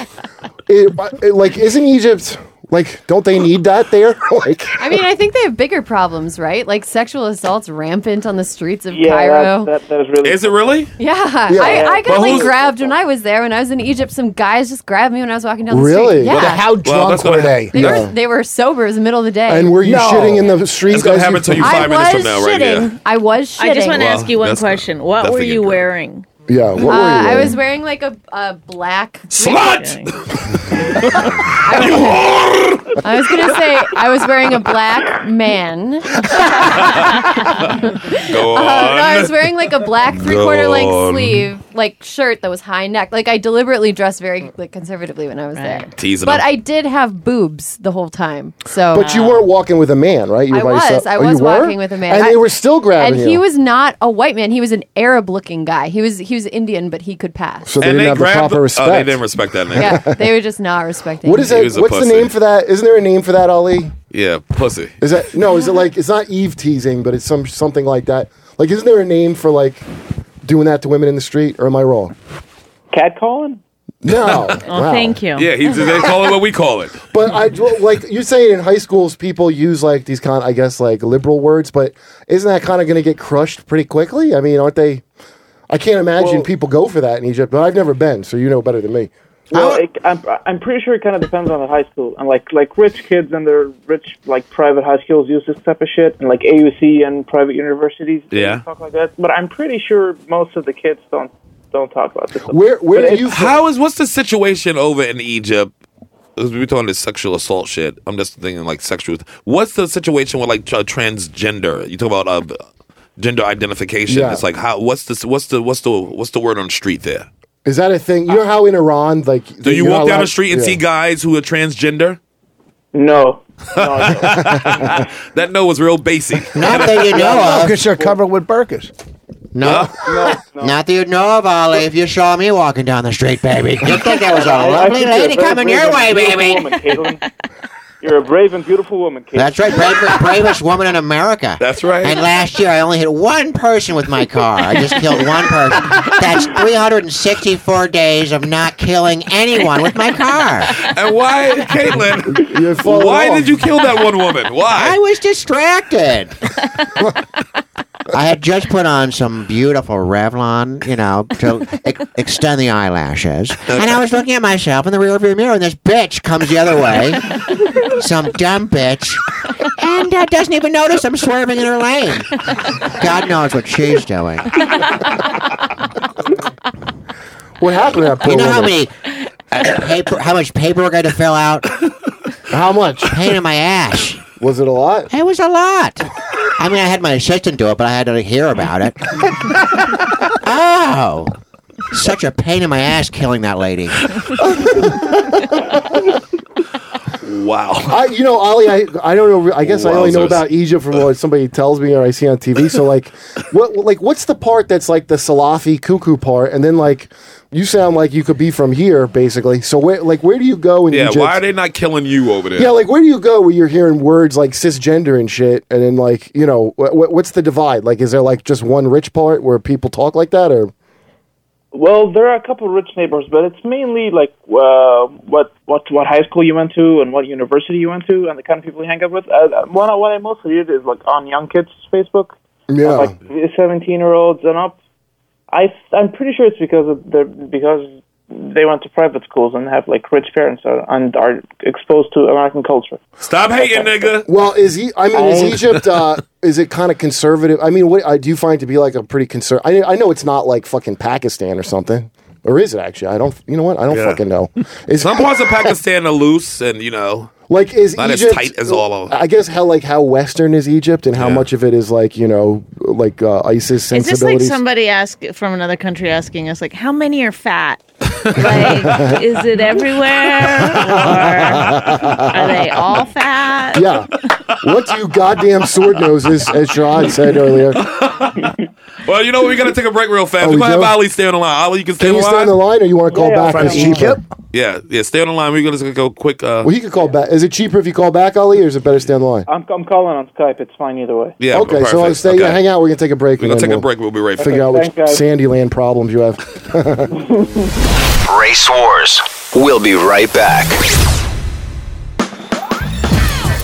Speaker 7: it, it- like, isn't Egypt like? Don't they need that there? *laughs* like,
Speaker 9: I mean, I think they have bigger problems, right? Like sexual assaults rampant on the streets of
Speaker 11: yeah
Speaker 9: Cairo.
Speaker 11: that, that, that is really
Speaker 5: Is it really?
Speaker 9: Oh. yeah. I, I got like grabbed when I was there. When I was in Egypt, some guys just grabbed me when I was walking down the
Speaker 7: Really?
Speaker 9: street. Yeah.
Speaker 7: Well,
Speaker 2: How drunk
Speaker 5: that's not-
Speaker 2: were they?
Speaker 9: they, were, they were sober. It was the middle of the day.
Speaker 7: and were you
Speaker 2: No.
Speaker 7: shitting in the streets?
Speaker 5: It's gonna
Speaker 7: as
Speaker 5: happen to you
Speaker 9: I
Speaker 5: five minutes from
Speaker 9: was
Speaker 5: now, right
Speaker 9: shitting.
Speaker 5: here.
Speaker 9: I was shitting.
Speaker 3: I just want to
Speaker 5: Well,
Speaker 3: ask you one
Speaker 5: that's-
Speaker 3: question. What
Speaker 5: that's
Speaker 3: were
Speaker 5: the
Speaker 3: you
Speaker 5: good girl.
Speaker 3: wearing?
Speaker 7: Yeah. What were
Speaker 9: Uh,
Speaker 7: you?
Speaker 9: I
Speaker 7: wearing?
Speaker 9: was wearing like a, a black.
Speaker 5: Slut!
Speaker 3: *laughs*
Speaker 9: I was gonna say I was wearing a black man. *laughs*
Speaker 5: *laughs* Go on.
Speaker 9: Uh, no, I was wearing like a black three quarter
Speaker 5: on.
Speaker 9: length sleeve like shirt that was high neck. Like I deliberately dressed very like conservatively when I was there.
Speaker 5: Teasing
Speaker 9: But
Speaker 5: him.
Speaker 9: I did have boobs the whole time. So um,
Speaker 7: But you weren't walking with a man, right? You were
Speaker 9: I
Speaker 7: by
Speaker 9: was.
Speaker 7: yourself.
Speaker 9: I
Speaker 7: Oh, you
Speaker 9: was
Speaker 7: were?
Speaker 9: walking with a man.
Speaker 7: and
Speaker 9: I-
Speaker 7: they were still grabbing
Speaker 9: and
Speaker 7: you.
Speaker 9: he was not a white man. He was an Arab looking guy. He was he was Indian, but he could pass.
Speaker 7: so they didn't have the
Speaker 5: grabbed
Speaker 7: proper
Speaker 5: oh,
Speaker 7: respect.
Speaker 5: they didn't respect that
Speaker 9: *laughs*
Speaker 5: name. *laughs*
Speaker 9: yeah,
Speaker 5: Yeah,
Speaker 9: they were just not respecting.
Speaker 7: what is
Speaker 9: him.
Speaker 5: He
Speaker 7: that?
Speaker 5: was a
Speaker 7: What's
Speaker 5: pussy.
Speaker 7: the name for that? Isn't there a name for that, Ali?
Speaker 5: pussy.
Speaker 7: Is that no? Is it like it's not Eve teasing, but it's some something like that? Like, isn't there a name for like doing that to women in the street? Or am I wrong?
Speaker 11: catcalling. *laughs*
Speaker 7: No.
Speaker 3: Oh, thank you.
Speaker 5: Yeah, he's, they call it what we call it.
Speaker 7: But I well, like you're saying in high schools, people use like these kind, I guess, like liberal words. But isn't that kind of going to get crushed pretty quickly? I mean, aren't they? I can't imagine
Speaker 11: Well-
Speaker 7: people go for that in Egypt, but I've never been, so you know better than me.
Speaker 11: Well, it, I'm I'm pretty sure it kind of depends on the high school and like like rich kids and their rich like private high schools use this type of shit and like AUC and private universities they
Speaker 5: Yeah.
Speaker 11: talk like that. But I'm pretty sure most of the kids don't don't talk about
Speaker 7: *laughs*
Speaker 11: this.
Speaker 7: Where where
Speaker 11: But
Speaker 7: do
Speaker 11: it-
Speaker 7: you? fr-
Speaker 5: How is what's the situation over in Egypt? 'Cause We're talking this sexual assault shit. I'm just thinking like sexual. What's the situation with like tra- transgender? You talk about uh, gender identification.
Speaker 7: Yeah.
Speaker 5: It's like how what's this? What's the what's the what's the word on the street there?
Speaker 7: Is that a thing? You know how in Iran, like,
Speaker 5: Do you walk down the
Speaker 7: the
Speaker 5: street and see guys who are transgender? *laughs*
Speaker 11: No, no,
Speaker 5: That no was real
Speaker 7: *laughs*
Speaker 5: basic.
Speaker 12: Not that you
Speaker 5: uh,
Speaker 12: know of.
Speaker 2: Because they're covered with burkas.
Speaker 12: No,
Speaker 11: no, no.
Speaker 12: *laughs* not that you know of, Ollie. If you saw me walking down the street, baby,
Speaker 5: *laughs*
Speaker 12: you'd think I was a
Speaker 11: I- I
Speaker 12: lovely
Speaker 11: think you're a
Speaker 12: lady
Speaker 11: very
Speaker 12: coming
Speaker 11: brave
Speaker 12: your
Speaker 11: and
Speaker 12: way,
Speaker 11: beautiful
Speaker 12: baby.
Speaker 11: woman,
Speaker 12: *laughs*
Speaker 11: Caitlin. You're a brave and beautiful woman, Caitlin.
Speaker 12: That's right, brave, bravest woman in America.
Speaker 5: That's right.
Speaker 12: And last year, I only hit one person with my car. I just killed one person. That's 364 days of not killing anyone with my car.
Speaker 5: and why,
Speaker 7: *laughs*
Speaker 5: Caitlin?
Speaker 7: You're falling
Speaker 5: Why
Speaker 7: off.
Speaker 5: did you kill that one woman?
Speaker 12: I
Speaker 5: Why?
Speaker 12: was distracted. I had just put on some beautiful Revlon, you know, to *laughs* ex- extend the eyelashes. And I was looking at myself in the rearview mirror, and this bitch comes the other way. some dumb bitch. And uh, doesn't even notice I'm swerving in her lane. God knows what she's doing.
Speaker 7: What happened to that poor
Speaker 13: You know
Speaker 7: woman?
Speaker 13: how many uh, paper, how much paperwork I had to fill out?
Speaker 7: How much?
Speaker 13: Pain in my ass.
Speaker 7: Was it a lot?
Speaker 13: It was a lot. I mean, I had my assistant do it, but I had to hear about it. oh, such a pain in my ass killing that lady.
Speaker 5: Wow.
Speaker 7: I, you know, Ollie, I, I don't know. I guess I only know
Speaker 5: Wowzers.
Speaker 7: about Egypt from what somebody tells me or I see on TV. So, like, what, like, what's the part that's like the Salafi cuckoo part? And then, like, you sound like you could be from here, basically. So, where, like, where do you go in
Speaker 5: Yeah,
Speaker 7: Egypt?
Speaker 5: why are they not killing you over there?
Speaker 7: yeah, like, where do you go where you're hearing words like cisgender and shit? And then, like, you know, wh- wh- what's the divide? Like, is there like just one rich part where people talk like that, or
Speaker 11: Well, there are a couple of rich neighbors, but it's mainly like uh, what what what high school you went to and what university you went to, and the kind of people you hang out with. Uh, what I, what I mostly read is like on young kids Facebook,
Speaker 7: yeah,
Speaker 11: like seventeen year olds and up. I I'm pretty sure it's because of the because they went to private schools and have like rich parents are, and are exposed to American culture.
Speaker 5: Stop hating, nigga.
Speaker 7: Well, is e- I mean, is
Speaker 11: I-
Speaker 7: Egypt?
Speaker 5: *laughs*
Speaker 7: Uh, is it kind of conservative? I mean, what I do you find to be like a pretty conservative. I, I know it's not like fucking Pakistan or something, or is it actually? I don't. You know what? I don't
Speaker 5: Yeah.
Speaker 7: fucking
Speaker 5: *laughs*
Speaker 7: know. Is
Speaker 5: Some parts of Pakistan are loose, and you know,
Speaker 7: like is
Speaker 5: Not as
Speaker 7: Egypt
Speaker 5: tight as all of 'em.
Speaker 7: I guess how like how Western is Egypt and how
Speaker 5: Yeah.
Speaker 7: much of it is like you know like uh, ISIS
Speaker 3: Is this like
Speaker 7: sensibilities. *laughs*
Speaker 3: somebody ask from another country asking us like how many are fat? like is it everywhere or are they all fat?
Speaker 7: yeah. What's you goddamn sword noses, as Sherrod said
Speaker 5: *laughs*
Speaker 7: earlier?
Speaker 5: well, you know, we gotta take a break real fast.
Speaker 7: Oh,
Speaker 5: We're gonna have
Speaker 7: we do?
Speaker 5: Ali stay on the line. Ali, you can stay
Speaker 7: Can
Speaker 5: on
Speaker 7: you
Speaker 5: the
Speaker 7: stay
Speaker 5: line.
Speaker 7: on the line, or you want to call
Speaker 11: Yeah,
Speaker 7: back? It's
Speaker 11: friends.
Speaker 7: cheaper.
Speaker 5: yeah, yeah, stay on the line. We're gonna just go quick. Uh,
Speaker 7: Well, he could call back. Is it cheaper if you call back, Ali, or is it better stay on the line?
Speaker 11: *laughs* I'm I'm calling on Skype. It's fine either way.
Speaker 5: yeah,
Speaker 7: okay, so I'll
Speaker 5: perfect.
Speaker 7: stay.
Speaker 5: Okay.
Speaker 7: Yeah, hang out. We're gonna take a break.
Speaker 5: We're
Speaker 7: and
Speaker 5: gonna
Speaker 7: then
Speaker 5: take a
Speaker 7: we'll-
Speaker 5: break. We'll be right back.
Speaker 7: figure out which
Speaker 11: Thanks, guys.
Speaker 7: sandy land problems you have. *laughs*
Speaker 6: Race Wars. We'll be right back.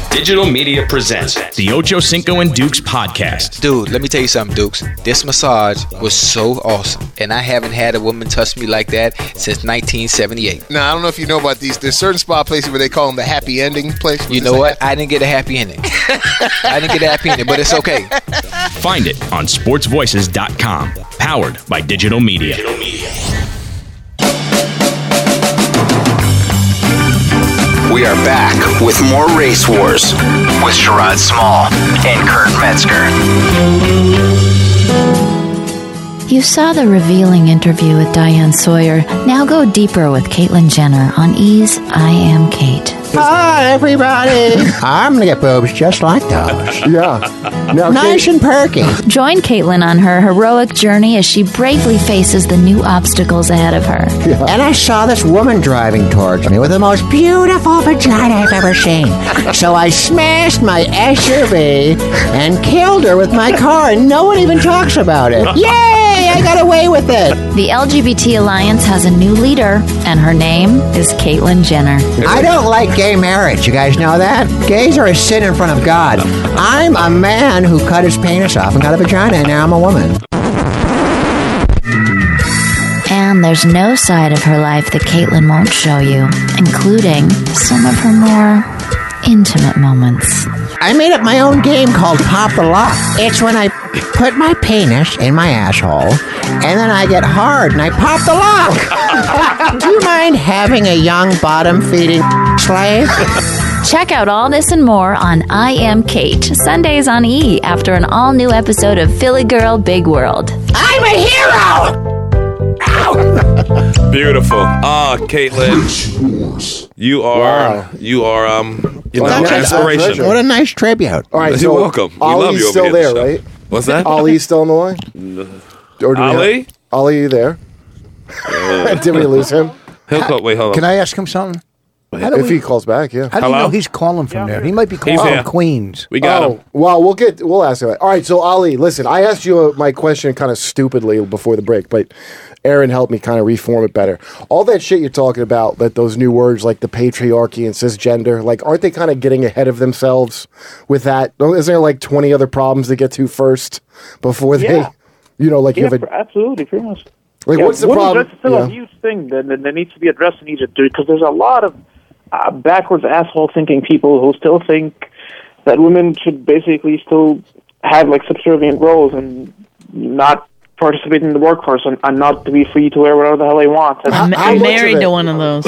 Speaker 10: Digital Media presents the Ocho Cinco and Dukes podcast.
Speaker 8: Dude, let me tell you something, Dukes. This massage was so awesome, and I haven't had a woman touch me like that since
Speaker 9: *laughs*
Speaker 8: 1978.
Speaker 14: Now, I don't know if you know about these. There's certain spa places where they call them the happy ending place.
Speaker 8: You know what? I didn't get a
Speaker 14: *laughs*
Speaker 8: happy ending. I didn't get a happy ending, but it's okay.
Speaker 10: Find it on sportsvoices.com. Powered by digital media.
Speaker 6: We are back with more Race Wars with Sherrod Small and Kurt Metzger.
Speaker 15: You saw the revealing interview with Diane Sawyer. Now go deeper with Caitlyn Jenner on Ease I Am Kate.
Speaker 13: Hi, everybody. I'm gonna get boobs just like those.
Speaker 7: yeah.
Speaker 13: nice and perky.
Speaker 15: Join Caitlyn on her heroic journey as she bravely faces the new obstacles ahead of her.
Speaker 13: And I saw this woman driving towards me with the most beautiful vagina I've ever seen. So I smashed my SUV and killed her with my car, and no one even talks about it. Yay! I got away with it.
Speaker 15: The LGBT Alliance has a new leader, and her name is Caitlyn Jenner.
Speaker 13: I don't like gay marriage. You guys know that? Gays are a sin in front of God. I'm a man who cut his penis off and got a vagina, and now I'm a woman.
Speaker 15: And there's no side of her life that Caitlyn won't show you, including some of her more intimate moments.
Speaker 13: I made up my own game called Pop the Lock. It's when I put my penis in my asshole, and then I get hard and I pop the lock. *laughs* Do you mind having a young bottom feeding slave?
Speaker 15: Check out all this and more on I Am Kate, Sundays on E, after an all new episode of Philly Girl Big World.
Speaker 13: I'm a
Speaker 15: *laughs*
Speaker 13: hero!
Speaker 5: Beautiful. Ah, Caitlin, you are you are um you know
Speaker 7: Such
Speaker 5: an
Speaker 7: an
Speaker 5: inspiration.
Speaker 13: What a nice tribute.
Speaker 7: All right,
Speaker 5: You're
Speaker 7: so
Speaker 5: welcome. We love
Speaker 7: Ollie's
Speaker 5: you over
Speaker 7: still
Speaker 5: here
Speaker 7: there,
Speaker 5: at the
Speaker 7: right?
Speaker 5: *laughs* What's that?
Speaker 7: Ollie's still on the line. Or do we have-
Speaker 5: Ali?
Speaker 7: Ollie, you there?
Speaker 13: *laughs*
Speaker 7: Did we lose him?
Speaker 5: He'll call, wait, hold on.
Speaker 2: Can I ask him something? How do
Speaker 7: If
Speaker 2: we?
Speaker 7: he calls back, yeah.
Speaker 2: How do you
Speaker 5: Hello?
Speaker 2: know he's calling from there? He might be calling
Speaker 5: He's
Speaker 2: from
Speaker 5: here.
Speaker 2: Queens. Oh,
Speaker 5: we got him.
Speaker 7: Oh, well, we'll get we'll ask him. that. All right, so Ollie, listen, I asked you uh, my question kind of stupidly before the break, but Aaron helped me kind of reform it better. All that shit you're talking about, that those new words like the patriarchy and cisgender, like aren't they kind of getting ahead of themselves with that? Don't- Isn't there like 20 other problems to get to first before they,
Speaker 11: Yeah.
Speaker 7: you know, like
Speaker 11: Yeah,
Speaker 7: you have
Speaker 11: pr-
Speaker 7: a
Speaker 11: absolutely, pretty much.
Speaker 7: Like,
Speaker 11: Yeah,
Speaker 7: what's the
Speaker 11: what is-
Speaker 7: problem?
Speaker 11: That's still a
Speaker 7: Yeah.
Speaker 11: huge thing that, that, that needs to be addressed in Egypt, dude, because there's a lot of uh, backwards asshole thinking people who still think that women should basically still have like subservient roles and not participate in the workforce and, and not to be free to wear whatever the hell they want. And
Speaker 3: I'm, I'm married to one of those.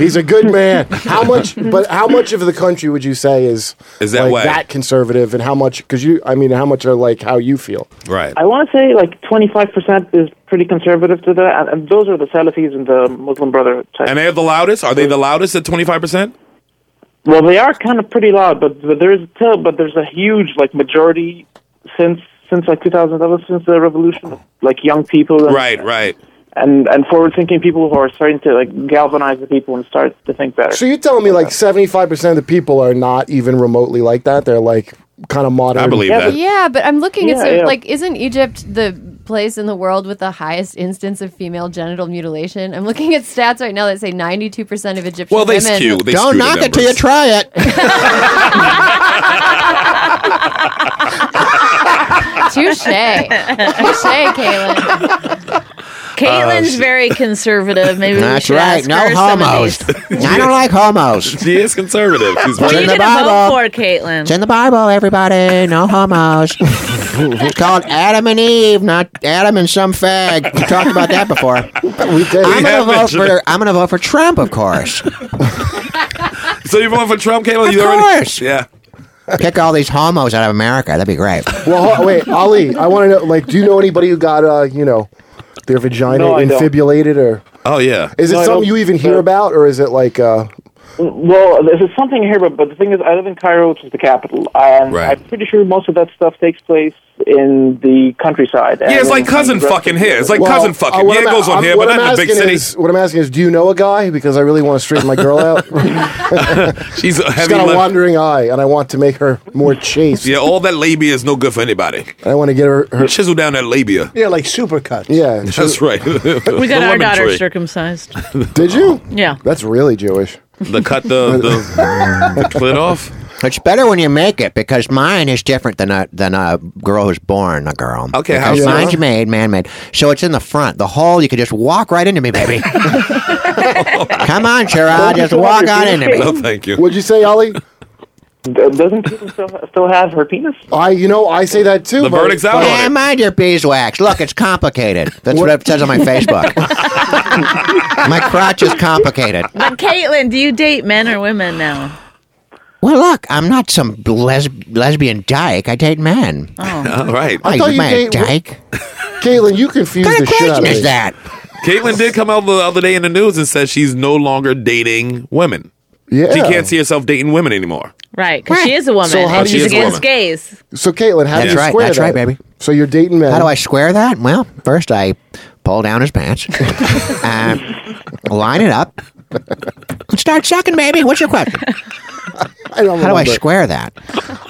Speaker 7: He's a good
Speaker 11: *laughs*
Speaker 7: man. How much? But how much of the country would you say is
Speaker 5: Is that
Speaker 7: like
Speaker 5: way?
Speaker 7: that conservative, and how much? Because you, I mean, how much are like how you feel?
Speaker 5: Right.
Speaker 11: I want to say like 25% is pretty conservative to that, and, and those are the Salafis and the Muslim Brotherhood type.
Speaker 5: And they are the loudest. Are they the loudest at twenty five percent?
Speaker 11: Well, they are kind of pretty loud, but, but there is still, but there's a huge like majority since since like 2011, since the revolution, like young people, and,
Speaker 5: Right, right.
Speaker 11: and and forward-thinking people who are starting to like galvanize the people and start to think better.
Speaker 7: So you're telling me like 75 percent of the people are not even remotely like that? They're like kind of modern.
Speaker 9: Yeah, but I'm looking at
Speaker 7: Yeah,
Speaker 9: some,
Speaker 7: yeah.
Speaker 9: like, isn't Egypt the place in the world with the highest instance of female genital mutilation? I'm looking at stats right now that say 92 percent of Egyptian
Speaker 13: Well, they
Speaker 9: women.
Speaker 13: skew- they Don't skew the knock it till you numbers. try it.
Speaker 9: *laughs* Touche. Touche, Caitlin.
Speaker 3: Caitlin's
Speaker 13: she-
Speaker 3: very conservative. Maybe we
Speaker 13: That's
Speaker 3: should
Speaker 13: right.
Speaker 3: ask
Speaker 13: No
Speaker 3: her some of
Speaker 13: homos. *laughs*
Speaker 3: these.
Speaker 13: I don't like homos.
Speaker 5: She is conservative. She's
Speaker 3: What are
Speaker 13: in
Speaker 3: you
Speaker 13: the
Speaker 3: going to vote
Speaker 13: Bible.
Speaker 3: for, Caitlin?
Speaker 13: It's in the Bible, everybody. No homos. it's called Adam and Eve, not Adam and some fag. We talked about that before.
Speaker 7: we did.
Speaker 13: I'm
Speaker 5: We
Speaker 13: gonna
Speaker 5: have
Speaker 13: vote
Speaker 5: mentioned
Speaker 13: for. I'm gonna vote for Trump, of course.
Speaker 5: So you're voting for Trump, Caitlin? You
Speaker 13: Of
Speaker 5: already?
Speaker 13: course.
Speaker 5: Yeah.
Speaker 13: Kick all these homos out of America. That'd be great.
Speaker 7: Well, ho- Oh, wait, Ali, I want to know. Like, do you know anybody who got uh, you know, their vagina
Speaker 11: No, I don't.
Speaker 7: infibulated or?
Speaker 5: Oh yeah.
Speaker 7: Is it
Speaker 11: No, I
Speaker 7: something
Speaker 11: don't-
Speaker 7: you even hear about, or is it like? Uh,
Speaker 11: Well, there's something here, but, but the thing is, I live in Cairo, which is the capital, and
Speaker 5: Right.
Speaker 11: I'm pretty sure most of that stuff takes place in the countryside.
Speaker 5: Yeah,
Speaker 11: and
Speaker 5: it's like
Speaker 11: in-
Speaker 5: cousin
Speaker 11: and the rest
Speaker 5: fucking
Speaker 11: of the-
Speaker 5: here. It's like
Speaker 7: Well,
Speaker 5: cousin
Speaker 7: uh,
Speaker 5: fucking.
Speaker 7: what
Speaker 5: Yeah, it
Speaker 7: I'm-
Speaker 5: goes on
Speaker 7: I'm-
Speaker 5: here,
Speaker 7: what
Speaker 5: but
Speaker 7: I'm
Speaker 5: not in the big
Speaker 7: asking
Speaker 5: cities.
Speaker 7: is- what I'm asking is, do you know a guy? Because I really want to straighten my girl out.
Speaker 5: *laughs* She's a
Speaker 7: She's
Speaker 5: heavy.
Speaker 7: got a
Speaker 5: lip.
Speaker 7: wandering eye, and I want to make her more chaste.
Speaker 5: Yeah, all that labia is no good for anybody.
Speaker 7: I want to get her. her
Speaker 5: Chisel down that labia.
Speaker 2: Yeah, like supercuts.
Speaker 7: Yeah,
Speaker 5: That's right.
Speaker 3: We got
Speaker 5: The
Speaker 3: our
Speaker 5: lemon
Speaker 3: daughter
Speaker 5: tree.
Speaker 3: circumcised.
Speaker 7: Did you?
Speaker 3: Yeah.
Speaker 7: That's really Jewish.
Speaker 5: The cut
Speaker 2: *laughs*
Speaker 5: the, the, the clit off.
Speaker 13: It's better when you make it because mine is different than a than a girl who's born a girl.
Speaker 5: Okay,
Speaker 13: because
Speaker 5: how's
Speaker 13: mine's
Speaker 5: that?
Speaker 13: made, man made. So it's in the front. The hole you could just walk right into me,
Speaker 5: *laughs*
Speaker 13: baby. Come on, Sherrod, just walk on into me.
Speaker 5: No, thank you.
Speaker 7: What'd you say, Ollie?
Speaker 11: Doesn't Caitlin still, still have her penis?
Speaker 7: I, you know, I say that too.
Speaker 5: The
Speaker 7: but-
Speaker 5: verdict's out
Speaker 7: but-
Speaker 5: on
Speaker 13: Yeah, mind your beeswax. Look, it's complicated. That's what, it says
Speaker 5: *laughs*
Speaker 13: on my Facebook. *laughs* my crotch is complicated.
Speaker 3: But Caitlin, do you date men or women now?
Speaker 13: Well, look, I'm not some les- lesbian dyke. I date men. *laughs*
Speaker 3: Oh.
Speaker 5: All right.
Speaker 13: I
Speaker 7: thought you
Speaker 13: man,
Speaker 7: date-
Speaker 13: dyke.
Speaker 7: Caitlin, you confused
Speaker 13: What kind
Speaker 7: the
Speaker 13: of
Speaker 7: shit out
Speaker 13: question
Speaker 7: of me.
Speaker 13: is that?
Speaker 5: Caitlyn did come out the other day in the news and said she's no longer dating women.
Speaker 7: Yeah.
Speaker 5: She can't see herself dating women anymore.
Speaker 3: Right, because she is a woman.
Speaker 7: So how
Speaker 3: and
Speaker 7: do
Speaker 3: she's
Speaker 5: you-
Speaker 3: against
Speaker 5: She is a woman.
Speaker 3: gays.
Speaker 7: So, Caitlin, how do
Speaker 13: That's
Speaker 7: you
Speaker 13: right,
Speaker 7: square
Speaker 13: that's
Speaker 7: that?
Speaker 13: right, baby.
Speaker 7: So you're dating men.
Speaker 13: How do I square that? Well, first I pull down his
Speaker 7: *laughs*
Speaker 13: pants, uh, line it up, and start sucking, baby. What's your question?
Speaker 7: I don't
Speaker 13: How do I
Speaker 7: remember.
Speaker 13: square that?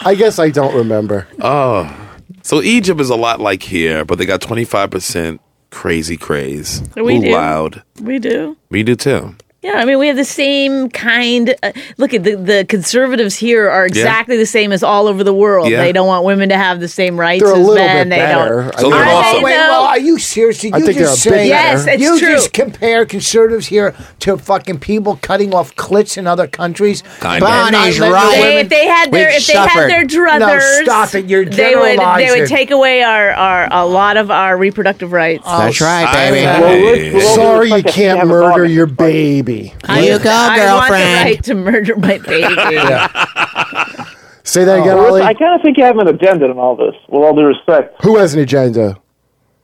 Speaker 7: I guess I don't remember.
Speaker 2: Oh.
Speaker 5: So Egypt is a lot like here, but they got 25% crazy craze.
Speaker 3: We
Speaker 5: Ooh,
Speaker 3: do.
Speaker 5: loud.
Speaker 3: We do.
Speaker 5: We do too.
Speaker 3: Yeah, I mean, we have the same kind. Uh, look at the, the conservatives here are exactly the same as all over the world.
Speaker 5: Yeah.
Speaker 3: They don't want women to have the same rights
Speaker 7: They're a
Speaker 3: as
Speaker 7: little
Speaker 3: men.
Speaker 7: bit
Speaker 3: they
Speaker 7: better.
Speaker 3: don't.
Speaker 5: So they're
Speaker 3: Are
Speaker 5: awesome.
Speaker 3: they,
Speaker 2: Wait,
Speaker 3: though?
Speaker 2: well, are you seriously?
Speaker 7: I
Speaker 2: You
Speaker 7: think
Speaker 2: just
Speaker 7: they're a bit
Speaker 2: say
Speaker 3: Yes, better. it's
Speaker 2: you
Speaker 3: true.
Speaker 2: just compare conservatives here to fucking people cutting off clits in other countries.
Speaker 5: Kind of.
Speaker 2: And not
Speaker 13: Bonnie's
Speaker 2: letting
Speaker 13: right.
Speaker 2: the
Speaker 3: They,
Speaker 2: women-
Speaker 3: if they had their
Speaker 13: We've
Speaker 3: if they had
Speaker 13: suffered.
Speaker 3: their druthers,
Speaker 2: stop it. You're
Speaker 3: they would they
Speaker 2: generalizing.
Speaker 3: would take away our, our a lot of our reproductive rights.
Speaker 7: Oh,
Speaker 13: That's right,
Speaker 5: Oh, I-
Speaker 13: baby.
Speaker 5: Well,
Speaker 7: Well, we're-
Speaker 5: Hey.
Speaker 7: we're sorry you
Speaker 11: Like a-
Speaker 7: can't
Speaker 11: have a
Speaker 7: murder
Speaker 11: daughter.
Speaker 7: your baby.
Speaker 3: I,
Speaker 13: you go,
Speaker 3: I want the
Speaker 13: girlfriend.
Speaker 3: right to murder my baby.
Speaker 7: Say that again, Ollie.
Speaker 11: Oh, I kind of think you have an agenda in all this, with all due respect.
Speaker 7: Who has an agenda?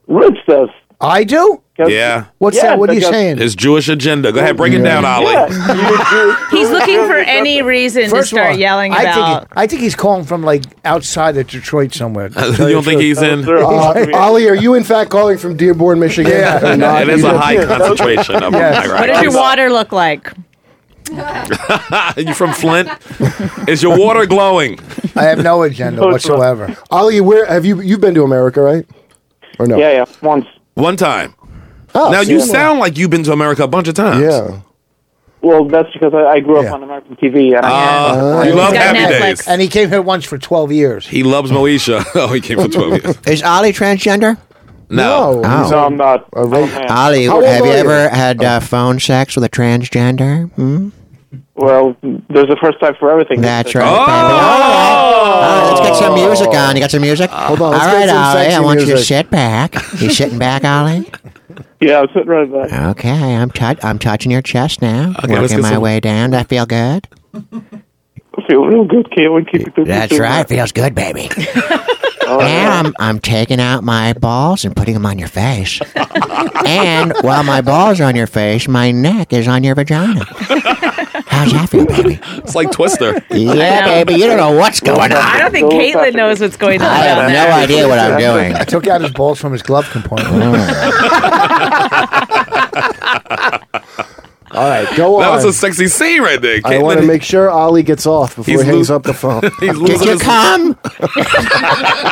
Speaker 11: Rich does.
Speaker 2: I do.
Speaker 11: 'cause-
Speaker 5: Yeah.
Speaker 2: What's
Speaker 11: Yeah,
Speaker 2: that? What are you
Speaker 11: because-
Speaker 2: saying?
Speaker 5: His Jewish agenda. Go ahead, break it down, Ollie.
Speaker 11: Yeah. You- you-
Speaker 3: He's looking for any reason
Speaker 2: First
Speaker 3: to
Speaker 2: of all,
Speaker 3: start yelling
Speaker 2: I
Speaker 3: about.
Speaker 2: Think he- I think he's calling from like outside of Detroit somewhere.
Speaker 5: *laughs* you don't think he's in?
Speaker 11: Sir,
Speaker 7: Uh, Ollie, are you in fact calling from Dearborn, Michigan?
Speaker 2: Yeah.
Speaker 7: Or not?
Speaker 5: It is a
Speaker 7: You-
Speaker 5: high concentration of
Speaker 2: Yes.
Speaker 5: them.
Speaker 3: What does your water look like?
Speaker 5: *laughs* you from Flint? Is your water glowing?
Speaker 2: I have no
Speaker 3: *laughs*
Speaker 2: agenda whatsoever.
Speaker 7: Ollie, where have you? You've been to America, right? Or no?
Speaker 11: yeah, yeah, once.
Speaker 5: One time.
Speaker 7: Oh,
Speaker 5: now, you
Speaker 7: so-
Speaker 5: sound like you've been to America a bunch of times.
Speaker 7: Yeah.
Speaker 11: Well, that's because I, I grew up
Speaker 2: Yeah.
Speaker 11: on American TV. And I,
Speaker 5: Uh, you love
Speaker 3: got
Speaker 5: happy
Speaker 3: Netflix.
Speaker 5: days.
Speaker 2: And he came here once for 12 years.
Speaker 5: He loves Moesha. *laughs* oh, he came for
Speaker 12: *laughs*
Speaker 5: 12 years.
Speaker 13: Is Ollie transgender?
Speaker 5: No.
Speaker 7: Oh,
Speaker 12: Oh.
Speaker 7: No, he's
Speaker 11: no,
Speaker 7: a-
Speaker 11: I'm not.
Speaker 7: a
Speaker 11: I'm a
Speaker 7: rape-
Speaker 11: man.
Speaker 13: Ollie,
Speaker 7: How old
Speaker 13: have
Speaker 7: are
Speaker 13: you
Speaker 7: you?
Speaker 13: ever had uh, phone sex with a transgender? Hmm?
Speaker 11: Well, there's a first time for everything.
Speaker 3: Oh!
Speaker 13: That's
Speaker 11: They say.
Speaker 13: right,
Speaker 5: Oh!
Speaker 12: right, let's get some music on. You got some music? Hold
Speaker 7: on, let's
Speaker 12: All
Speaker 7: get
Speaker 12: right,
Speaker 7: some
Speaker 12: Ollie. I
Speaker 7: sexy
Speaker 12: want you to
Speaker 7: music.
Speaker 12: sit back. You sitting
Speaker 7: *laughs*
Speaker 12: back, Ollie?
Speaker 11: Yeah, I'm sitting right back.
Speaker 12: Okay, I'm tou- I'm touching your chest now.
Speaker 11: Okay, let's
Speaker 12: working
Speaker 11: get
Speaker 12: my
Speaker 11: some-
Speaker 12: way down. Does that feel good?
Speaker 11: I feel real good, Caitlin. Keep it
Speaker 12: That's right. Feels good, baby.
Speaker 7: Oh,
Speaker 12: now I'm I'm taking out my balls and putting them on your face. and while my balls are on your face, my neck is on your vagina. How's that feel, baby?
Speaker 5: It's like Twister.
Speaker 12: *laughs* Yeah, baby. You don't know what's going on.
Speaker 3: I don't think Caitlin knows what's going on.
Speaker 12: I have
Speaker 3: down
Speaker 12: no
Speaker 3: there.
Speaker 12: idea what I'm doing. Oh.
Speaker 2: I took out his balls from his glove compartment.
Speaker 7: All right, go on.
Speaker 5: That was a sexy scene right there.
Speaker 7: I want to
Speaker 5: Caitlin.
Speaker 7: make sure Ollie gets off before
Speaker 5: He's
Speaker 7: he hangs
Speaker 5: lo-
Speaker 7: up the phone.
Speaker 5: *laughs* He's
Speaker 7: Did
Speaker 5: losing
Speaker 7: you
Speaker 5: his-
Speaker 12: come?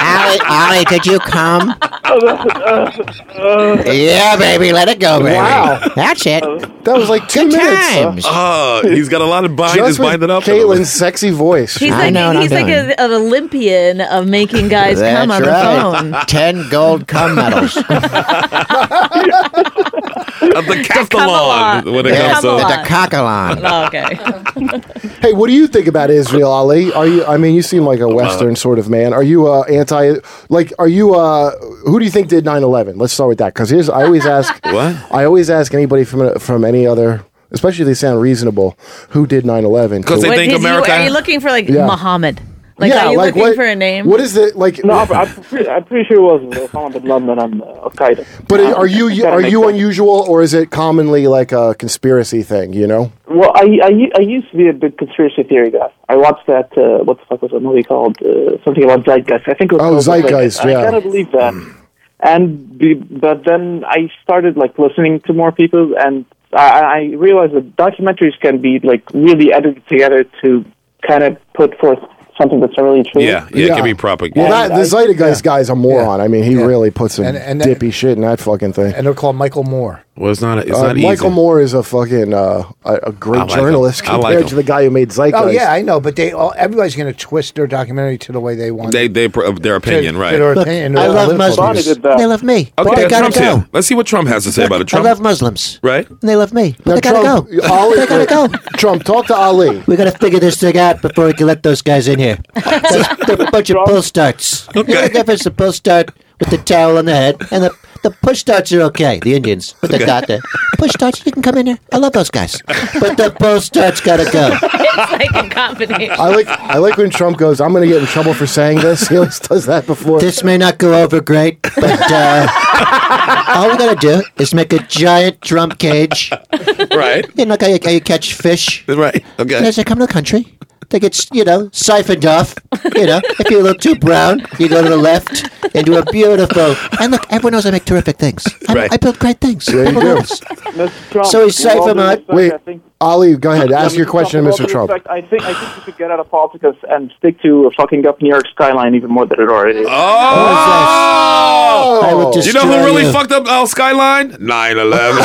Speaker 12: Ollie, Ollie, did you come? yeah, baby, let it go, baby.
Speaker 7: Wow.
Speaker 12: That's it.
Speaker 7: That was like two minutes.
Speaker 12: times.
Speaker 5: Oh, he's got a lot of bind.
Speaker 7: Just
Speaker 5: Just
Speaker 7: with
Speaker 5: bind it up.
Speaker 7: Caitlin's sexy voice.
Speaker 3: He's like, he's like a, an Olympian of making guys come on the phone.
Speaker 12: Ten gold cum medals.
Speaker 5: Of the
Speaker 3: Castellan.
Speaker 5: When it
Speaker 12: Yes,
Speaker 5: comes up.
Speaker 12: the cockalon.
Speaker 3: Oh, okay.
Speaker 7: *laughs*
Speaker 5: *laughs*
Speaker 7: Hey, what do you think about Israel, Ali? Are you? I mean, you seem like a Western sort of man. Are you uh, anti? Like, are you? Uh, who do you think did 9-11? Let's start with that because here's. I always ask.
Speaker 5: what?
Speaker 7: I always ask anybody from from any other, especially if they sound reasonable, who did 9-11?
Speaker 5: Because
Speaker 3: What did you- are you looking for like
Speaker 7: Yeah.
Speaker 3: Muhammad? Like,
Speaker 7: Yeah,
Speaker 3: are you
Speaker 7: like,
Speaker 3: looking
Speaker 7: what-
Speaker 3: for a name?
Speaker 7: What is it like?
Speaker 11: No, I'm, I'm, pretty, I'm pretty sure it uh, wasn't Osama bin Laden and uh, Al Qaeda.
Speaker 7: But are you
Speaker 11: Gotta
Speaker 7: are
Speaker 3: *laughs*
Speaker 11: make
Speaker 7: you
Speaker 11: sense.
Speaker 7: unusual, or is it commonly like a conspiracy thing? You know,
Speaker 11: Well, I, I u- I used to be a big conspiracy theory guy. I watched that uh, what the fuck was that movie called? Uh, something about zeitgeist. I think it was
Speaker 7: Oh,
Speaker 11: called
Speaker 7: Zeitgeist, yeah.
Speaker 11: I kind of believe that. And be, but then I started like listening to more people, and I, I realized that documentaries can be like really edited together to kind of put forth something that's really true.
Speaker 5: Yeah, yeah, it can be propaganda.
Speaker 7: well, that, the Zeitgeist guy's a moron. I mean, he really puts some
Speaker 2: And- and that-
Speaker 7: dippy shit in that fucking thing.
Speaker 2: and they're called Michael Moore.
Speaker 5: well, it's not. It's
Speaker 7: Uh,
Speaker 5: not
Speaker 7: Michael
Speaker 5: easy.
Speaker 7: Moore is a fucking uh, a, a
Speaker 5: I
Speaker 7: great
Speaker 5: like him.
Speaker 7: journalist
Speaker 5: I like
Speaker 7: compared
Speaker 5: him.
Speaker 7: to the guy who made Zeitgeist.
Speaker 2: Oh yeah, I know, but they all, everybody's going to twist their documentary to the way they want.
Speaker 5: They, they, pr- their opinion, right?
Speaker 2: their opinion, their I love political Muslims. views.
Speaker 12: They love me. but
Speaker 5: Okay,
Speaker 12: they
Speaker 5: that's
Speaker 12: gotta
Speaker 5: Trump's
Speaker 12: go.
Speaker 5: here. Let's see what Trump has to say about it. Trump,
Speaker 12: I love Muslims.
Speaker 5: right?
Speaker 12: And they love me. But
Speaker 7: Now,
Speaker 12: they gotta
Speaker 7: Trump,
Speaker 12: go.
Speaker 7: Ali-
Speaker 12: they gotta go.
Speaker 7: Trump, talk to Ali.
Speaker 12: We gotta figure this thing out before we can let those guys in here. They're they're a bunch of pull starts. The only difference is a pull start with the towel on the head, and the, the push starts are okay. The Indians with the
Speaker 6: Okay.
Speaker 12: dot there. Push starts, you can come in here. I love those guys. But the pull starts gotta go.
Speaker 3: it's like a combination.
Speaker 7: *laughs* I like I like when Trump goes, I'm going to get in trouble for saying this. He always *laughs* does that before.
Speaker 12: This may not go over great, but uh, *laughs* all we're gonna do is make a giant drum cage.
Speaker 5: *laughs* Right.
Speaker 12: You know, how you, how you catch fish.
Speaker 5: Right.
Speaker 12: And
Speaker 5: Okay.
Speaker 12: as they come to the country, they get you know siphoned off. You know, if you look too brown, you go to the left into a beautiful. And look, everyone knows I make terrific things. I,
Speaker 7: Right.
Speaker 12: I build great things.
Speaker 7: Yeah, you
Speaker 12: Everyone
Speaker 11: *laughs*
Speaker 7: do.
Speaker 12: knows.
Speaker 11: Mr. Trump,
Speaker 12: So he's
Speaker 11: with all
Speaker 12: safe
Speaker 11: due
Speaker 12: or not?
Speaker 11: respect,
Speaker 7: Wait,
Speaker 11: I think
Speaker 7: Ali, go ahead. Ask
Speaker 11: Yeah,
Speaker 7: your question to Mr.
Speaker 11: Trump, with all
Speaker 7: Trump.
Speaker 11: due respect, I think I think you should get out of politics and stick to fucking up New York skyline even more than it already is.
Speaker 5: Oh!
Speaker 12: I will
Speaker 5: You know who
Speaker 12: destroy
Speaker 5: really
Speaker 12: you.
Speaker 5: fucked up our skyline?
Speaker 12: *laughs*
Speaker 5: 9-11.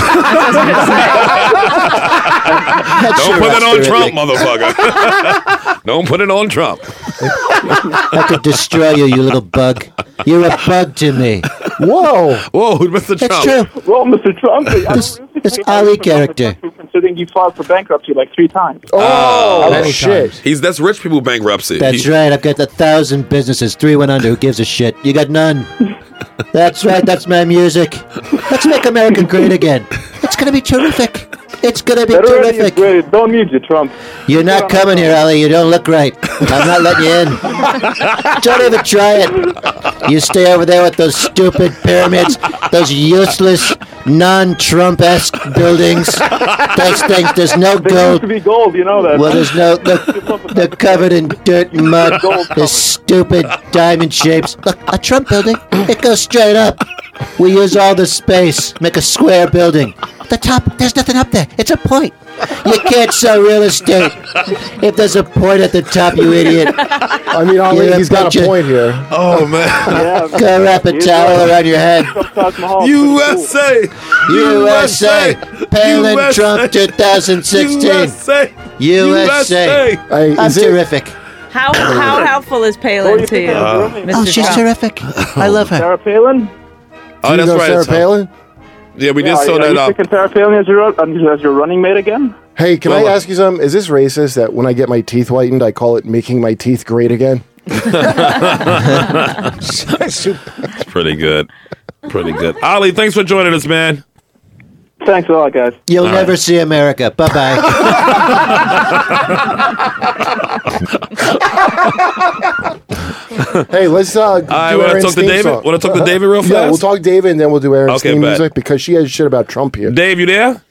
Speaker 5: Don't put it on Trump, motherfucker. *laughs* Don't put it on Trump.
Speaker 12: I could destroy you, you little bug. You're a bug to me.
Speaker 7: Whoa!
Speaker 5: Whoa, Mr.
Speaker 12: That's
Speaker 5: Trump.
Speaker 12: true.
Speaker 11: Well, Mr.
Speaker 7: *laughs*
Speaker 11: Trump, I
Speaker 12: This,
Speaker 11: don't
Speaker 12: this Ali character.
Speaker 11: really- considering you filed for bankruptcy like three times.
Speaker 5: Oh,
Speaker 7: Oh, shit.
Speaker 5: He's that's rich people bankruptcy. *laughs*
Speaker 12: That's
Speaker 5: He-
Speaker 12: right. I've got a thousand businesses. Three went under. Who gives a shit? You got none. That's right. That's my music. Let's make America great again. It's gonna be terrific. It's gonna be
Speaker 11: That already is
Speaker 12: terrific.
Speaker 11: great. Don't need you, Trump.
Speaker 12: You're not coming here, Ali. You don't look right. I'm not letting you in. Don't even try it. You stay over there with those stupid pyramids, those useless, non-Trump-esque buildings. Those things. There's no
Speaker 11: There used
Speaker 12: gold.
Speaker 11: to be gold, you know that.
Speaker 12: Well, there's no. Look, they're covered in dirt and mud. There's stupid diamond shapes. Look, a Trump building, it goes straight up. We use all the space, make a square building. The top, there's nothing up there. It's a point. You can't sell real estate if there's a point at the top, you idiot.
Speaker 7: I mean, Ali,
Speaker 12: You're a
Speaker 7: he's got
Speaker 12: bunch
Speaker 7: a
Speaker 12: of-
Speaker 7: point here.
Speaker 5: Oh man.
Speaker 16: *laughs*
Speaker 12: Go wrap a towel around your head.
Speaker 5: USA.
Speaker 12: USA, Palin
Speaker 5: USA.
Speaker 12: Trump 2016.
Speaker 5: USA.
Speaker 12: USA.
Speaker 7: Hey,
Speaker 12: I'm
Speaker 7: is it-
Speaker 12: terrific.
Speaker 3: How how helpful is Palin to you, Mr.
Speaker 12: Oh, she's
Speaker 3: Trump?
Speaker 12: terrific. I love her.
Speaker 11: Sarah Palin?
Speaker 5: Oh,
Speaker 7: you
Speaker 5: that's
Speaker 7: know
Speaker 5: right.
Speaker 7: Sarah
Speaker 5: so-
Speaker 7: Palin?
Speaker 5: Yeah, we
Speaker 11: Yeah,
Speaker 5: just saw
Speaker 11: are
Speaker 5: that uh,
Speaker 11: you
Speaker 5: up.
Speaker 11: picking Sarah Palin as your, um, as your running mate again?
Speaker 7: Hey, can
Speaker 5: Well,
Speaker 7: I
Speaker 2: *laughs*
Speaker 5: uh,
Speaker 7: ask you something? Is this racist that when I get my teeth whitened, I call it making my teeth great again? *laughs*
Speaker 5: it's pretty good. Pretty good. Ollie, thanks for joining us, man.
Speaker 11: Thanks a lot, guys.
Speaker 5: You'll All never right.
Speaker 12: see America. Bye
Speaker 7: *laughs*
Speaker 12: bye.
Speaker 9: *laughs*
Speaker 7: hey, let's uh, do
Speaker 5: right, wanna
Speaker 7: Erin's
Speaker 5: talk to
Speaker 7: theme
Speaker 5: David?
Speaker 7: song.
Speaker 5: Wanna talk to David real
Speaker 7: Yeah,
Speaker 5: fast?
Speaker 7: we'll talk David and then we'll do Aaron's
Speaker 5: Okay,
Speaker 7: theme
Speaker 5: bet.
Speaker 7: music because she has shit about Trump here.
Speaker 5: Dave, you there?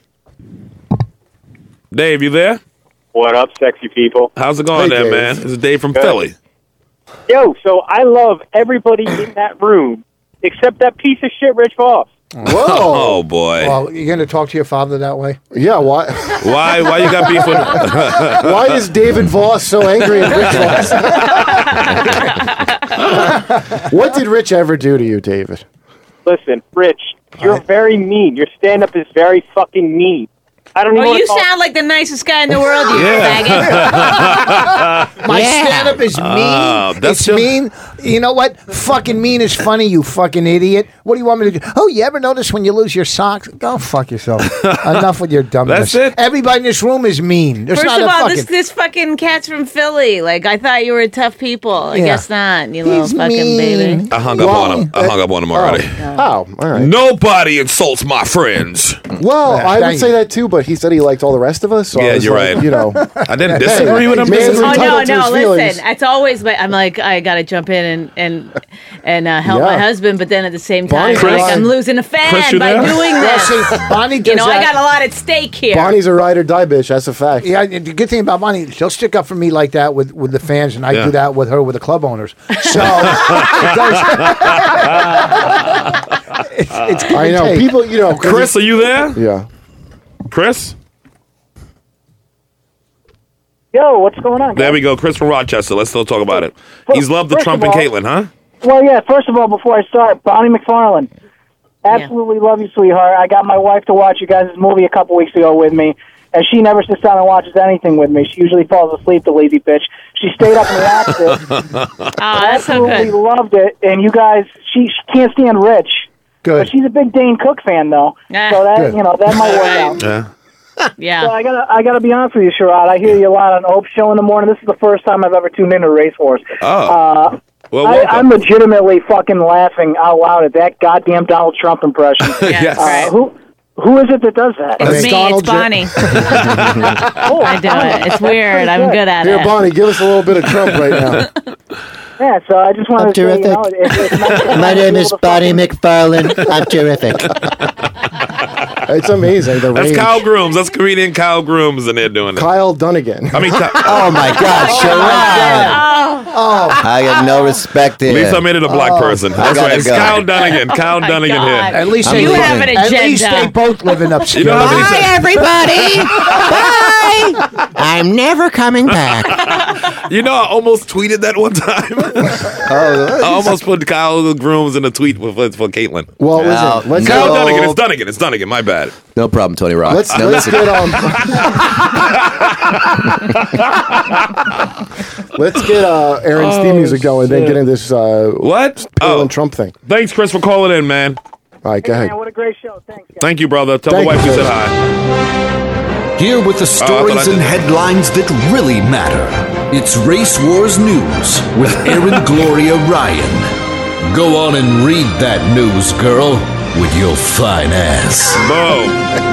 Speaker 5: Dave, you there?
Speaker 16: What up, sexy people?
Speaker 5: How's it going
Speaker 16: Hey,
Speaker 5: there,
Speaker 16: Dave.
Speaker 5: man? This is Dave from
Speaker 16: Good.
Speaker 5: Philly.
Speaker 16: Yo, so I love everybody in that room except that piece of shit, Rich Voss.
Speaker 5: *laughs* Oh boy.
Speaker 2: Well, you're going to talk to your father that way?
Speaker 7: Yeah, why?
Speaker 5: Why why you got
Speaker 7: *laughs*
Speaker 5: beef with *laughs*
Speaker 7: Why is David Voss so angry
Speaker 3: *laughs*
Speaker 7: at Rich Voss? what did Rich ever do to you, David?
Speaker 16: Listen, Rich, you're very mean. Your stand up is very fucking mean. I don't even
Speaker 3: Well,
Speaker 16: wanna
Speaker 3: you
Speaker 16: call-
Speaker 3: sound like the nicest guy in the world, you faggot.
Speaker 2: *laughs* My stand up is mean.
Speaker 5: Oh, that's
Speaker 2: it's
Speaker 5: just-
Speaker 2: mean. You know what? Fucking mean is funny, you fucking idiot. What do you want me to do? Oh, you ever notice when you lose your socks? Go fuck yourself. Enough with your dumbness.
Speaker 5: That's it.
Speaker 2: Everybody in this room is mean. There's
Speaker 3: First
Speaker 2: not
Speaker 3: of
Speaker 2: a
Speaker 3: all,
Speaker 2: fucking.
Speaker 3: this this fucking cat's from Philly. Like I thought you were tough people. I
Speaker 2: Yeah.
Speaker 3: guess not. You little
Speaker 2: He's
Speaker 3: fucking
Speaker 2: mean.
Speaker 3: baby.
Speaker 5: I hung up on him. I hung up on him already.
Speaker 7: Oh, all right.
Speaker 5: Nobody insults my friends.
Speaker 7: Well,
Speaker 5: Yeah,
Speaker 7: I
Speaker 5: dang.
Speaker 7: would say that too, but he said he liked all the rest of us. So I
Speaker 5: yeah,
Speaker 7: was
Speaker 5: you're
Speaker 7: like,
Speaker 5: right.
Speaker 7: You know,
Speaker 5: I didn't
Speaker 7: Hey,
Speaker 5: disagree with him.
Speaker 7: man's
Speaker 5: man.
Speaker 3: Oh no,
Speaker 7: entitled to
Speaker 3: no!
Speaker 7: his feelings.
Speaker 3: Listen, it's always. My, I'm like, I gotta jump in and and and uh, help my
Speaker 2: Yeah.
Speaker 3: husband, but then at the same time,
Speaker 2: Bonnie's
Speaker 3: like,
Speaker 2: right.
Speaker 3: I'm losing a fan
Speaker 2: Chris, you
Speaker 3: by
Speaker 2: there?
Speaker 3: doing this.
Speaker 2: Well, see, Bonnie
Speaker 3: you
Speaker 2: does
Speaker 3: know, I
Speaker 2: that.
Speaker 3: got a lot at stake here.
Speaker 7: Bonnie's a ride or die bitch. That's a fact.
Speaker 2: Yeah, and the good thing about Bonnie, she'll stick up for me like that with, with the fans, and I
Speaker 7: Yeah.
Speaker 2: do that with her with the club owners. So *laughs* it
Speaker 5: *laughs*
Speaker 2: does- it's, it's give
Speaker 7: I
Speaker 2: and
Speaker 7: know
Speaker 2: take.
Speaker 7: people. You know,
Speaker 5: Chris, are you there?
Speaker 7: Yeah.
Speaker 5: Chris?
Speaker 16: Yo, what's going on?
Speaker 5: There we go. Chris from Rochester. Let's still talk about it. He's loved the
Speaker 16: First
Speaker 5: Trump
Speaker 16: of
Speaker 5: and
Speaker 16: all-
Speaker 5: Caitlin, huh?
Speaker 16: Well, yeah, first of all, before I start, Bonnie McFarlane. Absolutely love you, sweetheart. I got my wife to watch you guys' movie a couple weeks ago with me, and she never sits down and watches anything with me. She usually falls asleep, the lazy bitch. She stayed up and *laughs* watched it.
Speaker 3: Oh, that's so
Speaker 16: Absolutely loved it, and you guys, she, she can't stand Rich.
Speaker 2: Good.
Speaker 16: But she's a big Dane Cook fan, though. so that
Speaker 2: Good.
Speaker 16: you know that might work out.
Speaker 9: *laughs*
Speaker 5: Yeah.
Speaker 3: Yeah.
Speaker 16: So I gotta, I gotta be honest with you, Sherrod. I hear you a lot on Hope Show in the morning. This is the first time I've ever tuned into Racehorse.
Speaker 5: Oh.
Speaker 16: Uh,
Speaker 5: Well,
Speaker 16: I,
Speaker 5: welcome.
Speaker 16: I'm legitimately fucking laughing out loud at that goddamn Donald Trump impression.
Speaker 5: Yes.
Speaker 16: Uh, who, who is it that does that?
Speaker 3: It's me.
Speaker 9: *laughs*
Speaker 3: it's Bonnie.
Speaker 9: Oh,
Speaker 3: I
Speaker 16: *laughs*
Speaker 3: do it. It's weird. I'm good at
Speaker 7: Here,
Speaker 3: it.
Speaker 7: Bonnie, give us a little bit of Trump right now.
Speaker 16: Yeah, so I just wanted
Speaker 12: I'm
Speaker 16: to say, you
Speaker 12: terrific.
Speaker 16: know, it-
Speaker 12: *laughs*
Speaker 16: it-
Speaker 12: My name is Bonnie McFarlane. I'm terrific.
Speaker 7: *laughs* It's amazing. The
Speaker 5: That's
Speaker 7: range.
Speaker 5: Kyle Grooms. That's comedian Kyle Grooms in there doing it.
Speaker 7: Kyle Dunnigan. *laughs*
Speaker 5: I mean, Ky-
Speaker 7: oh
Speaker 12: my
Speaker 5: *laughs*
Speaker 12: God,
Speaker 3: Oh,
Speaker 12: I have no respect Oh. there.
Speaker 5: At least I made it a
Speaker 7: Oh.
Speaker 5: black person.
Speaker 12: I
Speaker 5: That's
Speaker 12: gotta
Speaker 5: right. It's
Speaker 12: go.
Speaker 5: Kyle Dunnigan. Kyle Dunnigan
Speaker 2: *laughs*
Speaker 5: here.
Speaker 2: At least
Speaker 5: I'm
Speaker 2: they,
Speaker 5: leaving.
Speaker 2: At least they both
Speaker 12: *laughs*
Speaker 2: live in upstate.
Speaker 5: You know how many
Speaker 12: Bye,
Speaker 5: times-
Speaker 12: everybody.
Speaker 17: *laughs*
Speaker 12: Bye. I'm never coming back.
Speaker 5: *laughs* You know, I almost tweeted that one time.
Speaker 7: oh,
Speaker 12: Oh,
Speaker 5: I almost put Kyle Grooms in a tweet with, with- for Caitlin.
Speaker 7: Well, listen,
Speaker 5: Kyle,
Speaker 7: let's
Speaker 5: Kyle
Speaker 7: go-
Speaker 5: Dunnigan. It's Dunnigan. It's Dunnigan. My bad.
Speaker 17: No problem, Tony Rock.
Speaker 7: Let's,
Speaker 17: Now
Speaker 7: let's
Speaker 17: listen.
Speaker 7: get um. let's get uh, Aaron's theme
Speaker 5: Oh,
Speaker 7: music going, then
Speaker 5: shit.
Speaker 7: get into this uh,
Speaker 5: what Oh.
Speaker 7: Palin Trump thing. *laughs*
Speaker 5: Thanks, Chris, for calling in, man.
Speaker 7: All right, go ahead.
Speaker 16: what a great show. Thanks.
Speaker 5: Thank you, brother. Tell
Speaker 1: Thank
Speaker 5: the wife
Speaker 1: you,
Speaker 5: we said
Speaker 1: Chris.
Speaker 5: hi.
Speaker 1: Here with the
Speaker 5: Oh, I thought I
Speaker 1: stories
Speaker 5: did
Speaker 1: and
Speaker 5: that.
Speaker 1: headlines that really matter. It's Race Wars News with
Speaker 5: *laughs*
Speaker 1: Erin Gloria Ryan. Go on and read that news, girl, with your fine ass.
Speaker 5: Boom.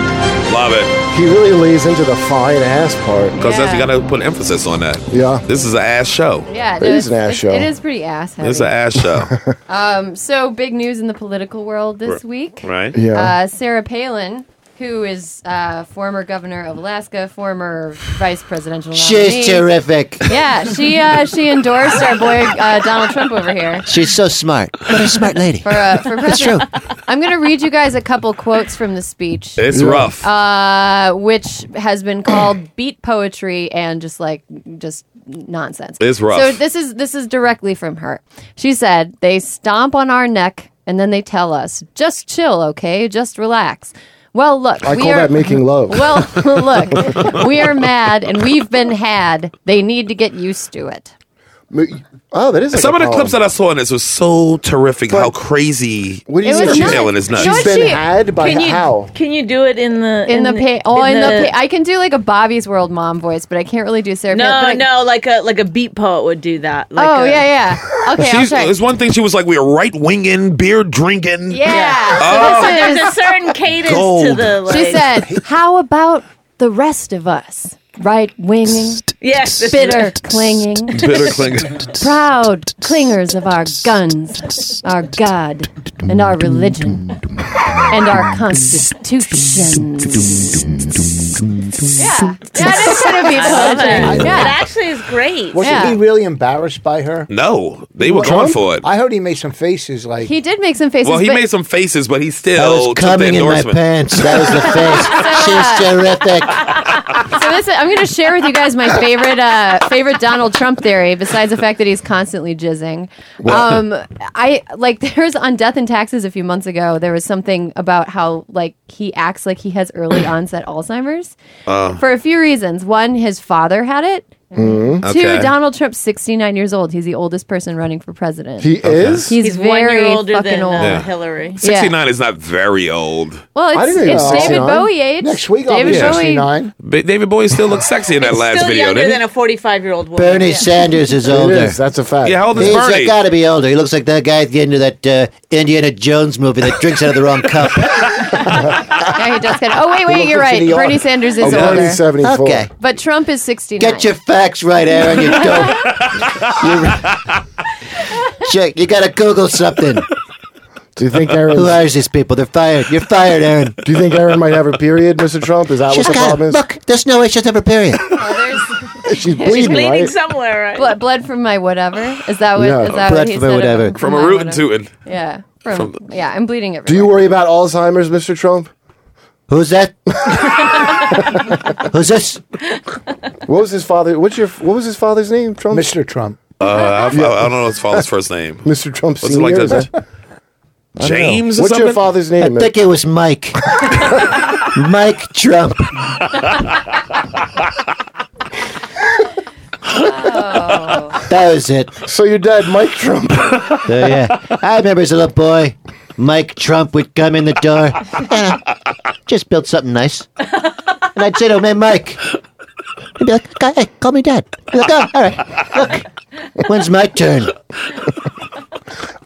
Speaker 5: Love it.
Speaker 7: He really lays into the fine ass part.
Speaker 5: Because that's you got to put emphasis on that.
Speaker 7: Yeah.
Speaker 5: This is an ass show.
Speaker 9: *laughs* Yeah,
Speaker 7: It is an ass show.
Speaker 9: It is pretty ass heavy.
Speaker 5: This is an ass show.
Speaker 7: *laughs*
Speaker 9: Um, so big news in the political world this
Speaker 5: R-
Speaker 9: week.
Speaker 5: right.
Speaker 7: Yeah.
Speaker 9: Uh, Sarah Palin, who is uh, former governor of Alaska, former vice presidential nominee.
Speaker 12: *laughs* She's terrific.
Speaker 9: Yeah, she uh, she endorsed our boy uh, Donald Trump over here.
Speaker 12: She's so smart. What a smart lady.
Speaker 9: For, uh, for
Speaker 12: That's
Speaker 9: president. I'm going to read you guys a couple quotes from the speech.
Speaker 5: It's Yeah. rough.
Speaker 9: Uh, which has been called beat poetry and just like just nonsense.
Speaker 5: It's rough.
Speaker 9: So this is this is directly from her. She said, "They stomp on our neck and then they tell us, just chill, okay? Just relax." Well, look,
Speaker 7: I
Speaker 9: we
Speaker 7: call
Speaker 9: are-
Speaker 7: that making love. *laughs*
Speaker 9: *laughs* Well,
Speaker 17: *laughs*
Speaker 9: Uh, look, we are mad and we've been had. They need to get used to it.
Speaker 7: Oh, that is. Like
Speaker 5: Some
Speaker 7: a
Speaker 5: of the
Speaker 7: column.
Speaker 5: clips that I saw in this was so terrific. how crazy
Speaker 7: What do you It mean? was
Speaker 5: her
Speaker 7: nuts.
Speaker 5: talent is nuts.
Speaker 7: She's been had
Speaker 9: by
Speaker 3: can you,
Speaker 9: how?
Speaker 3: Can you do it in the
Speaker 9: in, the, pa- oh in the,
Speaker 3: the-
Speaker 9: pa- I can do like a Bobby's World mom voice, but I can't really do Sarah.
Speaker 3: no,
Speaker 9: Palin, but I-
Speaker 3: no, like a like a beat poet would do that. Like
Speaker 9: oh
Speaker 3: a, *laughs*
Speaker 9: yeah,
Speaker 7: *laughs*
Speaker 9: yeah. Okay, I'll
Speaker 5: She's,
Speaker 9: try.
Speaker 5: it's one thing she was like, we are right winging, beer drinking.
Speaker 9: Yeah.
Speaker 5: Oh.
Speaker 3: So there's a certain cadence to
Speaker 5: Gold.
Speaker 3: the. Like,
Speaker 9: she said, "How about the rest of us? Right winging,
Speaker 3: Yes.
Speaker 9: bitter clinging,
Speaker 5: Bitter clinging.
Speaker 9: proud clingers of our guns, our God, and our religion, and our constitution." *laughs*
Speaker 2: Yeah,
Speaker 9: that is gonna be
Speaker 3: I love
Speaker 2: poetry.
Speaker 3: it.
Speaker 2: Yeah.
Speaker 3: It actually is great.
Speaker 2: Wasn't he really embarrassed by her?
Speaker 5: No, Oh, they were
Speaker 2: What,
Speaker 5: going
Speaker 2: him?
Speaker 5: for it.
Speaker 2: I heard he made some faces like
Speaker 9: He did make some faces.
Speaker 5: well, he
Speaker 9: but- *laughs*
Speaker 5: made some faces, but he
Speaker 12: I
Speaker 5: still
Speaker 12: was
Speaker 5: took
Speaker 12: coming
Speaker 5: the
Speaker 12: in my
Speaker 5: endorsement.
Speaker 12: pants. That
Speaker 5: *laughs*
Speaker 12: was the face. She's terrific.
Speaker 9: So this, I'm going to share with you guys my favorite uh, favorite Donald Trump theory. Besides the fact that he's constantly jizzing,
Speaker 15: Wow.
Speaker 9: um, I like *laughs* there's on Death and Taxes a few months ago. There was something about how like he acts like he has early onset Alzheimer's
Speaker 4: Oh.
Speaker 15: Uh.
Speaker 9: for a few reasons. One, his father had it.
Speaker 15: Mm.
Speaker 9: Two,
Speaker 15: Okay.
Speaker 9: Donald Trump's 69 years old. He's the oldest person running for president.
Speaker 7: He Okay. is?
Speaker 9: He's,
Speaker 3: He's one year
Speaker 9: very
Speaker 3: older
Speaker 9: fucking
Speaker 3: than, uh,
Speaker 9: old.
Speaker 5: Yeah.
Speaker 3: Hillary.
Speaker 5: 69 is not very old.
Speaker 9: Well,
Speaker 2: I
Speaker 9: it's,
Speaker 2: didn't even
Speaker 9: it's
Speaker 2: know
Speaker 9: David
Speaker 2: 69.
Speaker 9: Bowie age.
Speaker 2: Next week I'll
Speaker 9: David
Speaker 2: be
Speaker 9: Bowie.
Speaker 2: 69.
Speaker 5: But David Bowie still looks sexy in that last
Speaker 3: Still
Speaker 5: video,
Speaker 3: younger
Speaker 5: didn't
Speaker 3: than a 45 year old woman.
Speaker 12: Bernie
Speaker 5: *laughs*
Speaker 12: Sanders is older.
Speaker 7: is, that's a fact.
Speaker 5: Yeah, how old is
Speaker 12: He's
Speaker 5: Bernie?
Speaker 12: got to be older. He looks like that guy at the end of that uh, Indiana Jones movie that drinks out of the wrong cup.
Speaker 9: *laughs* Yeah, he does kind of. Oh wait,
Speaker 12: He
Speaker 9: wait,
Speaker 12: looked into
Speaker 9: you're right.
Speaker 12: the
Speaker 9: Bernie
Speaker 12: eye.
Speaker 9: Sanders is
Speaker 12: Oh,
Speaker 9: older.
Speaker 12: Bernie's 74. Okay.
Speaker 9: but Trump is 69.
Speaker 12: Get your facts right, Aaron. You dope. you Check. You got to Google something.
Speaker 7: Do you think Aaron?
Speaker 12: Who hires these people? They're fired. You're fired, Aaron.
Speaker 7: Do you think Aaron might have a period, Mr. Trump? Is that
Speaker 12: She's
Speaker 7: what the
Speaker 12: got-
Speaker 7: problem is?
Speaker 12: Look, there's no way she'll have a period.
Speaker 7: She's
Speaker 9: bleeding,
Speaker 7: bleeding, right?
Speaker 3: somewhere, right?
Speaker 9: Blood, blood from my whatever. Is that what?
Speaker 7: Yeah.
Speaker 9: is that
Speaker 7: Blood
Speaker 9: what he
Speaker 7: from my
Speaker 9: said
Speaker 7: whatever.
Speaker 9: about-
Speaker 5: From a
Speaker 9: my
Speaker 5: root and
Speaker 9: whatever?
Speaker 5: tootin'.
Speaker 9: Yeah. From, yeah, I'm bleeding it.
Speaker 7: Do you worry about Alzheimer's, Mr. Trump?
Speaker 12: Who's that? Who's this?
Speaker 7: What was his father? What's your? What was his father's name? Trump.
Speaker 2: Mr. Trump.
Speaker 5: Uh, I, I don't know his father's first name.
Speaker 7: Mr. Trump
Speaker 5: What's it like
Speaker 7: Senior,
Speaker 5: that?
Speaker 7: is that- I don't know.
Speaker 5: James or
Speaker 7: What's your
Speaker 5: something?
Speaker 7: father's
Speaker 12: I
Speaker 7: name?
Speaker 12: think it was
Speaker 7: *laughs*
Speaker 12: Mike. Mike Trump. That was it.
Speaker 7: So your dad,
Speaker 12: *laughs*
Speaker 7: Mike Trump.
Speaker 12: yeah. I remember as a little boy, Mike Trump would come in the door. *laughs* "Eh, just build something nice. And I'd say to him, hey, Mike. He'd be like, "Ca- hey, call me dad. He'd be like, oh, all right. Look, when's my turn?
Speaker 7: *laughs*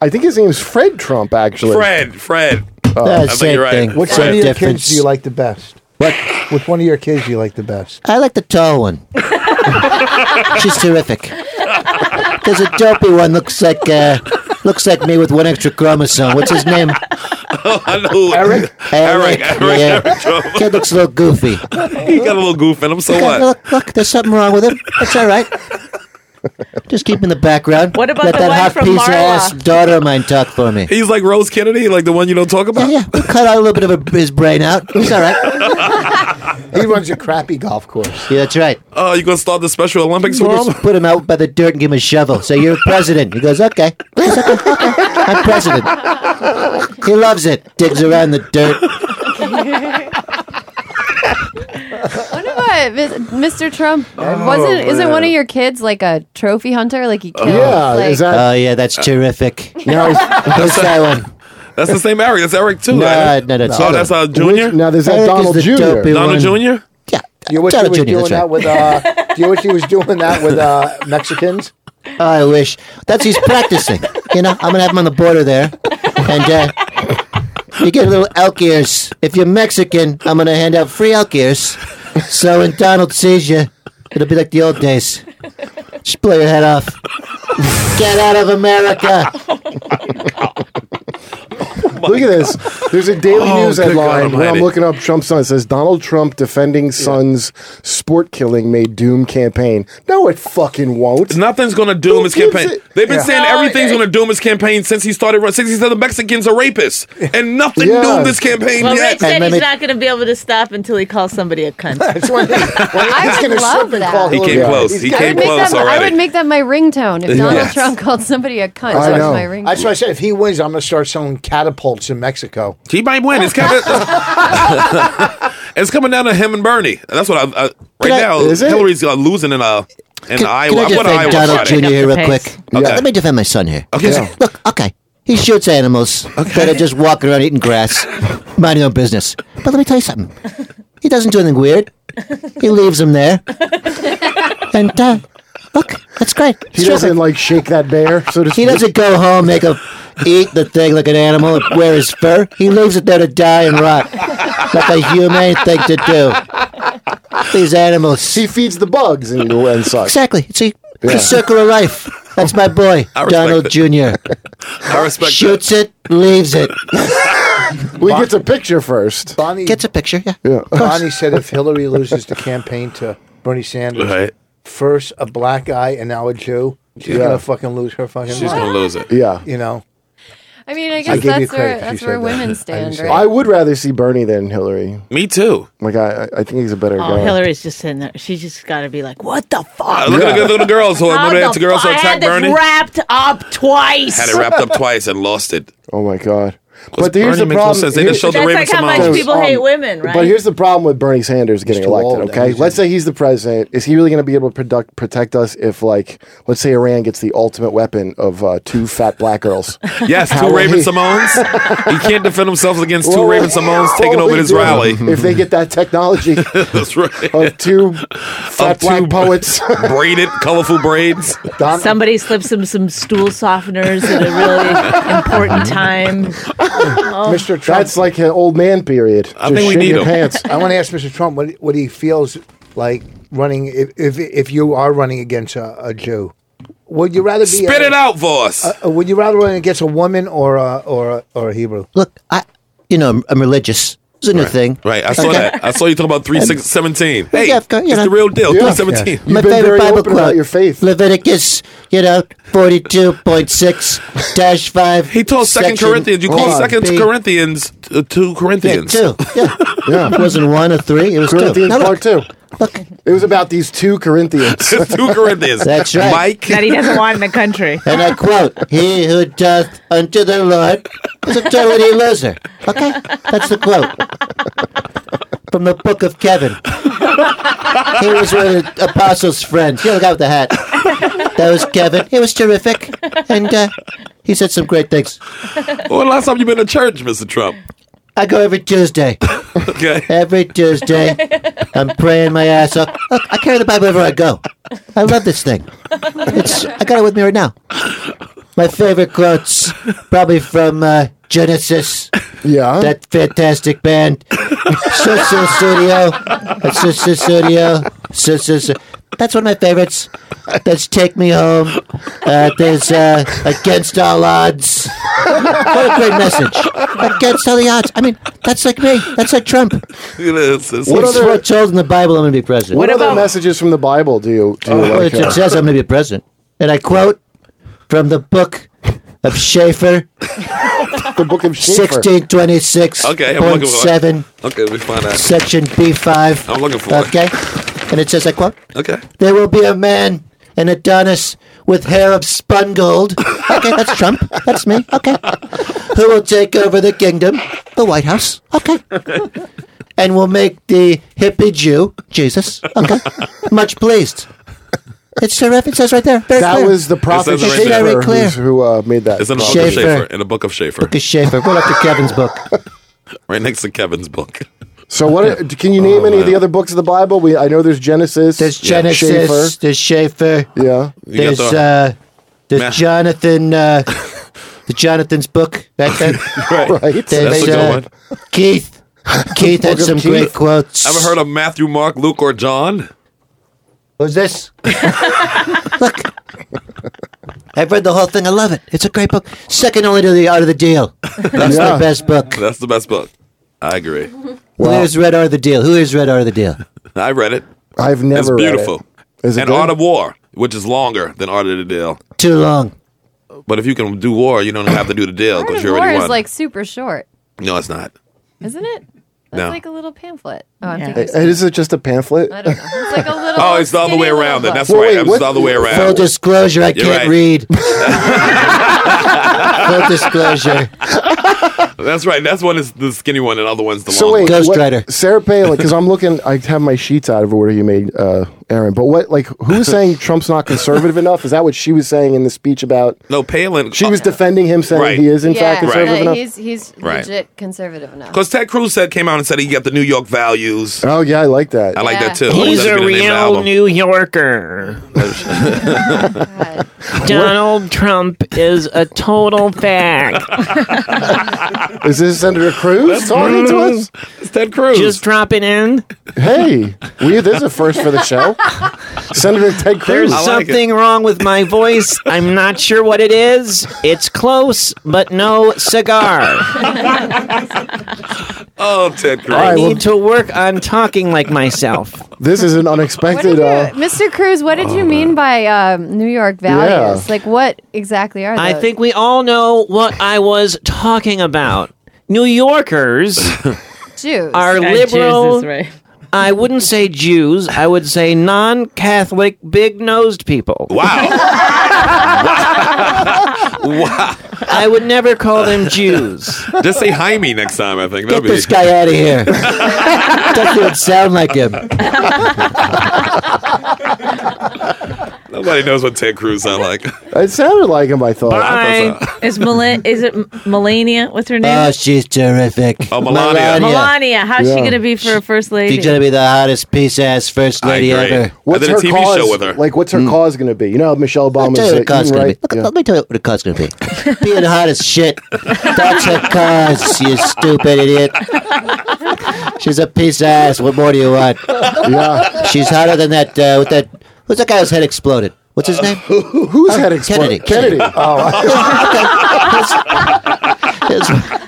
Speaker 7: I think his name's Fred Trump, actually.
Speaker 5: Fred, Fred.
Speaker 12: That's the same thing.
Speaker 2: Which
Speaker 12: Same
Speaker 2: one of your
Speaker 12: difference.
Speaker 2: Oh, kids do you like the best?
Speaker 12: What?
Speaker 2: Which one of your kids do you like the best?
Speaker 12: I like the tall one. She's terrific. There's a dopey one. Looks like uh, looks like me with one extra chromosome. What's his name?
Speaker 5: *laughs* Oh, I know. Eric. Eric. Eric.
Speaker 12: yeah.
Speaker 5: Trump.
Speaker 12: Kid looks a little goofy.
Speaker 5: He got a little goof in him. So
Speaker 12: Look,
Speaker 5: what?
Speaker 12: Look, look, there's something wrong with him. That's all right. Just keep him in the background.
Speaker 5: What about
Speaker 12: Let
Speaker 5: the
Speaker 12: that
Speaker 5: one
Speaker 12: hot
Speaker 5: from
Speaker 12: piece of
Speaker 5: Marla?
Speaker 12: ass daughter of mine talk for me.
Speaker 5: He's like Rose Kennedy, like the one you don't talk about.
Speaker 12: Yeah, we cut out a little bit of his brain out. He's all right.
Speaker 2: He runs a crappy golf course.
Speaker 12: Yeah, that's right.
Speaker 5: Oh, you gonna start the Special Olympics
Speaker 12: We
Speaker 5: for him?
Speaker 12: just put him out by the dirt and give him a shovel. Say you're president. He goes, okay. It's okay. I'm president. He loves it. Digs around the dirt.
Speaker 9: What about Mis- Mr. Trump? Wasn't isn't
Speaker 12: man.
Speaker 9: one of your kids like a trophy hunter? Like he killed. like,
Speaker 12: Oh yeah, that's terrific. No, who's that one?
Speaker 5: That's the same Eric. That's Eric too.
Speaker 12: No,
Speaker 5: right?
Speaker 12: no, that's
Speaker 5: oh,
Speaker 12: Eric.
Speaker 5: that's uh, Junior.
Speaker 7: now there's that Eric is Donald the Jr.. dopey
Speaker 5: Donald
Speaker 7: one.
Speaker 5: Junior.
Speaker 2: You wish he
Speaker 12: Donald
Speaker 2: was
Speaker 12: Jr.,
Speaker 2: doing
Speaker 12: that's
Speaker 2: that
Speaker 12: right.
Speaker 2: with uh, do you wish he was doing that with uh, Mexicans?
Speaker 12: I wish. That's he's practicing. You know, I'm gonna have him on the border there, and uh, you get a little elk ears. If you're Mexican, I'm gonna hand out free elk ears. So when Donald sees you, it'll be like the old days. Just blow your head off. Get out of America.
Speaker 7: Look at this. There's a Daily
Speaker 5: Oh,
Speaker 7: News
Speaker 5: good
Speaker 7: headline
Speaker 5: God
Speaker 7: when I'm
Speaker 5: almighty.
Speaker 7: looking up Trump's son. It says Donald Trump defending son's sport killing may doom campaign. No, it fucking won't.
Speaker 5: Nothing's gonna doom his
Speaker 7: gives
Speaker 5: campaign.
Speaker 7: it-
Speaker 5: They've been
Speaker 7: Yeah.
Speaker 5: saying
Speaker 7: No,
Speaker 5: everything's gonna doom his campaign since he started running. Since he said the Mexicans are rapists, and nothing
Speaker 7: Yeah.
Speaker 5: doomed his campaign
Speaker 3: Well,
Speaker 5: yet.
Speaker 3: Rich said he's not going to be able to stop until he calls somebody a
Speaker 9: *laughs*
Speaker 3: cunt.
Speaker 9: I
Speaker 2: he's
Speaker 9: would
Speaker 2: gonna
Speaker 9: love
Speaker 2: slip and
Speaker 9: that.
Speaker 2: call
Speaker 5: He came
Speaker 2: Hillary.
Speaker 5: close.
Speaker 2: He's
Speaker 5: He
Speaker 2: got-
Speaker 9: I
Speaker 5: came
Speaker 9: would, make
Speaker 5: close
Speaker 9: that, I would
Speaker 5: already.
Speaker 9: make that my ringtone if Donald
Speaker 5: Yes.
Speaker 9: Trump called somebody a cunt.
Speaker 5: I
Speaker 9: That's
Speaker 5: know.
Speaker 9: my ringtone.
Speaker 2: That's why I said if he wins, I'm gonna start selling catapults in Mexico.
Speaker 5: He might win.
Speaker 3: *laughs*
Speaker 5: It's coming. *laughs* it's coming down to him and Bernie. And that's what I. I right
Speaker 12: I-
Speaker 5: now,
Speaker 12: is it?
Speaker 5: Hillary's uh, losing in a And
Speaker 12: Can-
Speaker 5: Iowa,
Speaker 12: can I
Speaker 5: I went to Iowa
Speaker 12: defend Donald
Speaker 5: Friday.
Speaker 12: Jr. here real quick?
Speaker 5: Okay.
Speaker 12: Let me defend my son here.
Speaker 5: Okay.
Speaker 12: Yeah. Look, okay. He shoots animals that are just walking around eating grass, *laughs* minding their own business. But let me tell you something. He doesn't do anything weird. He leaves them there. And uh, look, that's great.
Speaker 7: He doesn't,
Speaker 12: like shake that bear. So he doesn't go home, make a eat the thing like an animal, and wear his fur. He leaves it there to die and rot, like a humane thing to do. These animals. He feeds the bugs and, and such. Exactly. See, it's a
Speaker 7: Yeah.
Speaker 12: circle of life. That's my boy,
Speaker 7: I respect
Speaker 12: Donald
Speaker 7: it.
Speaker 5: *laughs*
Speaker 12: Jr.
Speaker 5: I respect
Speaker 12: Shoots it, leaves
Speaker 2: *laughs*
Speaker 12: it.
Speaker 7: We get a picture first.
Speaker 2: Bonnie
Speaker 12: gets a picture. Yeah.
Speaker 2: *laughs* Bonnie said if Hillary loses the campaign to Bernie Sanders,
Speaker 5: Right.
Speaker 2: first a black guy and now a Jew, she's
Speaker 5: Yeah.
Speaker 2: gonna fucking lose her fucking.
Speaker 5: She's
Speaker 2: mind.
Speaker 5: gonna lose it.
Speaker 7: Yeah.
Speaker 2: you know.
Speaker 9: I mean, I
Speaker 2: I
Speaker 9: guess
Speaker 2: gave you
Speaker 9: that's
Speaker 2: credit
Speaker 9: where
Speaker 2: if you
Speaker 9: that's
Speaker 2: said
Speaker 9: where
Speaker 2: that.
Speaker 9: women
Speaker 2: I
Speaker 9: stand,
Speaker 2: just-
Speaker 9: right?
Speaker 7: I would rather see Bernie than Hillary.
Speaker 5: Me too.
Speaker 7: Like I, I- I think he's a better
Speaker 3: Oh,
Speaker 7: guy.
Speaker 3: Hillary's just sitting there. She's just got to be like, "What the fuck?"
Speaker 5: Uh, look at the good little girls who
Speaker 3: How
Speaker 5: remember
Speaker 3: the
Speaker 5: that girls who
Speaker 3: fu- I
Speaker 5: attacked
Speaker 3: had this
Speaker 5: Bernie.
Speaker 3: wrapped up twice.
Speaker 5: Had it wrapped up twice and lost it.
Speaker 7: Oh my god!
Speaker 5: But here's the problem. Sense. They just showed the
Speaker 3: That's
Speaker 5: Raven
Speaker 3: like how much
Speaker 5: Simone.
Speaker 3: people
Speaker 12: um,
Speaker 3: hate women, right?
Speaker 7: Um, But here's the problem with Bernie Sanders getting
Speaker 5: too
Speaker 7: elected.
Speaker 5: old,
Speaker 7: okay, let's say he's the president. Is he really going to be able to product, protect us if, like, let's say Iran gets the ultimate weapon of uh, two fat black girls?
Speaker 5: Yes,
Speaker 7: How
Speaker 5: two
Speaker 7: will
Speaker 5: Raven
Speaker 7: he-
Speaker 5: Simones. He can't defend himself against two
Speaker 7: Well,
Speaker 5: Raven Simones
Speaker 7: what
Speaker 5: taking
Speaker 7: will
Speaker 5: over
Speaker 7: he
Speaker 5: his
Speaker 7: do
Speaker 5: rally.
Speaker 7: *laughs* If they get that
Speaker 5: *laughs*
Speaker 7: technology
Speaker 5: That's right.
Speaker 7: of two fat black poets,
Speaker 5: *laughs* braided, colorful braids.
Speaker 3: Somebody slips him some stool softeners at a
Speaker 12: *laughs*
Speaker 3: really important time. Oh.
Speaker 7: Mr. Trump. That's like an old man period. Just shit your pants.
Speaker 2: *laughs* I want to ask Mr. Trump what what he feels like running if if, if you are running against a, a Jew. Would you rather be
Speaker 5: Spit
Speaker 2: a-
Speaker 5: it out for
Speaker 7: Uh,
Speaker 5: us.
Speaker 2: a- a- would you rather run against a woman or a or a, or a Hebrew?
Speaker 12: Look, I, you know, I'm, I'm
Speaker 2: *laughs*
Speaker 12: religious. It's a new thing.
Speaker 5: Right, I saw
Speaker 12: Okay.
Speaker 5: that. I saw you talking about three six seventeen. Hey,
Speaker 12: Yeah,
Speaker 5: it's
Speaker 12: I've got- you know.
Speaker 5: the real deal.
Speaker 12: Yeah.
Speaker 5: Three seventeen.
Speaker 12: My favorite Bible quote. Your faith. Leviticus, you know, forty-two point six dash five. He
Speaker 5: Oh, Second Corinthians. You call Second Corinthians uh, two Corinthians.
Speaker 12: Yeah, two. Yeah. yeah. It *laughs* wasn't one or three. It was
Speaker 7: Corinthians
Speaker 12: two. Now,
Speaker 7: part two. It was about these
Speaker 12: *laughs*
Speaker 7: two Corinthians.
Speaker 5: two Corinthians.
Speaker 12: That's right.
Speaker 3: That he
Speaker 5: *laughs*
Speaker 3: doesn't
Speaker 12: *laughs*
Speaker 3: want in the country.
Speaker 12: And I quote, He who doth unto the Lord is a totally loser. Okay? That's the quote. From the book of Kevin. He was one of the apostles' friends. Yeah, the guy with the hat. That was Kevin. He was terrific. And uh, he said some great things.
Speaker 5: When last time you been to church, Mr. Trump?
Speaker 12: I go every Tuesday.
Speaker 5: Okay.
Speaker 12: Every Tuesday, I'm praying my ass off. Look, I carry the Bible everywhere I go. I love this thing. It's, I got it with me right now. My favorite quotes, probably from uh, Genesis.
Speaker 7: Yeah.
Speaker 12: That fantastic band, Sister Studio. Sister Studio. Sister. Stu- That's one of my favorites. That's Take Me Home. Uh, there's uh, Against All Odds. What a great message. Against all the odds. I mean, that's like me. That's like Trump.
Speaker 5: It's, it's,
Speaker 12: What other what told in the Bible I'm going to be president?
Speaker 7: What, other messages from the Bible do you do? You
Speaker 12: Well,
Speaker 7: like,
Speaker 12: Oh, it
Speaker 7: uh,
Speaker 12: just says I'm going to be president, and I quote from the book of Schaefer,
Speaker 7: the book of
Speaker 5: Schaefer.
Speaker 12: sixteen twenty six
Speaker 5: Okay, I'm looking for
Speaker 12: seven,
Speaker 5: Okay, we find out.
Speaker 12: section B five.
Speaker 5: I'm looking for it.
Speaker 12: Okay, and it says I quote.
Speaker 5: Okay.
Speaker 12: There will be a man, an Adonis, with hair of spun gold. Okay, that's Trump. That's me. Okay. Who will take over the kingdom, the White House. Okay.
Speaker 11: *laughs*
Speaker 12: And will make the hippie Jew, Jesus,
Speaker 7: *laughs*
Speaker 12: okay, much pleased. It's terrific. It says right there. Very
Speaker 7: that
Speaker 12: clear.
Speaker 7: was the prophet
Speaker 5: It says it right
Speaker 7: Schaefer
Speaker 5: there.
Speaker 12: Very clear.
Speaker 7: who's- who uh, made that.
Speaker 5: It's in the book
Speaker 12: Schaefer.
Speaker 5: of Schaefer. In the book of Schaefer,
Speaker 12: Book of Schaefer. Right after Kevin's book.
Speaker 5: right next to Kevin's book.
Speaker 7: So what? Can you
Speaker 12: Oh,
Speaker 7: name any of the
Speaker 5: man.
Speaker 7: other books of the Bible? We I know there's Genesis. There's
Speaker 12: Genesis.
Speaker 7: Schaefer.
Speaker 12: There's Schaefer.
Speaker 7: Yeah.
Speaker 5: You got
Speaker 12: There's
Speaker 5: the-
Speaker 12: uh, there's
Speaker 5: Meh.
Speaker 12: Jonathan.
Speaker 5: *laughs*
Speaker 12: Uh, the Jonathan's book. That, that
Speaker 5: Right.
Speaker 12: There's,
Speaker 5: That's a good
Speaker 12: uh,
Speaker 5: one.
Speaker 12: Keith. Keith had some great quotes.
Speaker 5: Ever heard of Matthew, Mark, Luke, or John?
Speaker 12: Who's this? Look, I've read the whole thing. I love it. It's a great book. Second only to the Art of the Deal. That's
Speaker 5: Yeah.
Speaker 12: the best book.
Speaker 5: That's the best book. I agree.
Speaker 12: Who here's read Art of the Deal? Who here's read Art of the Deal?
Speaker 5: I read it.
Speaker 7: I've
Speaker 5: it's
Speaker 7: never read it.
Speaker 5: beautiful.
Speaker 7: Is it
Speaker 5: and
Speaker 7: good?
Speaker 5: Art of War, which is longer than Art of the Deal.
Speaker 12: Too long.
Speaker 5: But if you can do war, you don't have to do the deal because you
Speaker 9: War
Speaker 5: already
Speaker 9: is
Speaker 5: won.
Speaker 9: like super short,
Speaker 5: no, it's not.
Speaker 9: isn't it? That's
Speaker 5: No.
Speaker 9: like a little pamphlet. *laughs* Oh, I'm
Speaker 7: Uh,
Speaker 9: thinking.
Speaker 7: Is it just a pamphlet?
Speaker 9: I don't know. It's like a
Speaker 5: *laughs*
Speaker 9: little.
Speaker 5: Oh, it's the other way around. Then that's
Speaker 7: Well,
Speaker 5: right.
Speaker 7: wait,
Speaker 5: It's
Speaker 7: what-
Speaker 5: the
Speaker 7: *laughs*
Speaker 5: other way around.
Speaker 12: Full disclosure, I
Speaker 5: You're
Speaker 12: can't
Speaker 5: right.
Speaker 12: read. *laughs*
Speaker 5: *laughs*
Speaker 12: Full disclosure.
Speaker 5: That's right. That's one is the skinny one, and the other one's the
Speaker 7: So
Speaker 5: long
Speaker 7: wait,
Speaker 5: one.
Speaker 12: *laughs*
Speaker 7: what- Sarah Palin, because I'm looking. I have my sheets out of where you made uh, Aaron. But what, like,
Speaker 12: *laughs*
Speaker 7: who's saying Trump's not conservative enough? Is that what she was saying in the speech about?
Speaker 5: No, Palin. uh,
Speaker 7: She was defending him, saying
Speaker 5: Right.
Speaker 7: he is in
Speaker 9: yeah,
Speaker 7: fact conservative
Speaker 9: no,
Speaker 7: enough.
Speaker 9: He's he's
Speaker 5: Right.
Speaker 9: legit conservative enough.
Speaker 5: Because Ted Cruz said came out and said he got the New York values.
Speaker 7: Oh yeah, I like that.
Speaker 5: I like that too.
Speaker 17: He's
Speaker 5: That's
Speaker 17: a
Speaker 5: gonna be the name
Speaker 17: real
Speaker 5: of the
Speaker 9: *laughs*
Speaker 17: New Yorker. Donald Trump is a total *laughs* fag.
Speaker 7: Is this Senator Cruz talking to
Speaker 17: *laughs*
Speaker 7: us?
Speaker 5: It's Ted Cruz.
Speaker 17: Mm. Just dropping in.
Speaker 7: Hey, we there's a first for the show. Senator Ted Cruz.
Speaker 17: There's something wrong with my voice. I'm not sure what it is. It's close, but no cigar.
Speaker 5: Oh, Ted Cruz.
Speaker 17: I
Speaker 7: right, well-
Speaker 17: need to work on talking like myself.
Speaker 7: This is an unexpected. Uh,
Speaker 9: Mr. Cruz, what did you mean by um, New York values? Like, what exactly are those?
Speaker 17: I think we all know what I was talking about. New Yorkers
Speaker 9: *laughs* Jews
Speaker 17: are liberal. I wouldn't say Jews. I would say non-Catholic, big-nosed people. *laughs*
Speaker 5: Wow. wow.
Speaker 17: I would never call them Jews.
Speaker 5: Just say Jaime next time, I think.
Speaker 17: Get
Speaker 5: That'd be-
Speaker 17: this guy
Speaker 12: outta here. Doesn't even sound like him.
Speaker 5: Nobody knows what Ted Cruz sound like.
Speaker 9: *laughs*
Speaker 7: *laughs* it sounded like him. I thought.
Speaker 3: Is Mel- is it M- Melania? What's her name?
Speaker 12: Oh, she's terrific. Oh,
Speaker 3: Melania. How's she gonna be for a first lady?
Speaker 12: She's gonna be the hottest piece ass first lady ever.
Speaker 7: What's her cause? Like, what's her cause going to be? You know, how Michelle
Speaker 12: I'll
Speaker 7: Obama's
Speaker 12: Hmm. tell you what the
Speaker 7: like,
Speaker 12: car's
Speaker 7: "Mm,
Speaker 12: gonna
Speaker 7: right?
Speaker 12: be. Look, Let me tell you what the car's gonna be. *laughs* Being hot as shit. That's her cause, you stupid idiot. She's a piece of ass. What more do you want?
Speaker 7: Yeah.
Speaker 12: She's hotter than that. Uh, with that, who's that guy whose head exploded? What's his name?
Speaker 7: *laughs* whose head
Speaker 12: exploded? Kennedy.
Speaker 7: Kennedy.
Speaker 16: Oh,
Speaker 12: *laughs*
Speaker 7: Oh.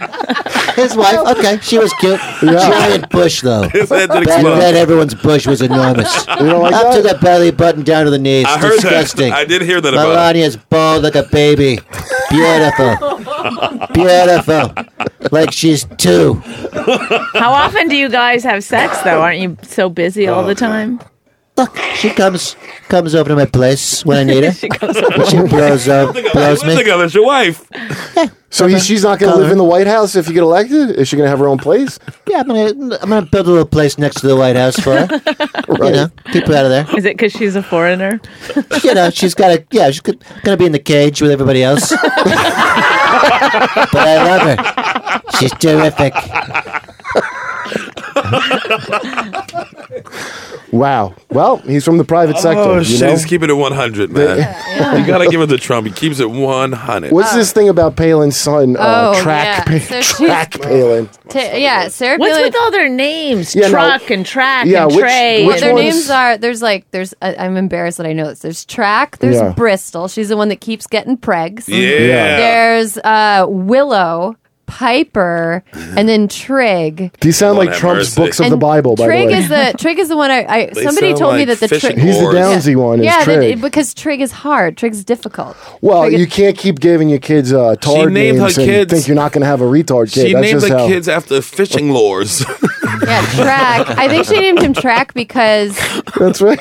Speaker 12: His wife. Okay, she was cute. Giant bush though.
Speaker 5: *laughs* His head
Speaker 12: Back
Speaker 5: did explode.
Speaker 12: then, everyone's bush was enormous.
Speaker 5: *laughs* You don't like
Speaker 12: Up
Speaker 5: that?
Speaker 12: to the belly button, down to the knees.
Speaker 5: I heard
Speaker 12: Disgusting.
Speaker 5: that. I did hear that about it.
Speaker 12: Melania's bald like a baby. Beautiful. Beautiful. Like she's two.
Speaker 3: How often do you guys have sex though? Aren't you so busy all the
Speaker 5: Oh,
Speaker 3: time?
Speaker 12: She comes comes over to my place when I need her. *laughs* she comes over. She blows, uh, blows me.
Speaker 5: together. It's your wife.
Speaker 7: So he, she's not going to live in the White House if you get elected. Is she going to have her own place?
Speaker 12: *laughs* Yeah, I'm gonna I'm gonna build a little place next to the White House for her.
Speaker 9: *laughs*
Speaker 12: You know, keep her out of there.
Speaker 3: Is it because she's a foreigner?
Speaker 12: You know, she's got to yeah, she's go- gonna be in the cage with everybody *laughs* else. but I love her. She's terrific.
Speaker 7: Wow. Well, he's from the private sector.
Speaker 5: Oh,
Speaker 7: you
Speaker 5: shit.
Speaker 7: know?
Speaker 5: He's keeping it 100, man. You got to give it to Trump. He keeps it 100.
Speaker 7: What's this thing about Palin's son? Uh,
Speaker 9: Oh,
Speaker 7: track,
Speaker 9: yeah.
Speaker 7: Pa-
Speaker 9: So she's-
Speaker 7: track Palin.
Speaker 9: Ta- yeah, Sarah.
Speaker 3: What's
Speaker 9: Palin-
Speaker 3: with all their names?
Speaker 7: Yeah, no.
Speaker 3: Truck and track
Speaker 7: Yeah,
Speaker 3: and
Speaker 7: which-
Speaker 3: Trey.
Speaker 9: Well, their names are there's like there's I, I'm embarrassed that I know this. There's Track, there's
Speaker 3: Yeah.
Speaker 9: Bristol. She's the one that keeps getting pregs.
Speaker 3: Yeah. Yeah.
Speaker 9: There's uh, Willow, Piper, and then Trig.
Speaker 7: These sound
Speaker 5: Lord
Speaker 7: like
Speaker 5: have
Speaker 7: Trump's
Speaker 5: mercy.
Speaker 7: books of
Speaker 5: And
Speaker 7: the Bible. By
Speaker 9: Trig
Speaker 7: the way, *laughs*
Speaker 9: is the Trig is the one I, I
Speaker 7: They
Speaker 9: somebody
Speaker 7: sound
Speaker 9: told me
Speaker 7: like
Speaker 9: that the
Speaker 7: fishing
Speaker 9: Trig
Speaker 7: He's the oars. downsy one, is
Speaker 9: Yeah, that-
Speaker 7: Trig.
Speaker 9: it- because Trig is hard. Trig's difficult.
Speaker 7: well,
Speaker 9: Trig is-
Speaker 7: you can't keep giving your kids uh, tard
Speaker 5: named her
Speaker 7: names and
Speaker 5: kids-
Speaker 7: think you're not going to have a retard kid.
Speaker 5: She
Speaker 7: That's
Speaker 5: named
Speaker 7: just
Speaker 5: the
Speaker 7: how.
Speaker 5: kids after fishing lures. *laughs*
Speaker 9: yeah, Track. I think she named him Track because
Speaker 7: That's right.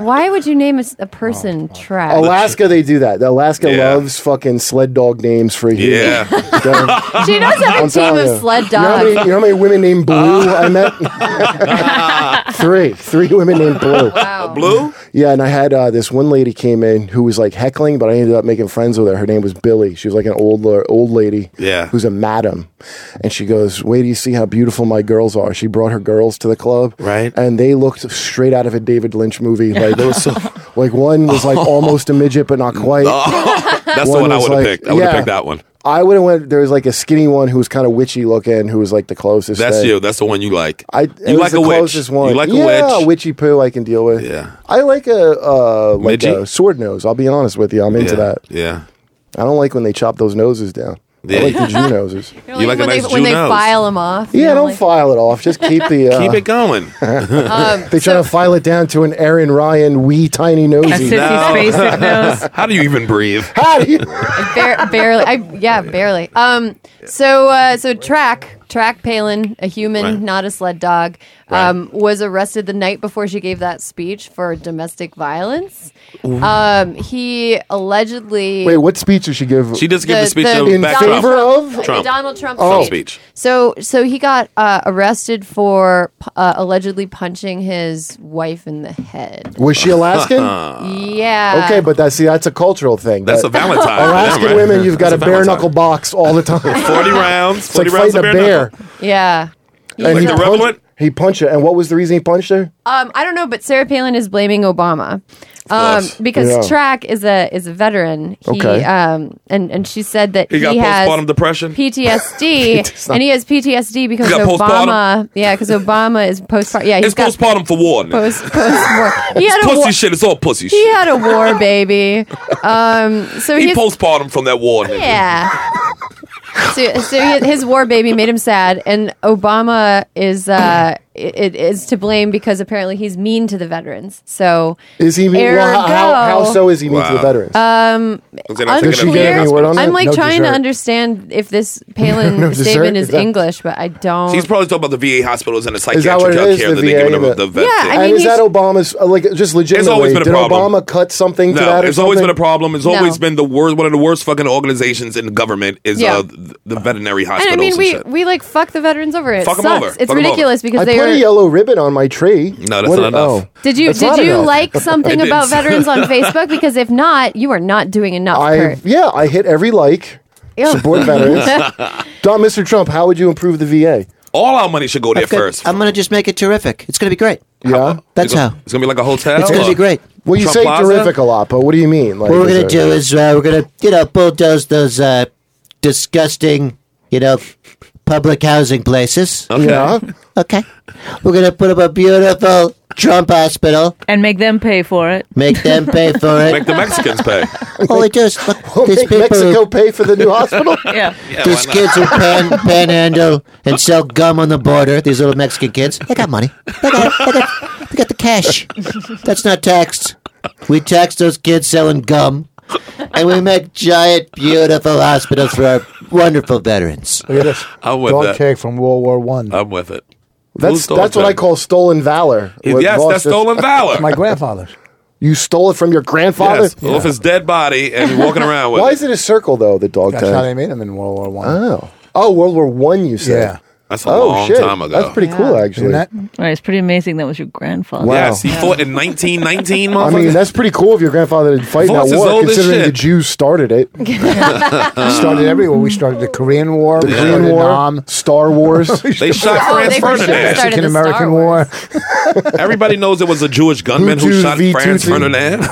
Speaker 9: why would you name a, s- a person Track?
Speaker 7: Alaska, they do that. Alaska loves fucking sled dog names for years.
Speaker 5: Yeah.
Speaker 7: *laughs*
Speaker 9: *laughs* She does have a team of sled
Speaker 7: You know, how
Speaker 9: dogs.
Speaker 7: many, you know how many women named Blue I met?
Speaker 9: *laughs*
Speaker 7: three, three women named Blue.
Speaker 5: Blue?
Speaker 7: Yeah, and I had uh, this one lady came in who was like heckling, but I ended up making friends with her. Her name was Billy. She was like an old la- old lady,
Speaker 5: Yeah.
Speaker 7: who's a madam, and she goes, "Wait, do you see how beautiful my girls are?" She brought her girls to the club, right? And they looked straight out of a David Lynch
Speaker 5: *laughs*
Speaker 7: movie. Like they were so, like one was like almost a midget but not quite.
Speaker 5: *laughs* Oh. *laughs* That's the one I
Speaker 7: was,
Speaker 5: would have
Speaker 7: like-
Speaker 5: picked. I would have
Speaker 7: yeah.
Speaker 5: picked that one.
Speaker 7: I would have went. There was like a skinny one who was kind of witchy looking, who was like the closest.
Speaker 5: That's
Speaker 7: thing.
Speaker 5: you. That's the one you like.
Speaker 7: I it
Speaker 5: you
Speaker 7: was
Speaker 5: like
Speaker 7: the
Speaker 5: a witch.
Speaker 7: closest one.
Speaker 5: You like
Speaker 7: yeah,
Speaker 5: a witch.
Speaker 7: witchy poo I can deal with.
Speaker 5: Yeah.
Speaker 7: I like a uh, like
Speaker 5: Midget?
Speaker 7: a sword nose. I'll be honest with you, I'm into
Speaker 5: yeah.
Speaker 7: that.
Speaker 5: Yeah.
Speaker 7: I don't like when they chop those noses down.
Speaker 5: Yeah.
Speaker 7: I like the Jew noses.
Speaker 9: You know, when they, when they file them off.
Speaker 7: Yeah, don't
Speaker 5: *laughs*
Speaker 7: file it off. Just keep the
Speaker 9: *laughs*
Speaker 7: uh,
Speaker 5: Keep it going.
Speaker 7: *laughs* they try to file it down to an Aaron Ryan wee tiny nosy. *laughs*
Speaker 5: *laughs* How do you even breathe?
Speaker 7: How do you?
Speaker 9: Bar- barely. I yeah, barely. Um. So uh, so track Track Palin, a human,
Speaker 15: Right.
Speaker 9: not a sled dog, um, was arrested the night before she gave that speech for domestic violence.
Speaker 7: Ooh.
Speaker 9: Um, he allegedly
Speaker 7: Wait, what speech did she give?
Speaker 5: She just gave a speech to
Speaker 7: in
Speaker 5: back
Speaker 7: favor
Speaker 5: Trump.
Speaker 7: of
Speaker 5: Trump.
Speaker 9: Donald Trump
Speaker 7: Oh.
Speaker 5: speech.
Speaker 9: So, so he got uh, arrested for uh, allegedly punching his wife in the head.
Speaker 7: Was she
Speaker 5: *laughs*
Speaker 7: Alaskan?
Speaker 9: Yeah.
Speaker 7: okay, but that's see, that's a cultural thing.
Speaker 5: That's
Speaker 7: That-
Speaker 5: a Valentine for them,
Speaker 7: Alaskan
Speaker 5: right?
Speaker 7: women, you've got
Speaker 5: That's
Speaker 7: a
Speaker 5: a
Speaker 7: bare knuckle box all the time.
Speaker 5: *laughs* Forty rounds.
Speaker 7: It's like
Speaker 5: Forty rounds of
Speaker 7: fighting a
Speaker 5: bare
Speaker 7: bear.
Speaker 5: knuckle.
Speaker 9: Yeah.
Speaker 5: Like the
Speaker 7: punched-
Speaker 5: Revenant?
Speaker 7: he punched her. And what was the reason he punched her?
Speaker 9: Um, I don't know, but Sarah Palin is blaming Obama um,
Speaker 7: course.
Speaker 9: because
Speaker 7: Yeah.
Speaker 9: Track is a is a veteran. He,
Speaker 5: Okay.
Speaker 9: Um, and and she said that
Speaker 5: He
Speaker 9: he,
Speaker 5: got
Speaker 9: has
Speaker 5: postpartum depression. *laughs*
Speaker 9: PTSD, and he has PTSD because
Speaker 5: got
Speaker 9: Obama. Yeah, because Obama is postpartum. Yeah, he's
Speaker 5: It's
Speaker 9: got
Speaker 5: postpartum for war. nigga.
Speaker 9: post
Speaker 5: *laughs*
Speaker 9: post-war. He
Speaker 5: It's
Speaker 9: had a
Speaker 5: pussy
Speaker 9: war.
Speaker 5: shit. It's all pussy
Speaker 9: He
Speaker 5: shit.
Speaker 9: had a
Speaker 5: *laughs*
Speaker 9: war baby. Um, so
Speaker 5: he
Speaker 9: he's
Speaker 5: postpartum from that war. nigga.
Speaker 9: yeah. So, so hi- his war baby made him sad, and Obama is uh, it, is to blame because apparently he's mean to the veterans. So
Speaker 7: Is he mean? Well, how, how, how
Speaker 9: ergo-
Speaker 7: so is he mean to the
Speaker 5: Wow.
Speaker 7: veterans?
Speaker 9: Um,
Speaker 5: Was he not
Speaker 7: Does
Speaker 5: taking
Speaker 7: she
Speaker 5: a
Speaker 7: get
Speaker 5: nap?
Speaker 7: any word on
Speaker 9: I'm
Speaker 7: that?
Speaker 9: like
Speaker 7: No
Speaker 9: trying to
Speaker 7: dessert.
Speaker 9: understand
Speaker 7: *laughs*
Speaker 9: if this Palin
Speaker 7: No dessert?
Speaker 9: statement
Speaker 7: Is
Speaker 9: is
Speaker 7: that-
Speaker 9: English, but I don't.
Speaker 5: She's probably talking about the VA hospitals and the
Speaker 7: Is that what
Speaker 5: psychiatric
Speaker 7: it
Speaker 5: health
Speaker 7: is?
Speaker 5: care
Speaker 7: The
Speaker 5: that they give
Speaker 7: VA?
Speaker 5: them
Speaker 7: The,
Speaker 5: the vet.
Speaker 9: I mean,
Speaker 7: and is
Speaker 9: he's-
Speaker 7: that Obama's uh, like just legitimately?
Speaker 5: been a
Speaker 7: did
Speaker 5: problem.
Speaker 7: Obama cut something to
Speaker 5: No,
Speaker 7: that? Or
Speaker 5: it's always been a
Speaker 7: something?
Speaker 5: problem. It's
Speaker 9: No.
Speaker 5: always been the worst, one of the worst fucking organizations in the government is
Speaker 9: Yeah.
Speaker 5: uh, th- the veterinary
Speaker 9: and
Speaker 5: hospitals
Speaker 9: I
Speaker 5: and,
Speaker 9: mean, we
Speaker 5: shit.
Speaker 9: we like fuck the veterans over it. It
Speaker 5: Fuck 'em
Speaker 9: sucks.
Speaker 5: over.
Speaker 9: It's
Speaker 5: Fuck 'em
Speaker 9: ridiculous because
Speaker 7: I
Speaker 9: they
Speaker 7: put
Speaker 9: are.
Speaker 7: a yellow ribbon on my tree. oh.
Speaker 5: No, that's not enough.
Speaker 9: Did you
Speaker 7: That's
Speaker 9: did
Speaker 7: not
Speaker 9: you
Speaker 7: enough.
Speaker 5: *laughs*
Speaker 7: *laughs*
Speaker 9: like
Speaker 7: I
Speaker 9: something
Speaker 7: didn't.
Speaker 9: about
Speaker 7: *laughs*
Speaker 9: veterans on Facebook? Because if not, you are not doing enough.
Speaker 7: I
Speaker 9: Kurt.
Speaker 7: yeah, I hit every like.
Speaker 9: Ew.
Speaker 7: Support
Speaker 9: *laughs*
Speaker 7: veterans. Don, Mr. Trump, how would you improve the VA?
Speaker 5: All our money should go there first. uh,
Speaker 12: I'm gonna just make it terrific. It's gonna be great.
Speaker 7: Yeah,
Speaker 12: that's
Speaker 5: it's
Speaker 12: how.
Speaker 5: Gonna, it's gonna be like a hotel.
Speaker 12: It's gonna
Speaker 5: or
Speaker 12: be great.
Speaker 7: Well, you
Speaker 5: uh,
Speaker 7: say
Speaker 5: Trump Plaza?
Speaker 7: terrific a lot, but what do you mean? Like,
Speaker 12: what we're gonna
Speaker 7: it-
Speaker 12: do is uh, we're gonna you know bulldoze those uh, disgusting you know public housing places.
Speaker 5: Okay. Yeah.
Speaker 12: *laughs* Okay. We're gonna put up a beautiful Trump hospital.
Speaker 3: And make them pay for it.
Speaker 12: Make them pay for it. *laughs*
Speaker 5: Make the Mexicans pay.
Speaker 12: All we do is look.
Speaker 7: We'll
Speaker 12: these
Speaker 7: make
Speaker 12: people
Speaker 7: Mexico pay for the
Speaker 2: *laughs*
Speaker 7: new hospital.
Speaker 3: yeah.
Speaker 5: Yeah,
Speaker 12: These
Speaker 5: why not?
Speaker 12: kids who pan,
Speaker 5: *laughs*
Speaker 12: panhandle and sell gum on the border, these little Mexican kids, they got money. They got, they got, they got the cash. That's not taxed. We tax those kids selling gum, and we make giant, beautiful hospitals for our wonderful veterans.
Speaker 2: Look at this.
Speaker 5: I'm with
Speaker 2: dog
Speaker 5: that.
Speaker 2: cake from World War One.
Speaker 5: I'm with it. Who
Speaker 7: That's
Speaker 5: stole
Speaker 7: that's what
Speaker 5: that?
Speaker 7: I call stolen valor. What
Speaker 5: yes,
Speaker 7: Voss
Speaker 5: that's
Speaker 7: just-
Speaker 5: stolen valor.
Speaker 2: My grandfather's.
Speaker 7: You stole it from your grandfather.
Speaker 5: Yes, off his dead body and you're walking around with
Speaker 7: Why
Speaker 5: it.
Speaker 7: is it a circle though? The dog
Speaker 2: That's
Speaker 7: tag.
Speaker 2: how they made him in World War One.
Speaker 7: Oh, oh, World War One. You said.
Speaker 2: Yeah.
Speaker 5: That's a
Speaker 7: oh
Speaker 5: long
Speaker 7: shit.
Speaker 5: time ago.
Speaker 7: That's pretty cool, actually.
Speaker 2: Isn't that-
Speaker 3: Right, it's pretty amazing that was your grandfather.
Speaker 9: Oh.
Speaker 5: Yes, he fought in 1919.
Speaker 7: I mean,
Speaker 5: motherfucker.
Speaker 7: that's pretty cool if your grandfather didn't fight in that
Speaker 5: Voss is
Speaker 7: war,
Speaker 5: old as
Speaker 7: considering
Speaker 5: shit.
Speaker 7: the Jews started it.
Speaker 2: started everywhere. We started the Korean War, the
Speaker 7: Korean War, Star Wars.
Speaker 2: *laughs*
Speaker 5: They shot
Speaker 9: Oh,
Speaker 5: Franz
Speaker 9: they for sure
Speaker 5: Ferdinand.
Speaker 9: started
Speaker 2: Mexican
Speaker 9: the Star
Speaker 2: American
Speaker 9: Wars.
Speaker 2: War.
Speaker 5: *laughs* Everybody knows it was a Jewish gunman who
Speaker 7: Hutus,
Speaker 5: shot
Speaker 7: Vitusi.
Speaker 5: Franz Ferdinand.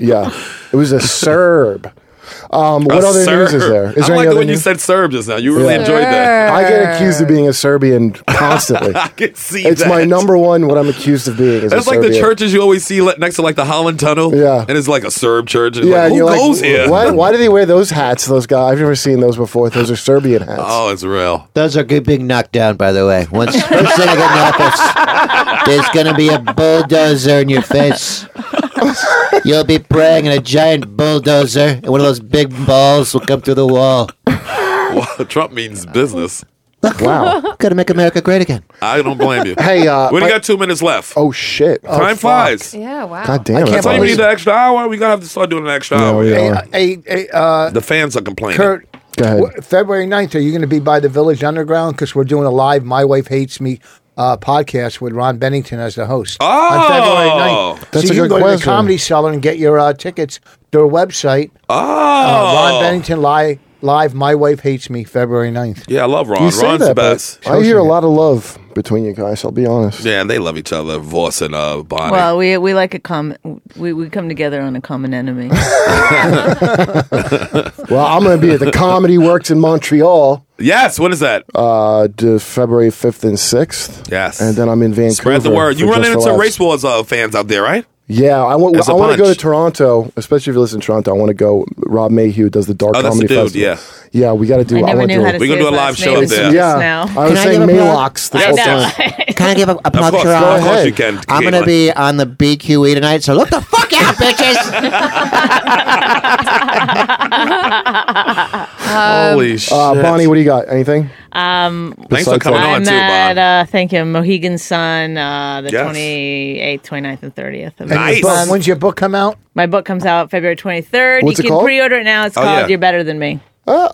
Speaker 7: yeah, it was a Serb. Um, what
Speaker 5: A
Speaker 7: other news
Speaker 5: Serb.
Speaker 7: is there? Is
Speaker 5: I
Speaker 7: there
Speaker 5: like
Speaker 7: any
Speaker 5: the
Speaker 7: other
Speaker 5: way you
Speaker 7: news?
Speaker 5: said Serb just now. You really
Speaker 7: Yeah.
Speaker 5: enjoyed that.
Speaker 7: I get accused of being a Serbian constantly.
Speaker 5: *laughs* I can see
Speaker 7: it's
Speaker 5: that.
Speaker 7: my number one. What I'm accused of being is
Speaker 5: That's
Speaker 7: a
Speaker 5: like the
Speaker 7: Serbian.
Speaker 5: churches you always see le- next to like the Holland Tunnel.
Speaker 7: Yeah.
Speaker 5: And it's like a Serb church. And
Speaker 7: Yeah,
Speaker 5: yeah, like,
Speaker 7: and
Speaker 5: who
Speaker 7: you're
Speaker 5: goes
Speaker 7: like,
Speaker 5: here? *laughs*
Speaker 7: Why, why do they wear those hats? Those guys, I've never seen those before. Those are Serbian hats.
Speaker 5: Oh, it's real.
Speaker 12: Those are good being knocked down, by the way. Once first thing I get in office, there's gonna be a bulldozer in your face. You'll be praying, and a giant bulldozer and one of those big balls will come through the wall.
Speaker 5: Well, Trump means business.
Speaker 7: *laughs* Wow.
Speaker 12: Gotta make America great again.
Speaker 5: I don't blame you.
Speaker 7: hey, uh,
Speaker 5: we only
Speaker 7: but-
Speaker 5: got two minutes left.
Speaker 7: oh shit!
Speaker 5: Time flies.
Speaker 9: Yeah. Wow.
Speaker 7: God damn it!
Speaker 5: That's why you
Speaker 7: Boss.
Speaker 5: need the extra hour. We gotta have to start doing an extra
Speaker 7: Yeah,
Speaker 5: hour.
Speaker 7: we
Speaker 2: Hey,
Speaker 7: are.
Speaker 2: uh, hey, hey, uh,
Speaker 5: The fans are complaining.
Speaker 2: Kurt,
Speaker 7: Go ahead.
Speaker 2: wh- February 9th, are you going to be by the Village Underground? Because we're doing a live My Wife Hates Me uh, podcast with Ron Bennington as the host.
Speaker 5: Oh!
Speaker 2: on February 9th.
Speaker 7: That's
Speaker 2: so
Speaker 7: a
Speaker 2: you can go to
Speaker 7: good
Speaker 2: the
Speaker 7: question.
Speaker 2: Comedy Cellar and get your uh, tickets. Their website,
Speaker 5: oh,
Speaker 2: uh, Ron Bennington Live, live My Wife Hates Me, February 9th.
Speaker 5: Yeah, I love Ron.
Speaker 7: You
Speaker 5: Ron's
Speaker 7: say
Speaker 5: the
Speaker 7: that, but
Speaker 5: best.
Speaker 7: I hear a lot of love between you guys. I'll be honest.
Speaker 5: Yeah, they love each other. Voss and uh, Bonnie.
Speaker 3: Well, we we like a common we, we come together on a common
Speaker 5: *laughs*
Speaker 3: enemy. *laughs*
Speaker 7: Well, I'm going to be
Speaker 5: *laughs*
Speaker 7: at the Comedy Works in Montreal,
Speaker 5: yes. What is that?
Speaker 7: uh, d- February 5th and 6th.
Speaker 5: Yes.
Speaker 7: and then I'm in Vancouver.
Speaker 5: Spread the word.
Speaker 7: for
Speaker 5: You running
Speaker 7: Just
Speaker 5: into
Speaker 7: Relax.
Speaker 5: race wars uh, fans out there, right?
Speaker 7: Yeah, I want.
Speaker 5: As a
Speaker 7: I want to go to
Speaker 5: bunch.
Speaker 7: Toronto, especially if you listen to Toronto. I want to go. Rob Mayhew does the Dark
Speaker 5: Oh, that's the
Speaker 7: Comedy
Speaker 5: dude,
Speaker 7: Festival.
Speaker 5: yeah.
Speaker 7: yeah, we got to do.
Speaker 3: I never
Speaker 7: want
Speaker 3: knew
Speaker 7: do
Speaker 3: how
Speaker 7: a-
Speaker 3: to
Speaker 5: We're
Speaker 3: say
Speaker 5: gonna do a
Speaker 3: his
Speaker 5: live
Speaker 3: last
Speaker 5: show
Speaker 3: name
Speaker 5: up
Speaker 3: until
Speaker 5: there.
Speaker 3: just
Speaker 7: Yeah,
Speaker 3: now.
Speaker 7: I was
Speaker 12: Can I
Speaker 7: saying
Speaker 12: give a plug?
Speaker 7: Maylocks the
Speaker 5: Yes.
Speaker 7: whole
Speaker 5: I know.
Speaker 7: time.
Speaker 12: Can I give a, a
Speaker 5: Of
Speaker 12: plug
Speaker 5: course,
Speaker 12: to
Speaker 5: of
Speaker 12: our
Speaker 5: course
Speaker 7: ahead.
Speaker 5: you can.
Speaker 12: I'm
Speaker 5: Caitlin.
Speaker 12: gonna be on the BQE E tonight, so look the fuck Walk out, bitches.
Speaker 5: Holy
Speaker 7: Uh,
Speaker 2: Oh,
Speaker 5: shit.
Speaker 7: Bonnie, what do you got? Anything?
Speaker 3: Um,
Speaker 7: Thanks for coming
Speaker 3: I'm
Speaker 7: on, too,
Speaker 3: at, uh, thank you, Mohegan Sun, uh, the
Speaker 2: Yes.
Speaker 3: 28th, 29th, and 30th. Of
Speaker 2: And your
Speaker 3: this
Speaker 2: book-
Speaker 3: month.
Speaker 2: when's your book come out?
Speaker 3: My book comes out February 23rd.
Speaker 7: What's it
Speaker 3: you can
Speaker 7: called?
Speaker 3: pre-order it now. It's
Speaker 7: Oh,
Speaker 3: called
Speaker 7: yeah.
Speaker 3: You're Better Than Me.
Speaker 5: Oh,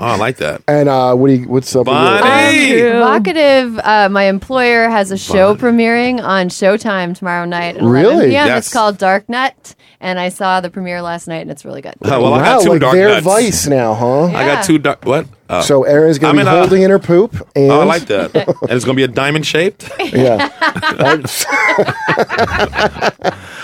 Speaker 5: I like that.
Speaker 7: And uh, what do you, what's up?
Speaker 3: Um,
Speaker 5: Bonnie!
Speaker 7: With you?
Speaker 9: Provocative. Uh, my employer has a show premiering on Showtime tomorrow night. At 11
Speaker 7: Really?
Speaker 9: PM.
Speaker 7: Yes.
Speaker 9: It's called Dark Nut, and I saw the premiere last night, and it's really good.
Speaker 5: Oh, well, I got
Speaker 7: Wow,
Speaker 5: two
Speaker 7: like
Speaker 5: dark
Speaker 7: their
Speaker 5: nuts.
Speaker 7: vice now, huh?
Speaker 5: I got two dark. What? Uh,
Speaker 7: So Erin's gonna
Speaker 5: I'm
Speaker 7: be
Speaker 5: in a-
Speaker 7: holding in her poop. And
Speaker 5: Oh, I
Speaker 7: *laughs*
Speaker 5: like that. and it's gonna be a diamond shaped.
Speaker 7: yeah.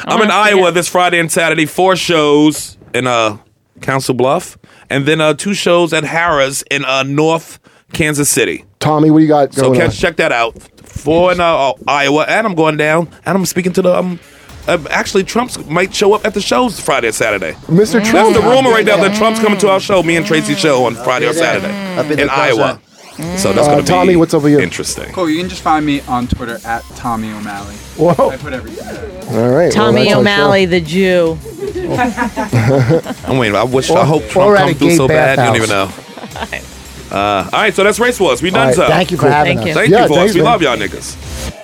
Speaker 5: I'm in Iowa this Friday and Saturday. Four shows in uh, Council Bluff, and then uh, two shows at Harrah's in uh, North Kansas City.
Speaker 7: Tommy, what do you got
Speaker 5: So
Speaker 7: going
Speaker 5: catch,
Speaker 7: on?
Speaker 5: check that out. Four in uh, Iowa, and I'm going down, and I'm speaking to the. Um, uh, actually, Trump's might show up at the shows Friday and Saturday.
Speaker 7: Mr.
Speaker 5: That's
Speaker 7: Trump.
Speaker 5: the rumor right now that Trump's coming to our show, me and Tracy show on Friday or Saturday
Speaker 8: Mm.
Speaker 5: in Iowa. So that's
Speaker 7: Uh,
Speaker 5: going to be
Speaker 7: Tommy, what's up with you?
Speaker 5: interesting.
Speaker 8: Cool. Mm. You can just find me on Twitter at Tommy O'Malley.
Speaker 7: Whoa.
Speaker 8: I put everything there.
Speaker 7: All right.
Speaker 3: Tommy O'Malley, the Jew.
Speaker 7: *laughs*
Speaker 5: *laughs* I'm waiting. I wish. I
Speaker 7: Or-
Speaker 5: hope
Speaker 7: or
Speaker 5: Trump
Speaker 7: at
Speaker 5: comes
Speaker 7: a
Speaker 5: through
Speaker 7: gay
Speaker 5: so bad. You don't
Speaker 7: *laughs*
Speaker 5: even know.
Speaker 7: bathhouse.
Speaker 5: Uh, all right, so that's race wars. We
Speaker 7: All
Speaker 5: done
Speaker 7: right,
Speaker 5: so.
Speaker 7: thank you for Cool. having
Speaker 5: thank
Speaker 7: us.
Speaker 5: Thank
Speaker 7: Yeah,
Speaker 5: you for
Speaker 7: thanks,
Speaker 5: us. We
Speaker 7: man.
Speaker 5: love y'all niggas.